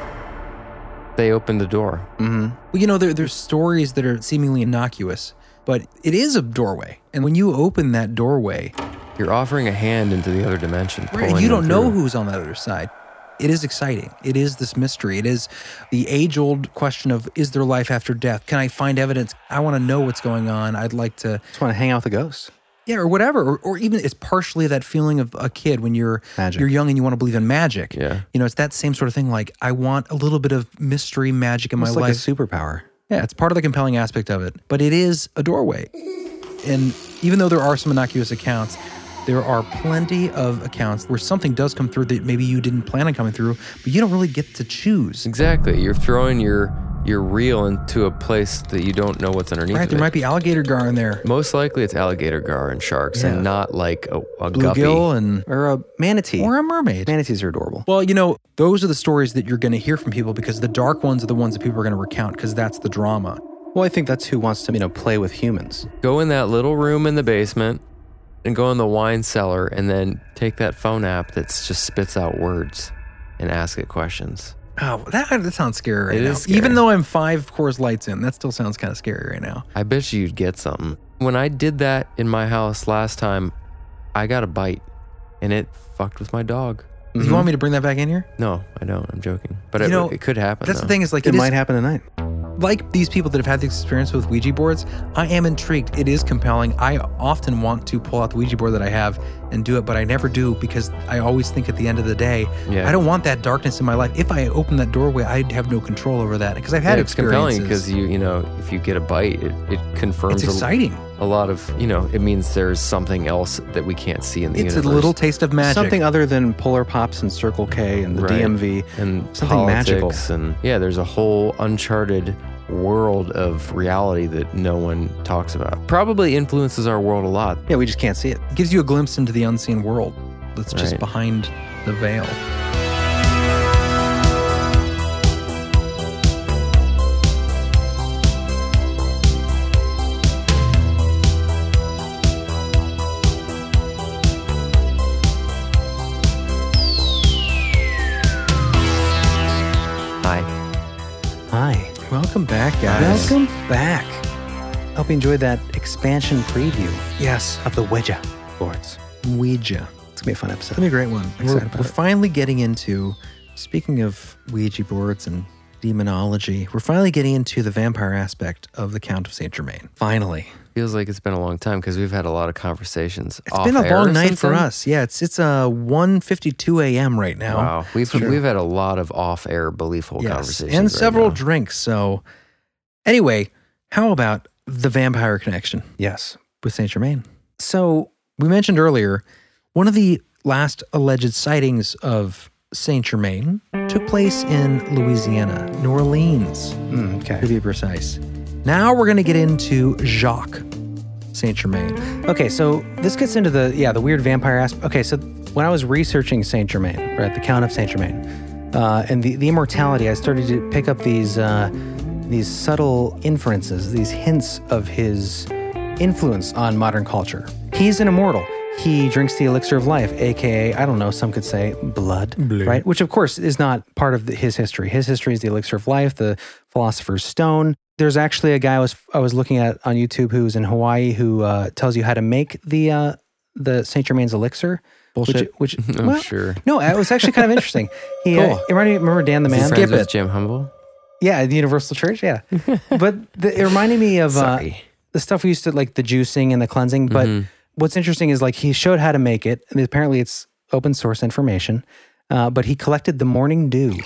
They opened the door. Mm-hmm. Well, you know there, there's stories that are seemingly innocuous, but it is a doorway, and when you open that doorway, You're offering a hand into the other dimension. Right, pulling You them don't know through. who's on that other side. It is exciting. It is this mystery. It is the age old question of is there life after death? Can I find evidence? I want to know what's going on. I'd like to Just want to hang out with the ghosts. Yeah, or whatever. Or, or even it's partially that feeling of a kid when you're you're young and you want to believe in magic. Yeah. You know, it's that same sort of thing. Like I want a little bit of mystery magic in my Almost like a life. superpower. Yeah, it's part of the compelling aspect of it. But it is a doorway. And even though there are some innocuous accounts, there are plenty of accounts where something does come through that maybe you didn't plan on coming through, but you don't really get to choose. Exactly. You're throwing your your reel into a place that you don't know what's underneath. Right, of there it. might be alligator gar in there. Most likely, it's alligator gar and sharks, Yeah. and not like a, a guppy. uh, Bluegill and or a manatee or a mermaid. Manatees are adorable. Well, you know, those are the stories that you're going to hear from people because the dark ones are the ones that people are going to recount because that's the drama. Well, I think that's who wants to, you know, play with humans. Go in that little room in the basement, and go in the wine cellar, and then take that phone app that just spits out words, and ask it questions. Oh, that, that sounds scary right It now. is scary. Even though I'm five Coors Lights in, that still sounds kind of scary right now. I bet you you'd get something. When I did that in my house last time, I got a bite, and it fucked with my dog. You want me to bring that back in here? No, I don't. I'm joking. But You Mm-hmm. know, it, it could happen. That's the though. thing is like It is- might happen tonight. Like these people that have had the experience with Ouija boards, I am intrigued. It is compelling. I often want to pull out the Ouija board that I have and do it, but I never do because I always think at the end of the day, Yeah. I don't want that darkness in my life. If I open that doorway, I'd have no control over that because I've had Yeah, it's experiences. compelling because you you know if you get a bite, it, it confirms. It's exciting. A, a lot of you know it means there's something else that we can't see in the it's universe. a little taste of magic. Something other than Polar Pops and Circle K and the Right. DMV. and something magical. politics and yeah, there's a whole uncharted world of reality that no one talks about. Probably influences our world a lot. Yeah, we just can't see it. It gives you a glimpse into the unseen world that's just Right. behind the veil. Hi. Hi. Welcome back, guys. Welcome back. Hope you enjoyed that expansion preview Yes, of the Ouija boards. Ouija. It's going to be a fun episode. That'd be a great one. excited we're about we're it. finally getting into, speaking of Ouija boards and demonology, we're finally getting into the vampire aspect of the Count of Saint Germain. Finally. Feels like it's been a long time because we've had a lot of conversations. It's been a long night for us. Yeah, it's it's uh 1:52 a.m. right now. Wow, we've Sure. we've had a lot of off-air beliefful conversations and right several now. drinks. So, anyway, how about the vampire connection Yes. with Saint Germain? So, We mentioned earlier one of the last alleged sightings of Saint Germain took place in Louisiana, New Orleans, mm, okay. to be precise. Now we're going to get into Jacques Saint Germain. Okay, so this gets into the yeah the weird vampire aspect. Okay, so when I was researching Saint Germain, right, the Count of Saint Germain, uh, and the, the immortality, I started to pick up these uh, these subtle inferences, these hints of his influence on modern culture. He's an immortal. He drinks the elixir of life, aka I don't know, some could say blood, right? Which of course is not part of the, his history. His history is the elixir of life, the philosopher's stone. There's actually a guy I was I was looking at on YouTube who's in Hawaii who uh, tells you how to make the uh, the Saint Germain's elixir. Bullshit. Which, which I'm well, sure. no, it was actually kind of interesting. He uh, Cool. it reminded me- remember Dan the Is he Man? friends with Jim Humble. Yeah, the Universal Church. Yeah, but the, it reminded me of uh, the stuff we used to like the juicing and the cleansing. But what's interesting is like he showed how to make it, and apparently it's open source information. Uh, but he collected the morning dew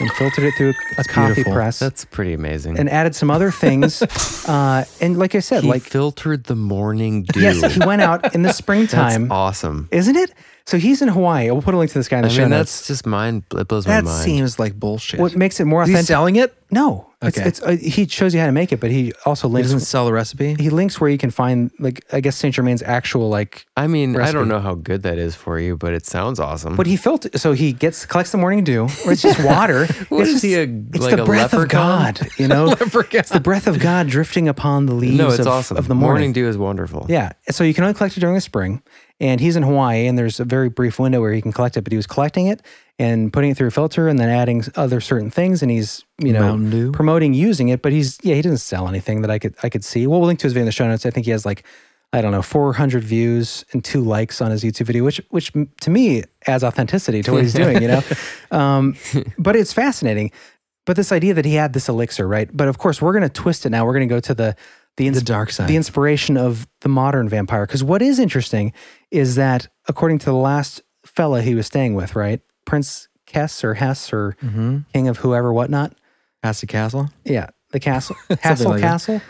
and filtered it through a coffee beautiful. press That's pretty amazing. and added some other things. uh, and like I said, he like filtered the morning dew. yes, he went out in the That's springtime, awesome. isn't it? So he's in Hawaii. We'll put a link to this guy in I the show mean, notes. that's just mind. It blows That my mind. seems like bullshit. What makes it more Is he authentic? selling it? No, it's, Okay. it's uh, he shows you how to make it, but he also He links doesn't sell the recipe. he links where you can find like I guess Saint Germain's actual like I mean, I recipe. don't know how good that is for you, but it sounds awesome. what he felt. So he gets collects the morning dew, or it's just water. What it's is just- he, a- It's like the a breath of leprechaun? God, you know. It's the breath of God drifting upon the leaves. no, it's of, awesome. of the morning. dew is wonderful. Yeah. So you can only collect it during the spring. And he's in Hawaii, and there's a very brief window where he can collect it. But he was collecting it and putting it through a filter, and then adding s- other certain things. And he's you Mountain know Dew? promoting using it. But he's yeah, he doesn't sell anything that I could I could see. Well, we'll link to his video in the show notes. I think he has like I don't know 400 views and two likes on his YouTube video, which which m- to me adds authenticity to what he's doing. You know, um, but it's fascinating. But this idea that he had this elixir, right? But of course, we're going to twist it now. We're going to go to the the, ins- The dark side. the inspiration of the modern vampire. Because what is interesting is that according to the last fella he was staying with, right, Prince Kess or Hess or Mm-hmm. King of whoever whatnot, Acid Castle. yeah, the castle, Hassel like that. Castle.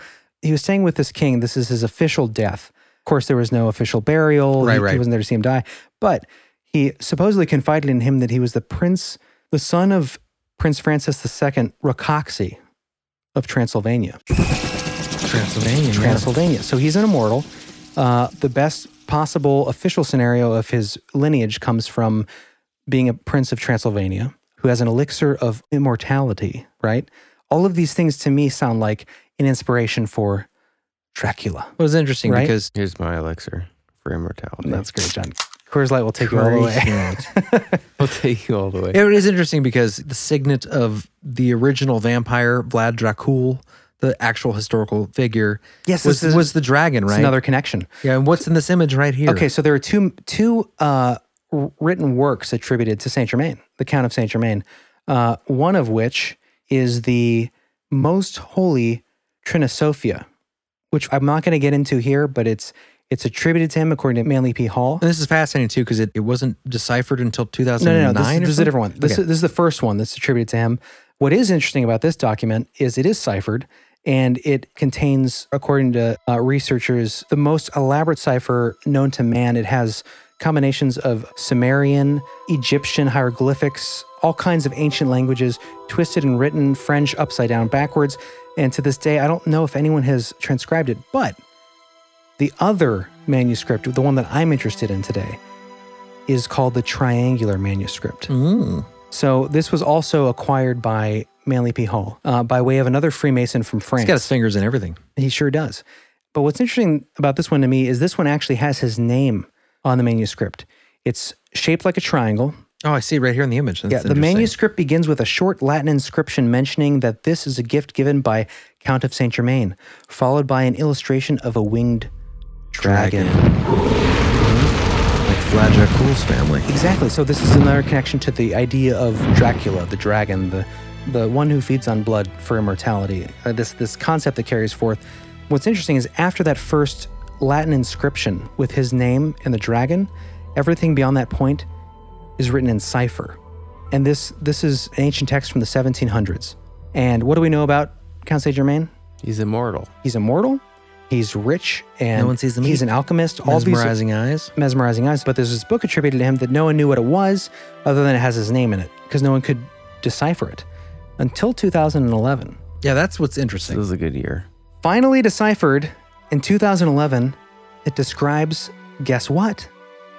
he was staying with this king. This is his official death. Of course, there was no official burial. Right, he, right. he wasn't there to see him die. But he supposedly confided in him that he was the prince, the son of Prince Francis II Rakoczy of Transylvania. Transylvania. yeah. Transylvania. So he's an immortal. Uh, the best possible official scenario of his lineage comes from being a prince of Transylvania who has an elixir of immortality, right? All of these things to me sound like an inspiration for Dracula. Well, it's interesting Right? because here's my elixir for immortality. That's great, John. Coors Light will take you all the way. I'll take you all the way. It is interesting because the signet of the original vampire Vlad Dracul, the actual historical figure, Yes, was, this is- was the dragon, It's right? another connection. yeah. And what's in this image right here? Okay, so there are two two uh, w- written works attributed to Saint Germain, the Count of Saint Germain. Uh, one of which is the Most Holy Trinisophia, which I'm not going to get into here, but it's it's attributed to him according to Manly P. Hall. And this is fascinating too because it, it wasn't deciphered until No, 2009. no, no. This, or is- this is something? a different one. This, Okay. is, this is the first one that's attributed to him. What is interesting about this document is it is ciphered and it contains, according to uh, researchers, the most elaborate cipher known to man. It has combinations of Sumerian, Egyptian hieroglyphics, all kinds of ancient languages, twisted and written, French upside down backwards. And to this day, I don't know if anyone has transcribed it, but the other manuscript, the one that I'm interested in today, is called the Triangular Manuscript. So this was also acquired by Manly P. Hall uh, by way of another Freemason from France. He's got his fingers in everything. He sure does. But what's interesting about this one to me is this one actually has his name on the manuscript. It's shaped like a triangle. Oh, I see right here in the image. That's yeah, the interesting. manuscript begins with a short Latin inscription mentioning that this is a gift given by Count of Saint Germain, followed by an illustration of a winged dragon. Hmm? Like Vlad Dracul's family. Exactly. So this is another connection to the idea of Dracula, the dragon, the the one who feeds on blood for immortality. Uh, this this concept that carries forth. What's interesting is after that first Latin inscription with his name and the dragon, everything beyond that point is written in cipher. And this this is an ancient text from the 1700s. And what do we know about Count Saint Germain? He's immortal. He's immortal. He's rich, and No one sees the he's meat. an alchemist. Mesmerizing these, eyes. mesmerizing eyes. But there's this book attributed to him that no one knew what it was, other than it has his name in it, because no one could decipher it until 2011. Yeah, that's what's interesting. This was a good year. Finally deciphered in 2011, it describes guess what?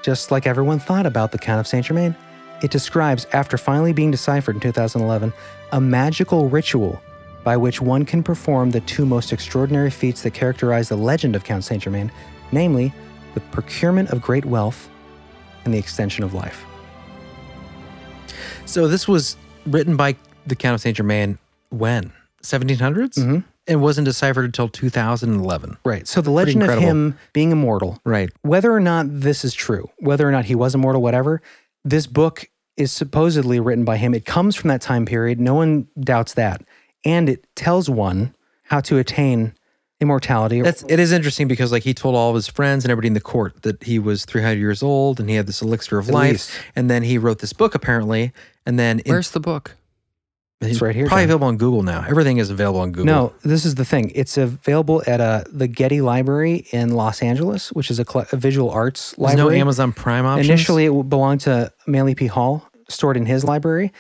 Just like everyone thought about the Count of Saint Germain, it describes after finally being deciphered in 2011 a magical ritual by which one can perform the two most extraordinary feats that characterize the legend of Count Saint Germain, namely the procurement of great wealth and the extension of life. So this was written by the Count of Saint Germain when 1700s, mm-hmm. and wasn't deciphered until 2011. Right. So the legend of incredible. him being immortal Right. whether or not this is true, whether or not he was immortal, whatever, this book is supposedly written by him. It comes from that time period. No one doubts that. And it tells one how to attain immortality. That's it is interesting because like he told all of his friends and everybody in the court that he was 300 years old and he had this elixir of At life, least. and then he wrote this book apparently, and then in- Where's the book? it's right here. probably John. available on Google now. Everything is available on Google. No, this is the thing. It's available at uh, the Getty Library in Los Angeles, which is a, colle- a visual arts there's no library. Amazon Prime option. Initially, it belonged to Manly P. Hall, stored in his library.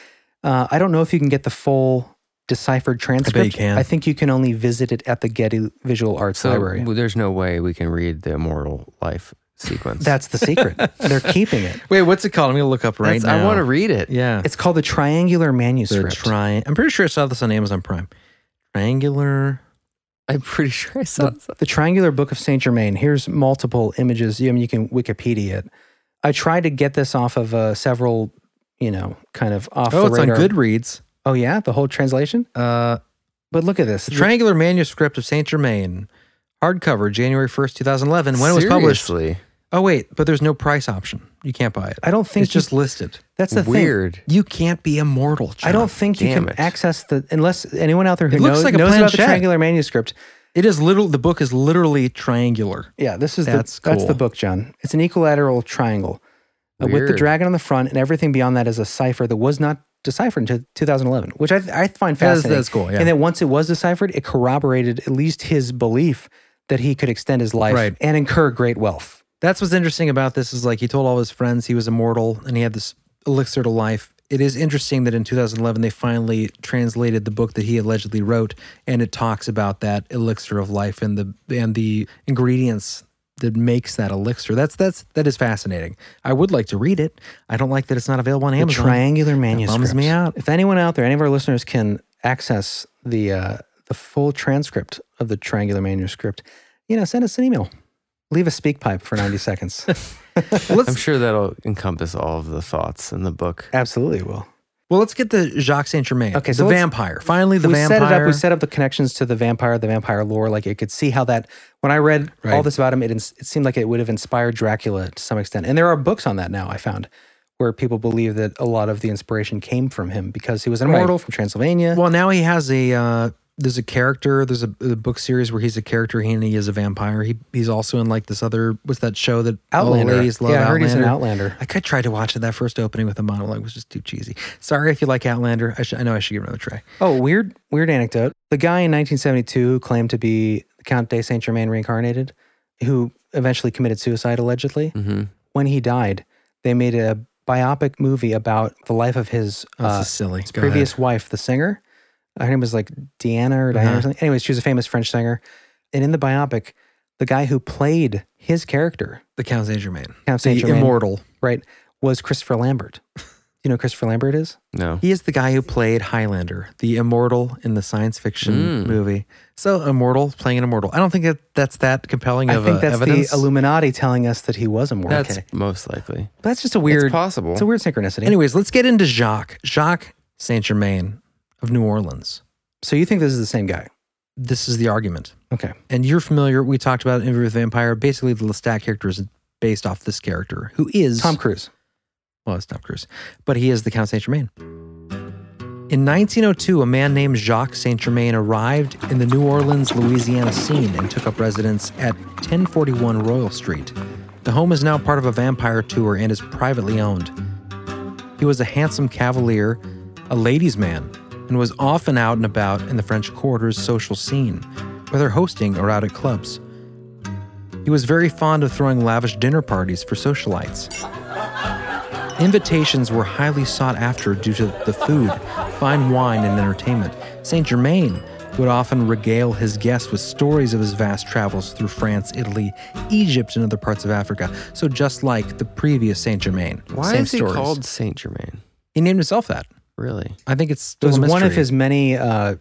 Uh, I don't know if you can get the full deciphered transcript. can. think you can only visit it at the Getty Visual Arts So Library. well, there's no way we can read the immortal life sequence. That's the secret. They're keeping it. wait, what's it called? I'm gonna look up right That's- now. I want to read it. Yeah, It's called the Triangular the Manuscript. tri- I'm pretty sure I saw this on Amazon Prime. Triangular. I'm pretty sure I saw it. the Triangular Book of Saint Germain. Here's multiple images. I mean, you can Wikipedia it. I tried to get this off of uh, several, you know, kind of off Oh, the it's on radar. Goodreads. Oh yeah, the whole translation. Uh, But look at this. The Triangular Manuscript of Saint Germain, hardcover, January 1st, 2011, when it was published. Seriously? Oh, wait, but there's no price option. You can't buy it. I don't think it's just you- listed. That's the thing. Weird. You can't be immortal. John. I don't think you damn can it. access the unless anyone out there who It looks knows, like a knows about the planchette. triangular manuscript. It is literal. The book is literally triangular. Yeah, this is That's the that's the cool. book, John. It's an equilateral triangle uh, with the Weird. dragon on the front, and everything beyond that is a cipher that was not deciphered in 2011, which I, I find That's- fascinating. that's cool, yeah. And then once it was deciphered, it corroborated at least his belief that he could extend his life Right. and incur great wealth. That's what's interesting about this is like he told all his friends he was immortal and he had this elixir to life. It is interesting that in 2011 they finally translated the book that he allegedly wrote, and it talks about that elixir of life and the and the ingredients that makes that elixir. That's that's that is fascinating. I would like to read it. I don't like that it's not available on The Amazon. triangular That manuscript. bums me out. If anyone out there, any of our listeners can access the uh, the full transcript of the triangular manuscript, you know, send us an email. Leave a speak pipe for 90 seconds. I'm sure that'll encompass all of the thoughts in the book. Absolutely will. Well, let's get the Jacques Saint Germain. Okay, Okay, so the let's- vampire. Finally, the we vampire. set it up. We set up the connections to the vampire, the vampire lore. Like it could see how that. When I read all Right. this about him, it ins- it seemed like it would have inspired Dracula to some extent. And there are books on that now. I found where people believe that a lot of the inspiration came from him because he was an Right. immortal from Transylvania. Well, now he has a uh, there's a character. There's a, a book series where he's a character and he is a vampire. He he's also in like this other what's that show that all Outlander. the ladies love? Yeah, I heard Outlander. he's in Outlander. I could try to watch it. That first opening with the monologue was just too cheesy. Sorry if you like Outlander. I should I know I should give it another try. Oh, weird, weird anecdote. The guy in 1972 who claimed to be Count de Saint Germain reincarnated, who eventually committed suicide allegedly. When he died, they made a biopic movie about the life of his, Oh, This uh, is silly. his Go previous wife, the singer. Uh, Her name was like Deanna or Diana Uh-huh. or something. Anyways, she was a famous French singer. And in the biopic, the guy who played his character, The Count Saint Germain, Count the Saint Germain, immortal. right, was Christopher Lambert. Do you know who Christopher Lambert is? No. He is the guy who played Highlander, the immortal in the science fiction Mm. movie. So immortal playing an immortal. I don't think that that's that compelling I of think uh, that's evidence. the Illuminati telling us that he was immortal. That's most likely. But that's just a weird. It's possible. It's a weird synchronicity. Anyways, let's get into Jacques. Jacques Saint Germain of New Orleans. So you think this is the same guy? This is the argument. Okay. And you're familiar, we talked about Interview with the Vampire. Basically, the Lestat character is based off this character, who is Tom Cruise. Well, it's Tom Cruise, but he is the Count Saint Germain. In 1902, a man named Jacques Saint Germain arrived in the New Orleans, Louisiana scene and took up residence at 1041 Royal Street. The home is now part of a vampire tour and is privately owned. He was a handsome cavalier, a ladies' man, and was often out and about in the French Quarter's social scene, whether hosting or out at clubs. He was very fond of throwing lavish dinner parties for socialites. Invitations were highly sought after due to the food, fine wine, and entertainment. Saint Germain would often regale his guests with stories of his vast travels through France, Italy, Egypt, and other parts of Africa. So, just like the previous Saint Germain, Why same is he stories. called Saint Germain? He named himself that. Really? I think it's It still was a one of mystery. his many uh, He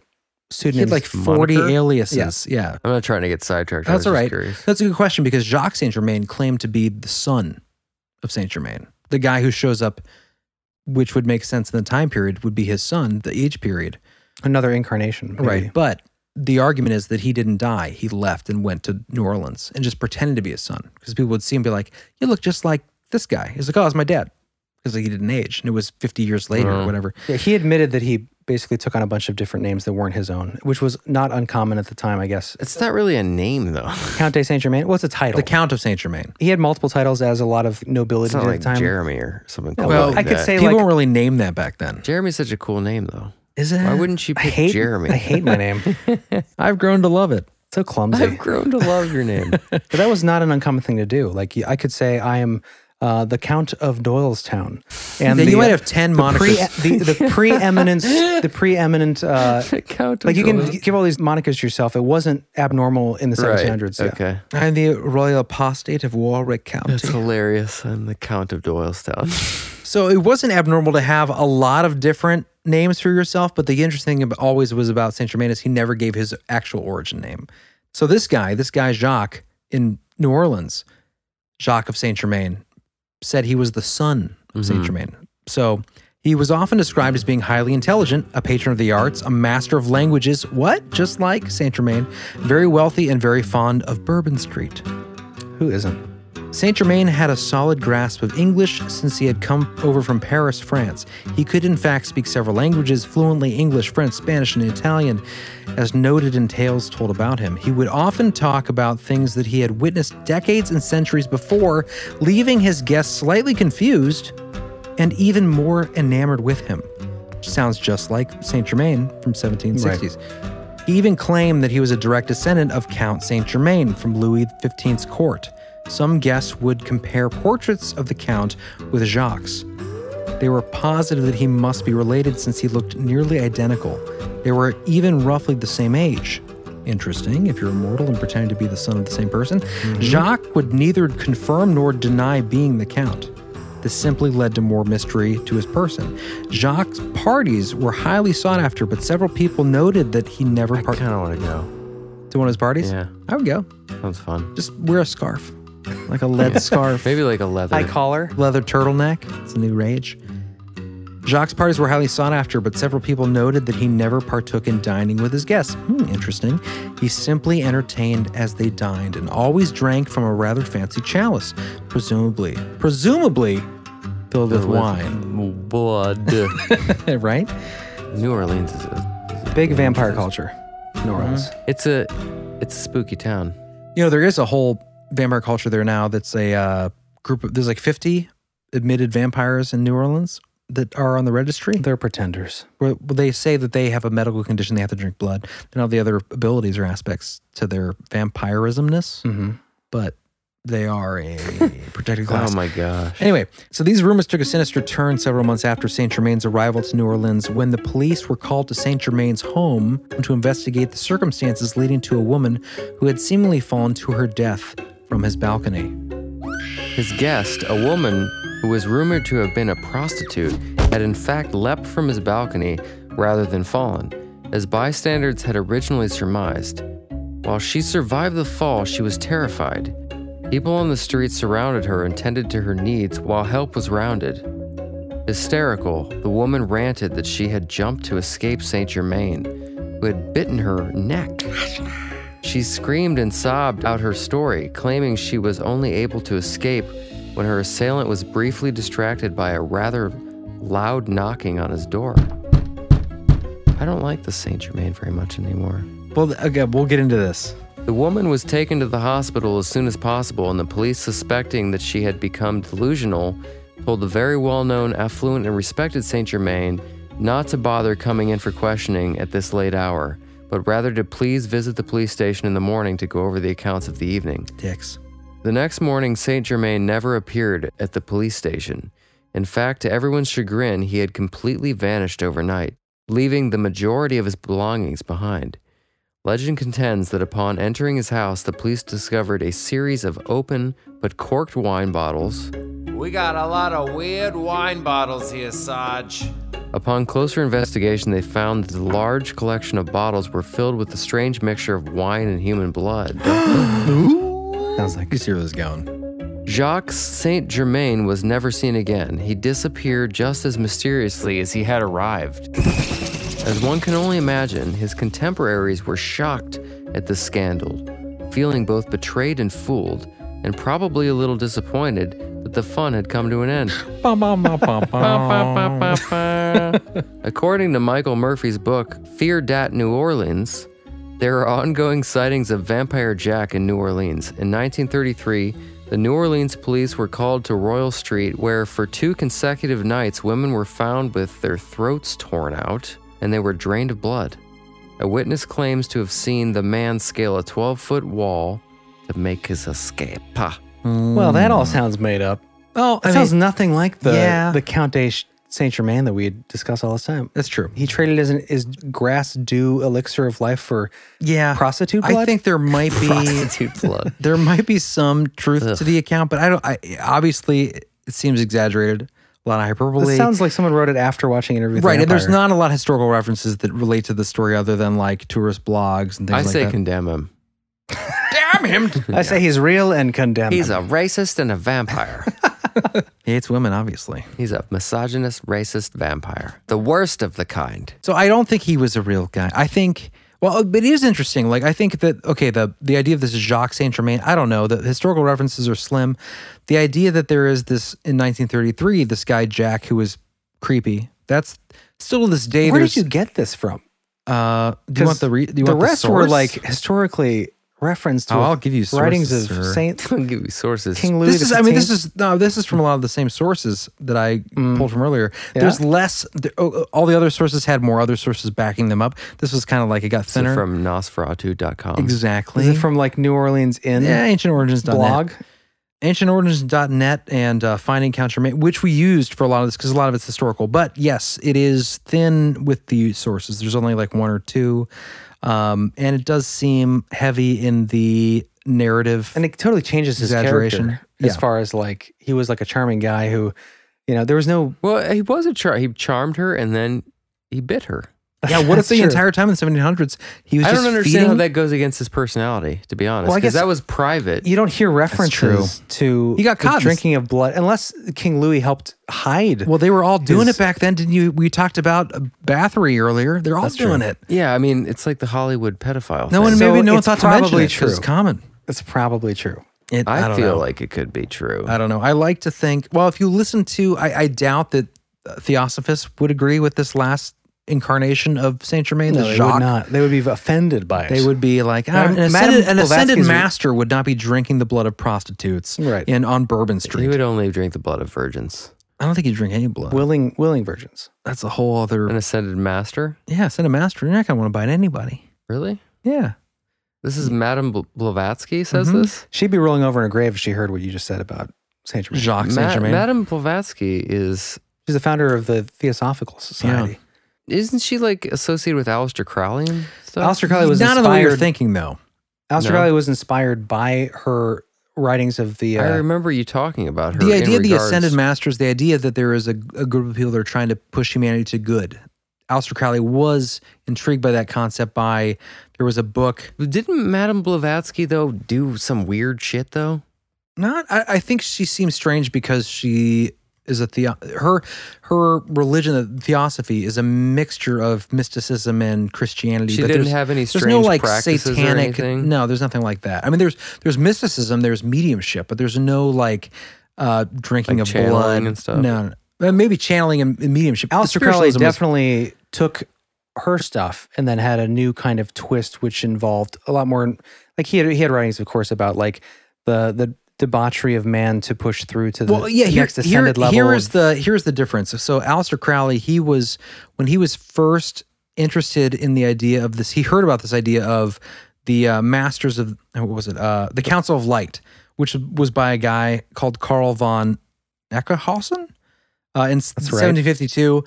pseudonyms. had like forty Moniker? aliases. Yeah, I'm not trying to get sidetracked. I was that's all just right. curious. That's a good question because Jacques Saint Germain claimed to be the son of Saint Germain. The guy who shows up, which would make sense in the time period, would be his son. The age period, Another incarnation. maybe. right? But the argument is that he didn't die. He left and went to New Orleans and just pretended to be his son because people would see him and be like, "You look just like this guy." He's like, "Oh, it's my dad," because he didn't age, and it was fifty years later or Mm. Oh. whatever. Yeah, he admitted that he basically took on a bunch of different names that weren't his own, which was not uncommon at the time, I guess. It's not really a name though. Count de Saint Germain. What's a title? The Count of Saint Germain. he had multiple titles as a lot of nobility It's not at like the time. Jeremy or something. No, cool well, like I could that. say People like don't really name that back then. Jeremy's such a cool name though. Is it? Why wouldn't you I pick hate Jeremy? I hate my name. I've grown to love it. So clumsy. I've grown to love your name. But that was not an uncommon thing to do. Like I could say I am uh, the Count of Doylestown, And uh, the, uh, you might have ten the, pre- monikers. the, the preeminent the preeminent uh, Count of like you can Dolan. give all these monikers to yourself. It wasn't abnormal in the Right, 1700s. yeah. Okay. I'm the royal apostate of Warwick County. That's hilarious. I'm the Count of Doylestown. So it wasn't abnormal to have a lot of different names for yourself, but the interesting thing ab- always was about Saint Germain is he never gave his actual origin name. So this guy, this guy Jacques in New Orleans, Jacques of Saint Germain, said he was the son of Saint Germain. So he was often described as being highly intelligent, a patron of the arts, a master of languages, what? Just like Saint Germain, very wealthy and very fond of Bourbon Street. Who isn't? Saint Germain had a solid grasp of English since he had come over from Paris, France. He could, in fact, speak several languages fluently English, French, Spanish, and Italian, as noted in tales told about him. He would often talk about things that he had witnessed decades and centuries before, leaving his guests slightly confused and even more enamored with him. which sounds just like Saint Germain from 1760s. He even claimed that he was a direct descendant of Count Saint Germain from Louis XV's court. Some guests would compare portraits of the Count with Jacques. They were positive that he must be related since he looked nearly identical. They were even roughly the same age. Interesting, if you're immortal and pretending to be the son of the same person. Jacques would neither confirm nor deny being the Count. This simply led to more mystery to his person. Jacques' parties were highly sought after, but several people noted that he never. Par- I kind of want to go to one of his parties. Yeah, I would go. Sounds fun. Just wear a scarf, like a lead scarf. Maybe like a leather. collar, leather turtleneck. It's a new rage. Jacques' parties were highly sought after, but several people noted that he never partook in dining with his guests. Hmm, interesting. He simply entertained as they dined and always drank from a rather fancy chalice, presumably, presumably filled with wine. Blood. right? New Orleans is a, Big vampire culture. New Orleans. it's a it's a spooky town. You know, there is a whole vampire culture there now that's a uh, group of, there's like 50 admitted vampires in New Orleans that are on the registry. They're pretenders. Well, they say that they have a medical condition, they have to drink blood, and all the other abilities or aspects to their vampirismness, but they are a protected class. Oh my gosh. Anyway, so these rumors took a sinister turn several months after Saint Germain's arrival to New Orleans when the police were called to Saint Germain's home to investigate the circumstances leading to a woman who had seemingly fallen to her death from his balcony. His guest, a woman who was rumored to have been a prostitute, had in fact leapt from his balcony rather than fallen, as bystanders had originally surmised. While she survived the fall, she was terrified. People on the street surrounded her and tended to her needs while help was rounded. Hysterical, the woman ranted that she had jumped to escape Saint Germain, who had bitten her neck. She screamed and sobbed out her story, claiming she was only able to escape when her assailant was briefly distracted by a rather loud knocking on his door. I don't like the Saint Germain very much anymore. Well, again, we'll get into this. The woman was taken to the hospital as soon as possible, and the police, suspecting that she had become delusional, told the very well known, affluent, and respected Saint Germain not to bother coming in for questioning at this late hour, but rather to please visit the police station in the morning to go over the accounts of the evening. Dicks. The next morning, Saint Germain never appeared at the police station. In fact, to everyone's chagrin, he had completely vanished overnight, leaving the majority of his belongings behind. Legend contends that upon entering his house, the police discovered a series of open but corked wine bottles. We got a lot of weird wine bottles here, Sarge. Upon closer investigation, they found that the large collection of bottles were filled with a strange mixture of wine and human blood. Sounds like you see where this is going. Jacques Saint Germain was never seen again. He disappeared just as mysteriously as he had arrived. As one can only imagine, his contemporaries were shocked at this scandal, feeling both betrayed and fooled, and probably a little disappointed that the fun had come to an end. Bum, bum, bum, bum, bum. According to Michael Murphy's book, Fear Dat New Orleans, there are ongoing sightings of Vampire Jack in New Orleans. In 1933, the New Orleans police were called to Royal Street, where for two consecutive nights, women were found with their throats torn out and they were drained of blood. A witness claims to have seen the man scale a 12 foot wall to make his escape. Well, that all sounds made up. Oh, It sounds nothing like the Yeah. the Count de Saint Germain that we had discussed all this time. That's true. He traded his, his grass dew elixir of life for Yeah. prostitute blood. I think there might be Prostitute blood. there might be some truth to the account, but I don't. I obviously it seems exaggerated, a lot of hyperbole. It sounds like someone wrote it after watching interview. with the right, and there's Vampire. not a lot of historical references that relate to the story other than like tourist blogs and things I like say that. condemn him. I say he's real and condemned. He's a racist and a vampire. he hates women, obviously. He's a misogynist, racist vampire. The worst of the kind. So I don't think he was a real guy. I think well, but it is interesting. Like I think that okay, the the idea of this is Jacques Saint Germain. I don't know. The historical references are slim. The idea that there is this in 1933, this guy Jack who was creepy. That's still to this day. Where there's, did you get this from? Uh, do you want the re, do you the want rest the were source? like historically referenced Oh, with I'll give you sources, writings of sir. Saint I'll give you sources. King Louis This is, the I mean, this 15th. is no, this is from a lot of the same sources that I pulled from earlier. Mm. Yeah? There's less. The, oh, all the other sources had more other sources backing them up. This was kind of like it got So thinner. from Nosferatu.com. exactly. Um, Is it from like New Orleans in yeah, ancient origins blog? ancientorigins.net and uh, finding countermand which we used for a lot of this because a lot of it's historical but yes it is thin with the sources there's only like one or two um, and it does seem heavy in the narrative and it totally changes his exaggeration character yeah. as far as like he was like a charming guy who, you know, there was no Well, he was a char. He charmed her and then he bit her. yeah what if That's the true. entire time in the 1700s he was I just don't understand feeding how that goes against his personality, to be honest. Well, I Because guess- that was private. you don't hear references to He got the caught in- drinking of blood unless King Louis helped hide. well they were all doing his- it back then didn't you we talked about bathory earlier they're all doing it yeah, I mean, it's like the Hollywood pedophile. no one thing. So maybe no one it's thought to mention probably it 'cause it's true. common It's probably true. it, I, don't feel know. like it could be true. I don't know. I like to think. Well, if you listen to, I, I doubt that uh, Theosophists would agree with this last incarnation of Saint Germain. No, the they Jacques. would not. They would be offended by it. They would be like, ah, Madame- an ascended, an Madame ascended Blavatsky's- master would not be drinking the blood of prostitutes, Right. And on Bourbon He Street, would only drink the blood of virgins. I don't think he'd drink any blood. willing willing virgins. That's a whole other. An ascended master? yeah, ascended master. You're not gonna want to bite anybody. Really? Yeah, This is Madame Bl- Blavatsky says Mm-hmm. this? She'd be rolling over in her grave if she heard what you just said about Saint Germain. Jacques Saint Ma- Germain. Madame Blavatsky is, She's the founder of the Theosophical Society. isn't she like associated with Aleister Crowley and stuff? Aleister Crowley was not in the way you're inspired. thinking though. Aleister No. Crowley was inspired by her writings of the. I Uh, remember you talking about her. The idea in of the regards- ascended masters, the idea that there is a, a group of people that are trying to push humanity to good. Aleister Crowley was intrigued by that concept. By there was a book, Didn't Madame Blavatsky though do some weird shit though? not I, I think she seems strange because she is a theo her her religion, the theosophy, is a mixture of mysticism and Christianity. She but didn't there's- have any there's no strange like practices or satanic. anything? No, there's nothing like that. I mean, there's there's mysticism, there's mediumship, but there's no like uh drinking Like of blood channeling and stuff? No, no. Well, maybe channeling and, and mediumship. Aleister Crowley Spiritualism was- definitely took her stuff and then had a new kind of twist, which involved a lot more. Like he had he had writings, of course, about like the the debauchery of man to push through to the well, yeah. Here, next ascended here, level. here is of- the here's the difference. So, Aleister Crowley, he was when he was first interested in the idea of this. He heard about this idea of the uh, masters of what was it? Uh, the Council of Light, which was by a guy called Carl von Eckhausen uh, in right. 1752.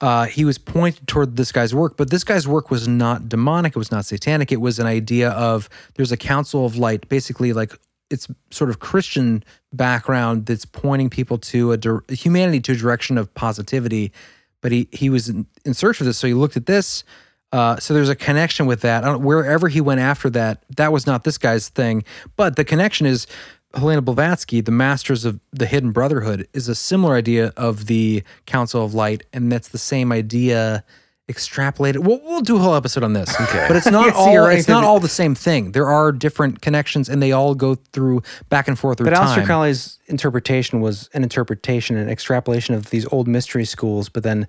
Uh, he was pointed toward this guy's work, but this guy's work was not demonic. It was not satanic. It was an idea of there's a council of light, basically like it's sort of Christian background that's pointing people to a dir- humanity to a direction of positivity. But he he was in, in search of this, so he looked at this. Uh, so there's a connection with that. I don't, wherever he went after that, that was not this guy's thing. But the connection is Helena Blavatsky, the Masters of the Hidden Brotherhood, is a similar idea of the Council of Light, and that's the same idea extrapolated. We'll, we'll do a whole episode on this, okay. but it's not Yes, all you're right. it's not all the same thing. There are different connections, and they all go through back and forth through but time. Aleister Crowley's interpretation was an interpretation and extrapolation of these old mystery schools, but then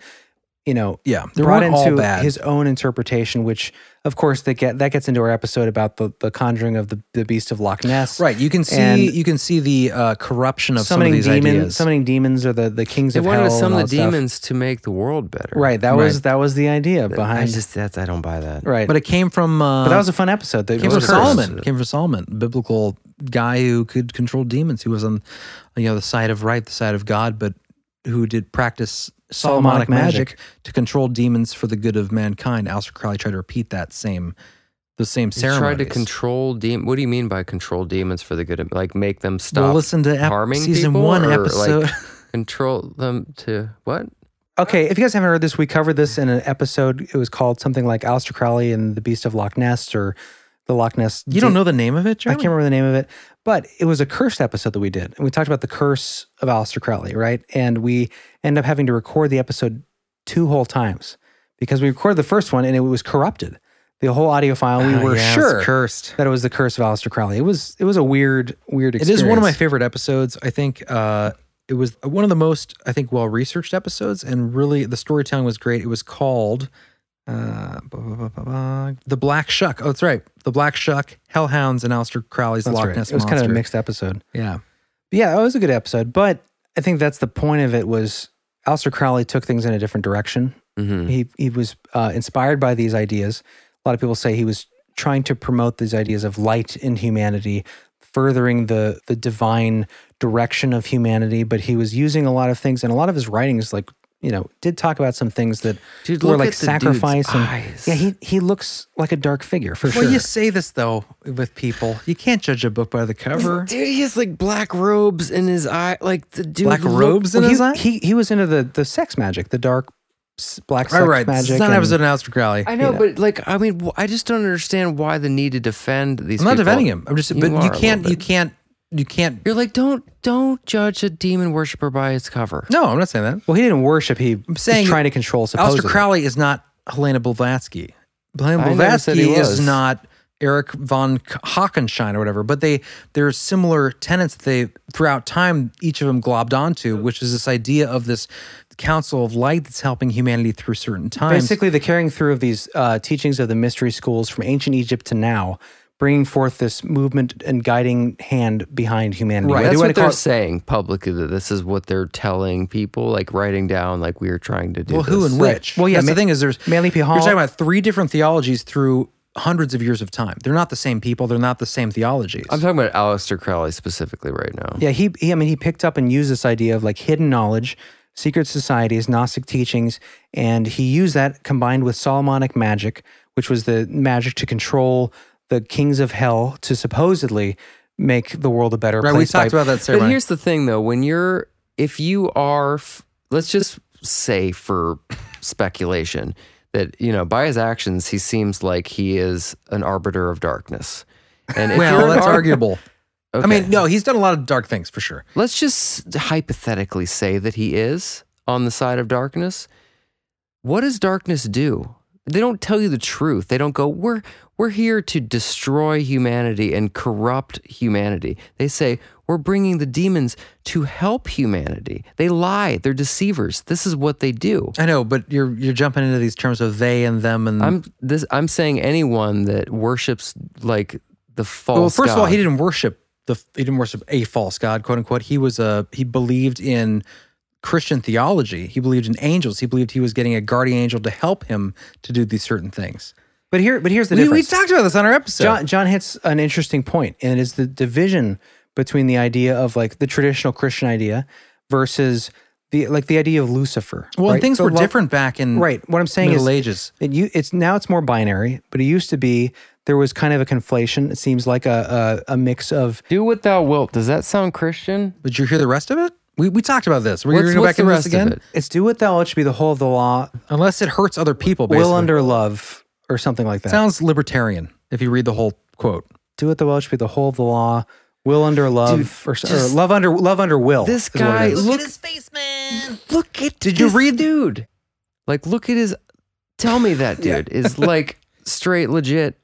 you know yeah, they brought weren't into all bad. his own interpretation, which of course that get that gets into our episode about the the conjuring of the, the beast of Loch Ness. right, you can And- see you can see the uh, corruption of some of summoning these demons ideas. summoning demons are the, the kings They of wanted hell to summon and the all that stuff. demons to make the world better. right that was that was the idea behind I just that's I don't buy that. right but it came from uh, But that was a fun episode that came was from was a curse. Solomon. Came from Solomon, biblical guy who could control demons. Who was on, you know, the side of right, the side of God, but who did practice Solomonic, Solomonic magic, magic. to control demons for the good of mankind. Aleister Crowley tried to repeat that same, the same He ceremony. tried to control demon. What do you mean by control demons for the good? Of, like make them stop. Well, listen to ep- harming season people, one or, episode. Like, control them to what? Okay, if you guys haven't heard this, we covered this in an episode. It was called something like Aleister Crowley and the Beast of Loch Ness or the Loch Ness. you don't know the name of it, I Jeremy? can't remember the name of it, but it was a cursed episode that we did. And we talked about the curse of Aleister Crowley, right? And we end up having to record the episode two whole times because we recorded the first one and it was corrupted. The whole audio file, we Oh, were yeah, it's sure cursed. that it was the curse of Aleister Crowley. It was it was a weird, weird It experience. is one of my favorite episodes. I think uh, it was one of the most, I think, well researched episodes, and really the storytelling was great. It was called Uh, ba- ba- ba- ba- ba. the Black Shuck. Oh, that's right. The Black Shuck, Hellhounds, and Alistair Crowley's That's Loch right. Ness It was kind of a Monster. mixed episode. Yeah. Yeah, it was a good episode, but I think that's the point of it was Alistair Crowley took things in a different direction. Mm-hmm. He he was uh, inspired by these ideas. A lot of people say he was trying to promote these ideas of light in humanity, furthering the the divine direction of humanity. But he was using a lot of things, and a lot of his writings, like you know, did talk about some things that Dude, were look like at the dude's sacrifice. and eyes. yeah, he he looks like a dark figure for well, sure. you say this though with people. You can't judge a book by the cover. Dude, he has like black robes in his eye. Like the dude. Black look- robes in Well, his he, eye? He, he was into the, the sex magic, the dark s- black All sex right, right. magic. This is not an and- episode of Alistair Crowley. I know, but like, I mean, wh- I just don't understand why the need to defend these. I'm not people. defending him. I'm just, but are a you little can't, bit. you can't, you can't. You're like, don't, don't judge a demon worshiper by its cover. No, I'm not saying that. Well, he didn't worship. He I'm saying was trying to control. Supposedly, Alistair Crowley is not Helena Blavatsky. Helena I never said he Blavatsky is was. not Eric von K- Hockenschein or whatever, but they there are similar tenets that they throughout time each of them globed onto, which is this idea of this council of light that's helping humanity through certain times. basically the carrying through of these uh, teachings of the mystery schools from ancient Egypt to now, bringing forth this movement and guiding hand behind humanity. Right, Whether that's you wanna what they're call it- saying publicly. That this is what they're telling people, like writing down, like we are trying to do. Well, who this. and Right. which? Well, yeah, That's Ma- the thing is there's Manly P. Hall- You're talking about three different theologies through hundreds of years of time. They're not the same people. They're not the same theologies. I'm talking about Aleister Crowley specifically right now. Yeah, he, he I mean he picked up and used this idea of like hidden knowledge, secret societies, Gnostic teachings, and he used that combined with Solomonic magic, which was the magic to control the kings of hell to supposedly make the world a better Right, we place. talked by- about that But ceremony. here's the thing, though: when you're, if you are, f- let's just say for speculation that you know by his actions he seems like he is an arbiter of darkness. And if you're well, an that's ar- arguable. I Okay. mean, no, he's done a lot of dark things for sure. let's just hypothetically say that he is on the side of darkness. What does darkness do? They don't tell you the truth. They don't go, we're, we're here to destroy humanity and corrupt humanity. They say, we're bringing the demons to help humanity. They lie. They're deceivers. This is what they do. I know, but you're you're jumping into these terms of they and them and I'm, this, I'm saying anyone that worships like the false well. First of all, God- he didn't worship the he didn't worship a false god, quote unquote. He was a he believed in Christian theology. He believed in angels. He believed he was getting a guardian angel to help him to do these certain things. But here but here's the We, we difference. talked about this on our episode. John, John hits an interesting point, and it is the division between the idea of like the traditional Christian idea versus the like the idea of Lucifer. well, and right? things The were lo- different back in Right. What I'm saying Middle is Ages. It, you, it's now it's more binary, but it used to be there was kind of a conflation. It seems like a a, a mix of do what thou wilt. Does that sound Christian? Did you hear the rest of it? We, we talked about this. We're What's- going to go back what's the into this rest of again, it? it's do what thou wilt should be the whole of the law, unless it hurts other people. Basically. will under love, or something like that. sounds libertarian if you read the whole quote. do what thou wilt should be the whole of the law, will under love, or, s- or just- love under love under will. This is what it guy, is. look at his face, man. Look at Did you read dude? Like look at his tell me that dude is like straight legit.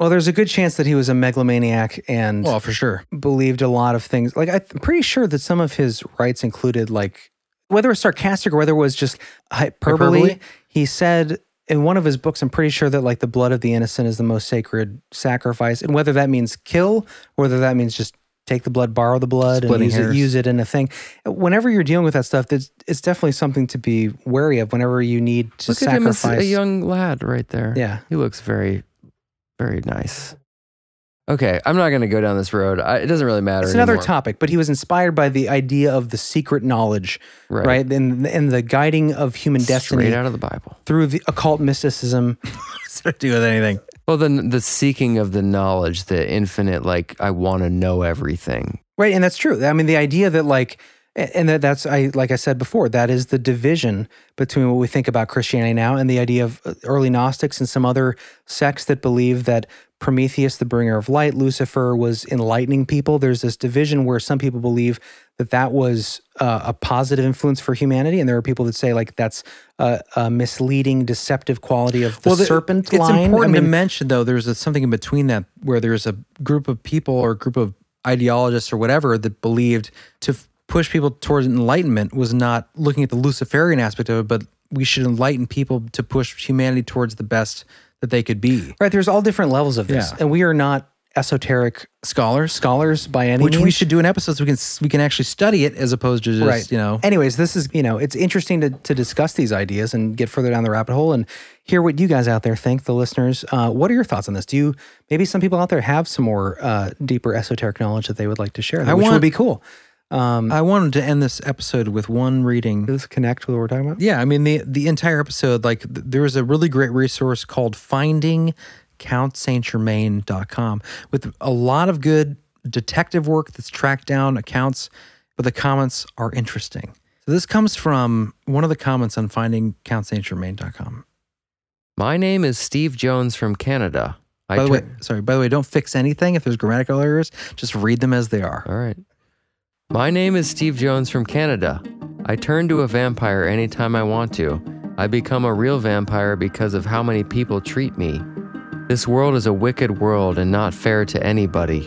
Well, there's a good chance that he was a megalomaniac and Well, for sure. believed a lot of things. Like I'm pretty sure that some of his rights included like whether it was sarcastic or whether it was just hyperbole. Hyperbole? He said in one of his books, I'm pretty sure that like the blood of the innocent is the most sacred sacrifice, and whether that means kill, whether that means just take the blood, borrow the blood, and Splitting use it, hairs. use it in a thing. Whenever you're dealing with that stuff, it's, it's definitely something to be wary of. Whenever you need to Look at him as sacrifice, a young lad right there. Yeah. He looks very very nice. Okay, I'm not going to go down this road. I, it doesn't really matter. It's another anymore. topic, but he was inspired by the idea of the secret knowledge, Right. right? And and the guiding of human Straight destiny out of the Bible. through the occult mysticism. What's that do with anything? Well, then the seeking of the knowledge, the infinite, like I want to know everything. Right, and that's true. I mean, the idea that like, a- and that that's I like I said before, that is the division between what we think about Christianity now and the idea of uh, early Gnostics and some other sects that believe that Prometheus, the bringer of light, Lucifer was enlightening people. There's this division where some people believe that that was uh, a positive influence for humanity, and there are people that say like that's a, a misleading, deceptive quality of the, serpent It's line. I important to mean, mention though. There's a, something in between that where there's a group of people or a group of ideologists or whatever that believed to f- push people towards enlightenment was not looking at the Luciferian aspect of it, but we should enlighten people to push humanity towards the best that they could be. Right. There's all different levels of this, Yeah. and we are not esoteric scholars. Scholars by any Which means. we should do in episodes. We can s- we can actually study it as opposed to just right. you know. Anyways, this is you know it's interesting to to discuss these ideas and get further down the rabbit hole and hear what you guys out there think. The listeners, uh, what are your thoughts on this? Do you maybe some people out there have some more uh, deeper esoteric knowledge that they would like to share? I which want- would be cool. Um, I wanted to end this episode with one reading. Does this connect with what we're talking about? Yeah, I mean the the entire episode. Like, th- there was a really great resource called Finding CountSaintGermain.com with a lot of good detective work that's tracked down accounts, but the comments are interesting. So this comes from one of the comments on Finding CountSaintGermain.com. My name is Steve Jones from Canada. I By the tur- way, sorry. By the way, don't fix anything if there's grammatical errors. Just read them as they are. All right. My name is Steve Jones from Canada. I turn to a vampire anytime I want to. I become a real vampire because of how many people treat me. This world is a wicked world and not fair to anybody.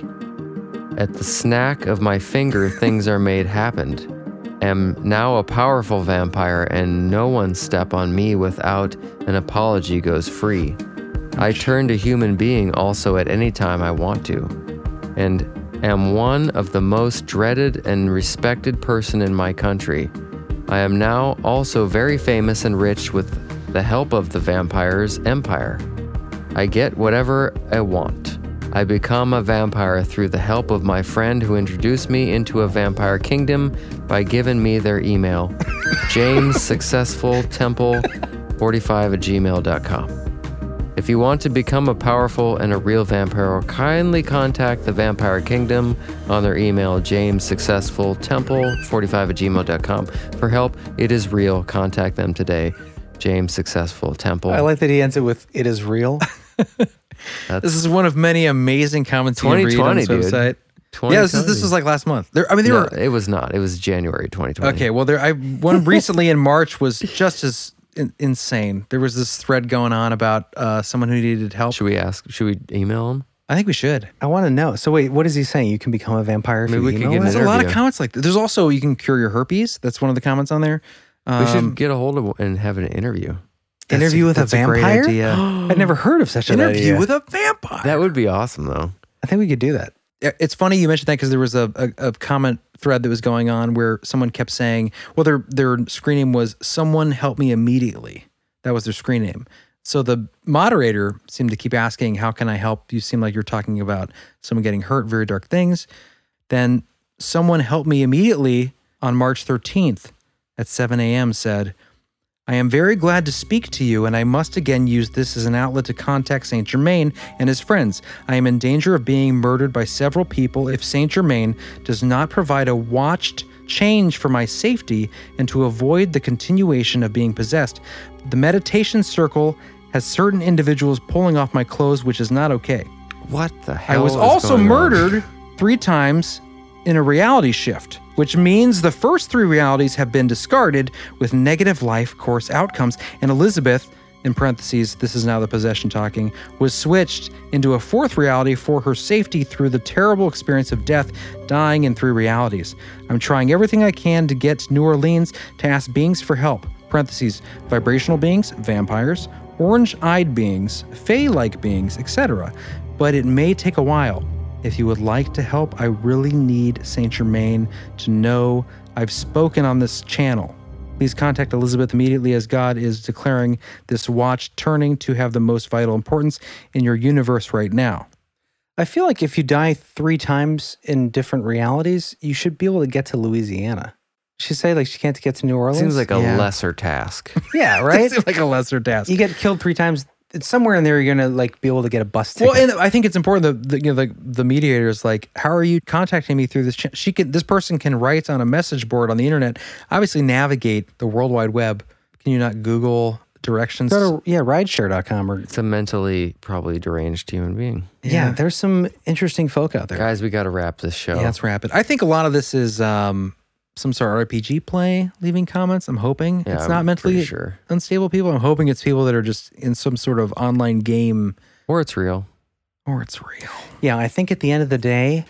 At the snack of my finger, things are made happened. Am now a powerful vampire, and no one step on me without an apology goes free. I turn to human being also at any time I want to and am one of the most dreaded and respected person in my country. I am now also very famous and rich with the help of the vampire's empire. I get whatever I want. I become a vampire through the help of my friend who introduced me into a vampire kingdom by giving me their email, James Successful Temple 45 at gmail.com. If you want to become a powerful and a real vampire, kindly contact the Vampire Kingdom on their email, jamesuccessfultemple45 at gmail.com. For help, it is real. Contact them today, James Successful Temple. I like that he ends it with "It is real." This is one of many amazing comments you can read on 2020, this dude. website. Yeah, this is this was like last month. There, I mean, there No, were It was not. It was January 2020. Okay, well, there I one recently in March was just as in, insane. There was this thread going on about uh, someone who needed help. Should we ask? Should we email him? I think we should. I want to know. So wait, what is he saying? You can become a vampire if Maybe you we could email get an us? There's a lot of interview. comments like that. There's also you can cure your herpes. That's one of the comments on there. We should Um, get a hold of and have an interview. that's- interview with a that's great vampire. idea. I'd never heard of such an interview idea. with a vampire. That would be awesome, though. I think we could do that. It- It's funny you mentioned that because there was a, a, a comment thread that was going on where someone kept saying, well, their their screen name was "Someone help me immediately." That was their screen name. So the moderator seemed to keep asking, "How can I help?" You seem like you're talking about someone getting hurt, very dark things. Then someone help me immediately on March 13th at 7 a.m. said, I am very glad to speak to you, and I must again use this as an outlet to contact Saint Germain and his friends. I am in danger of being murdered by several people if Saint Germain does not provide a watched change for my safety and to avoid the continuation of being possessed. The meditation circle has certain individuals pulling off my clothes, which is not okay. What the I hell? was is also going on? murdered three times in a reality shift, which means the first three realities have been discarded with negative life course outcomes. And Elizabeth, in parentheses, this is now the possession talking, was switched into a fourth reality for her safety through the terrible experience of death, dying in three realities. I'm trying everything I can to get to New Orleans to ask beings for help. Parentheses, vibrational beings, vampires, orange eyed beings, fey like beings, etc. But it may take a while. If you would like to help, I really need Saint Germain to know I've spoken on this channel. Please contact Elizabeth immediately as God is declaring this watch turning to have the most vital importance in your universe right now. I feel like if you die three times in different realities, you should be able to get to Louisiana. She say like she can't get to New Orleans. Seems like a yeah. lesser task. Yeah, right. It's like a lesser task. you get killed three times. It's somewhere in there you're gonna like be able to get a bus ticket. Well, and I think it's important that the, you know the the mediator is like, how are you contacting me through this? Ch-? She can this person can write on a message board on the internet. Obviously, navigate the World Wide Web. Can you not Google directions? Go to yeah, rideshare.com or It's a mentally probably deranged human being. yeah. there's some interesting folk out there. Guys, we got to wrap this show. Yeah, that's rapid. I think a lot of this is um, some sort of RPG play, leaving comments. I'm hoping Yeah, it's I'm not mentally pretty sure. unstable people. I'm hoping it's people that are just in some sort of online game Or it's real. or it's real. Yeah, I think at the end of the day,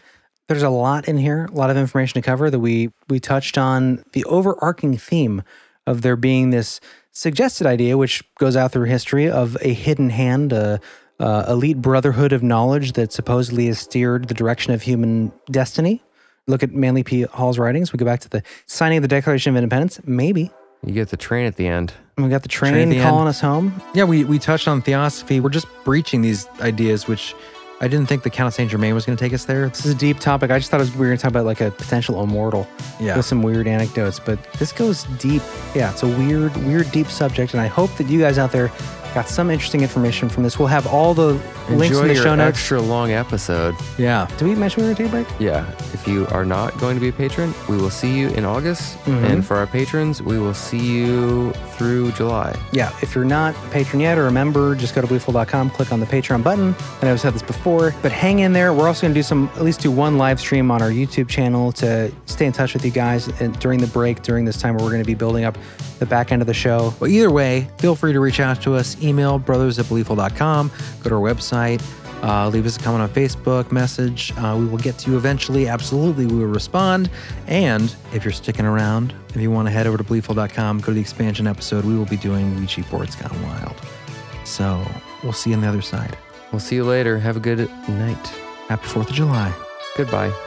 there's a lot in here, a lot of information to cover that we we touched on the overarching theme of there being this suggested idea, which goes out through history, of a hidden hand, a uh, elite brotherhood of knowledge that supposedly has steered the direction of human destiny. Look at Manly P. Hall's writings. We go back to the signing of the Declaration of Independence. Maybe You get the train at the end. we got the train, Train at the calling end. us home. Yeah, we, we touched on theosophy. We're just breaching these ideas, which I didn't think the Count of Saint Germain was going to take us there. This is a deep topic. I just thought it was, we were going to talk about like a potential immortal Yeah. with some weird anecdotes, but this goes deep. Yeah, it's a weird, weird, deep subject. And I hope that you guys out there got some interesting information from this. We'll have all the links Enjoy in the your show notes. extra long episode. Yeah. Do we mention we were going to take a break? Yeah. If you are not going to be a patron, we will see you in August. Mm-hmm. Mhm. And for our patrons, we will see you through July. Yeah, if you're not a patron yet or a member, just go to bluefool.com, click on the Patreon button. And I've said this before, but hang in there. We're also going to do some, at least do one live stream on our YouTube channel to stay in touch with you guys and during the break, during this time where we're going to be building up the back end of the show. Well, either way, feel free to reach out to us. Email brothers at beliefful.com. Go to our website. Uh, leave us a comment on Facebook, message. Uh, we will get to you eventually. Absolutely, we will respond. And if you're sticking around, if you want to head over to beliefful.com, go to the expansion episode. We will be doing Ouija Boards Gone Wild. So we'll see you on the other side. We'll see you later. Have a good night. Happy 4th of July. Goodbye.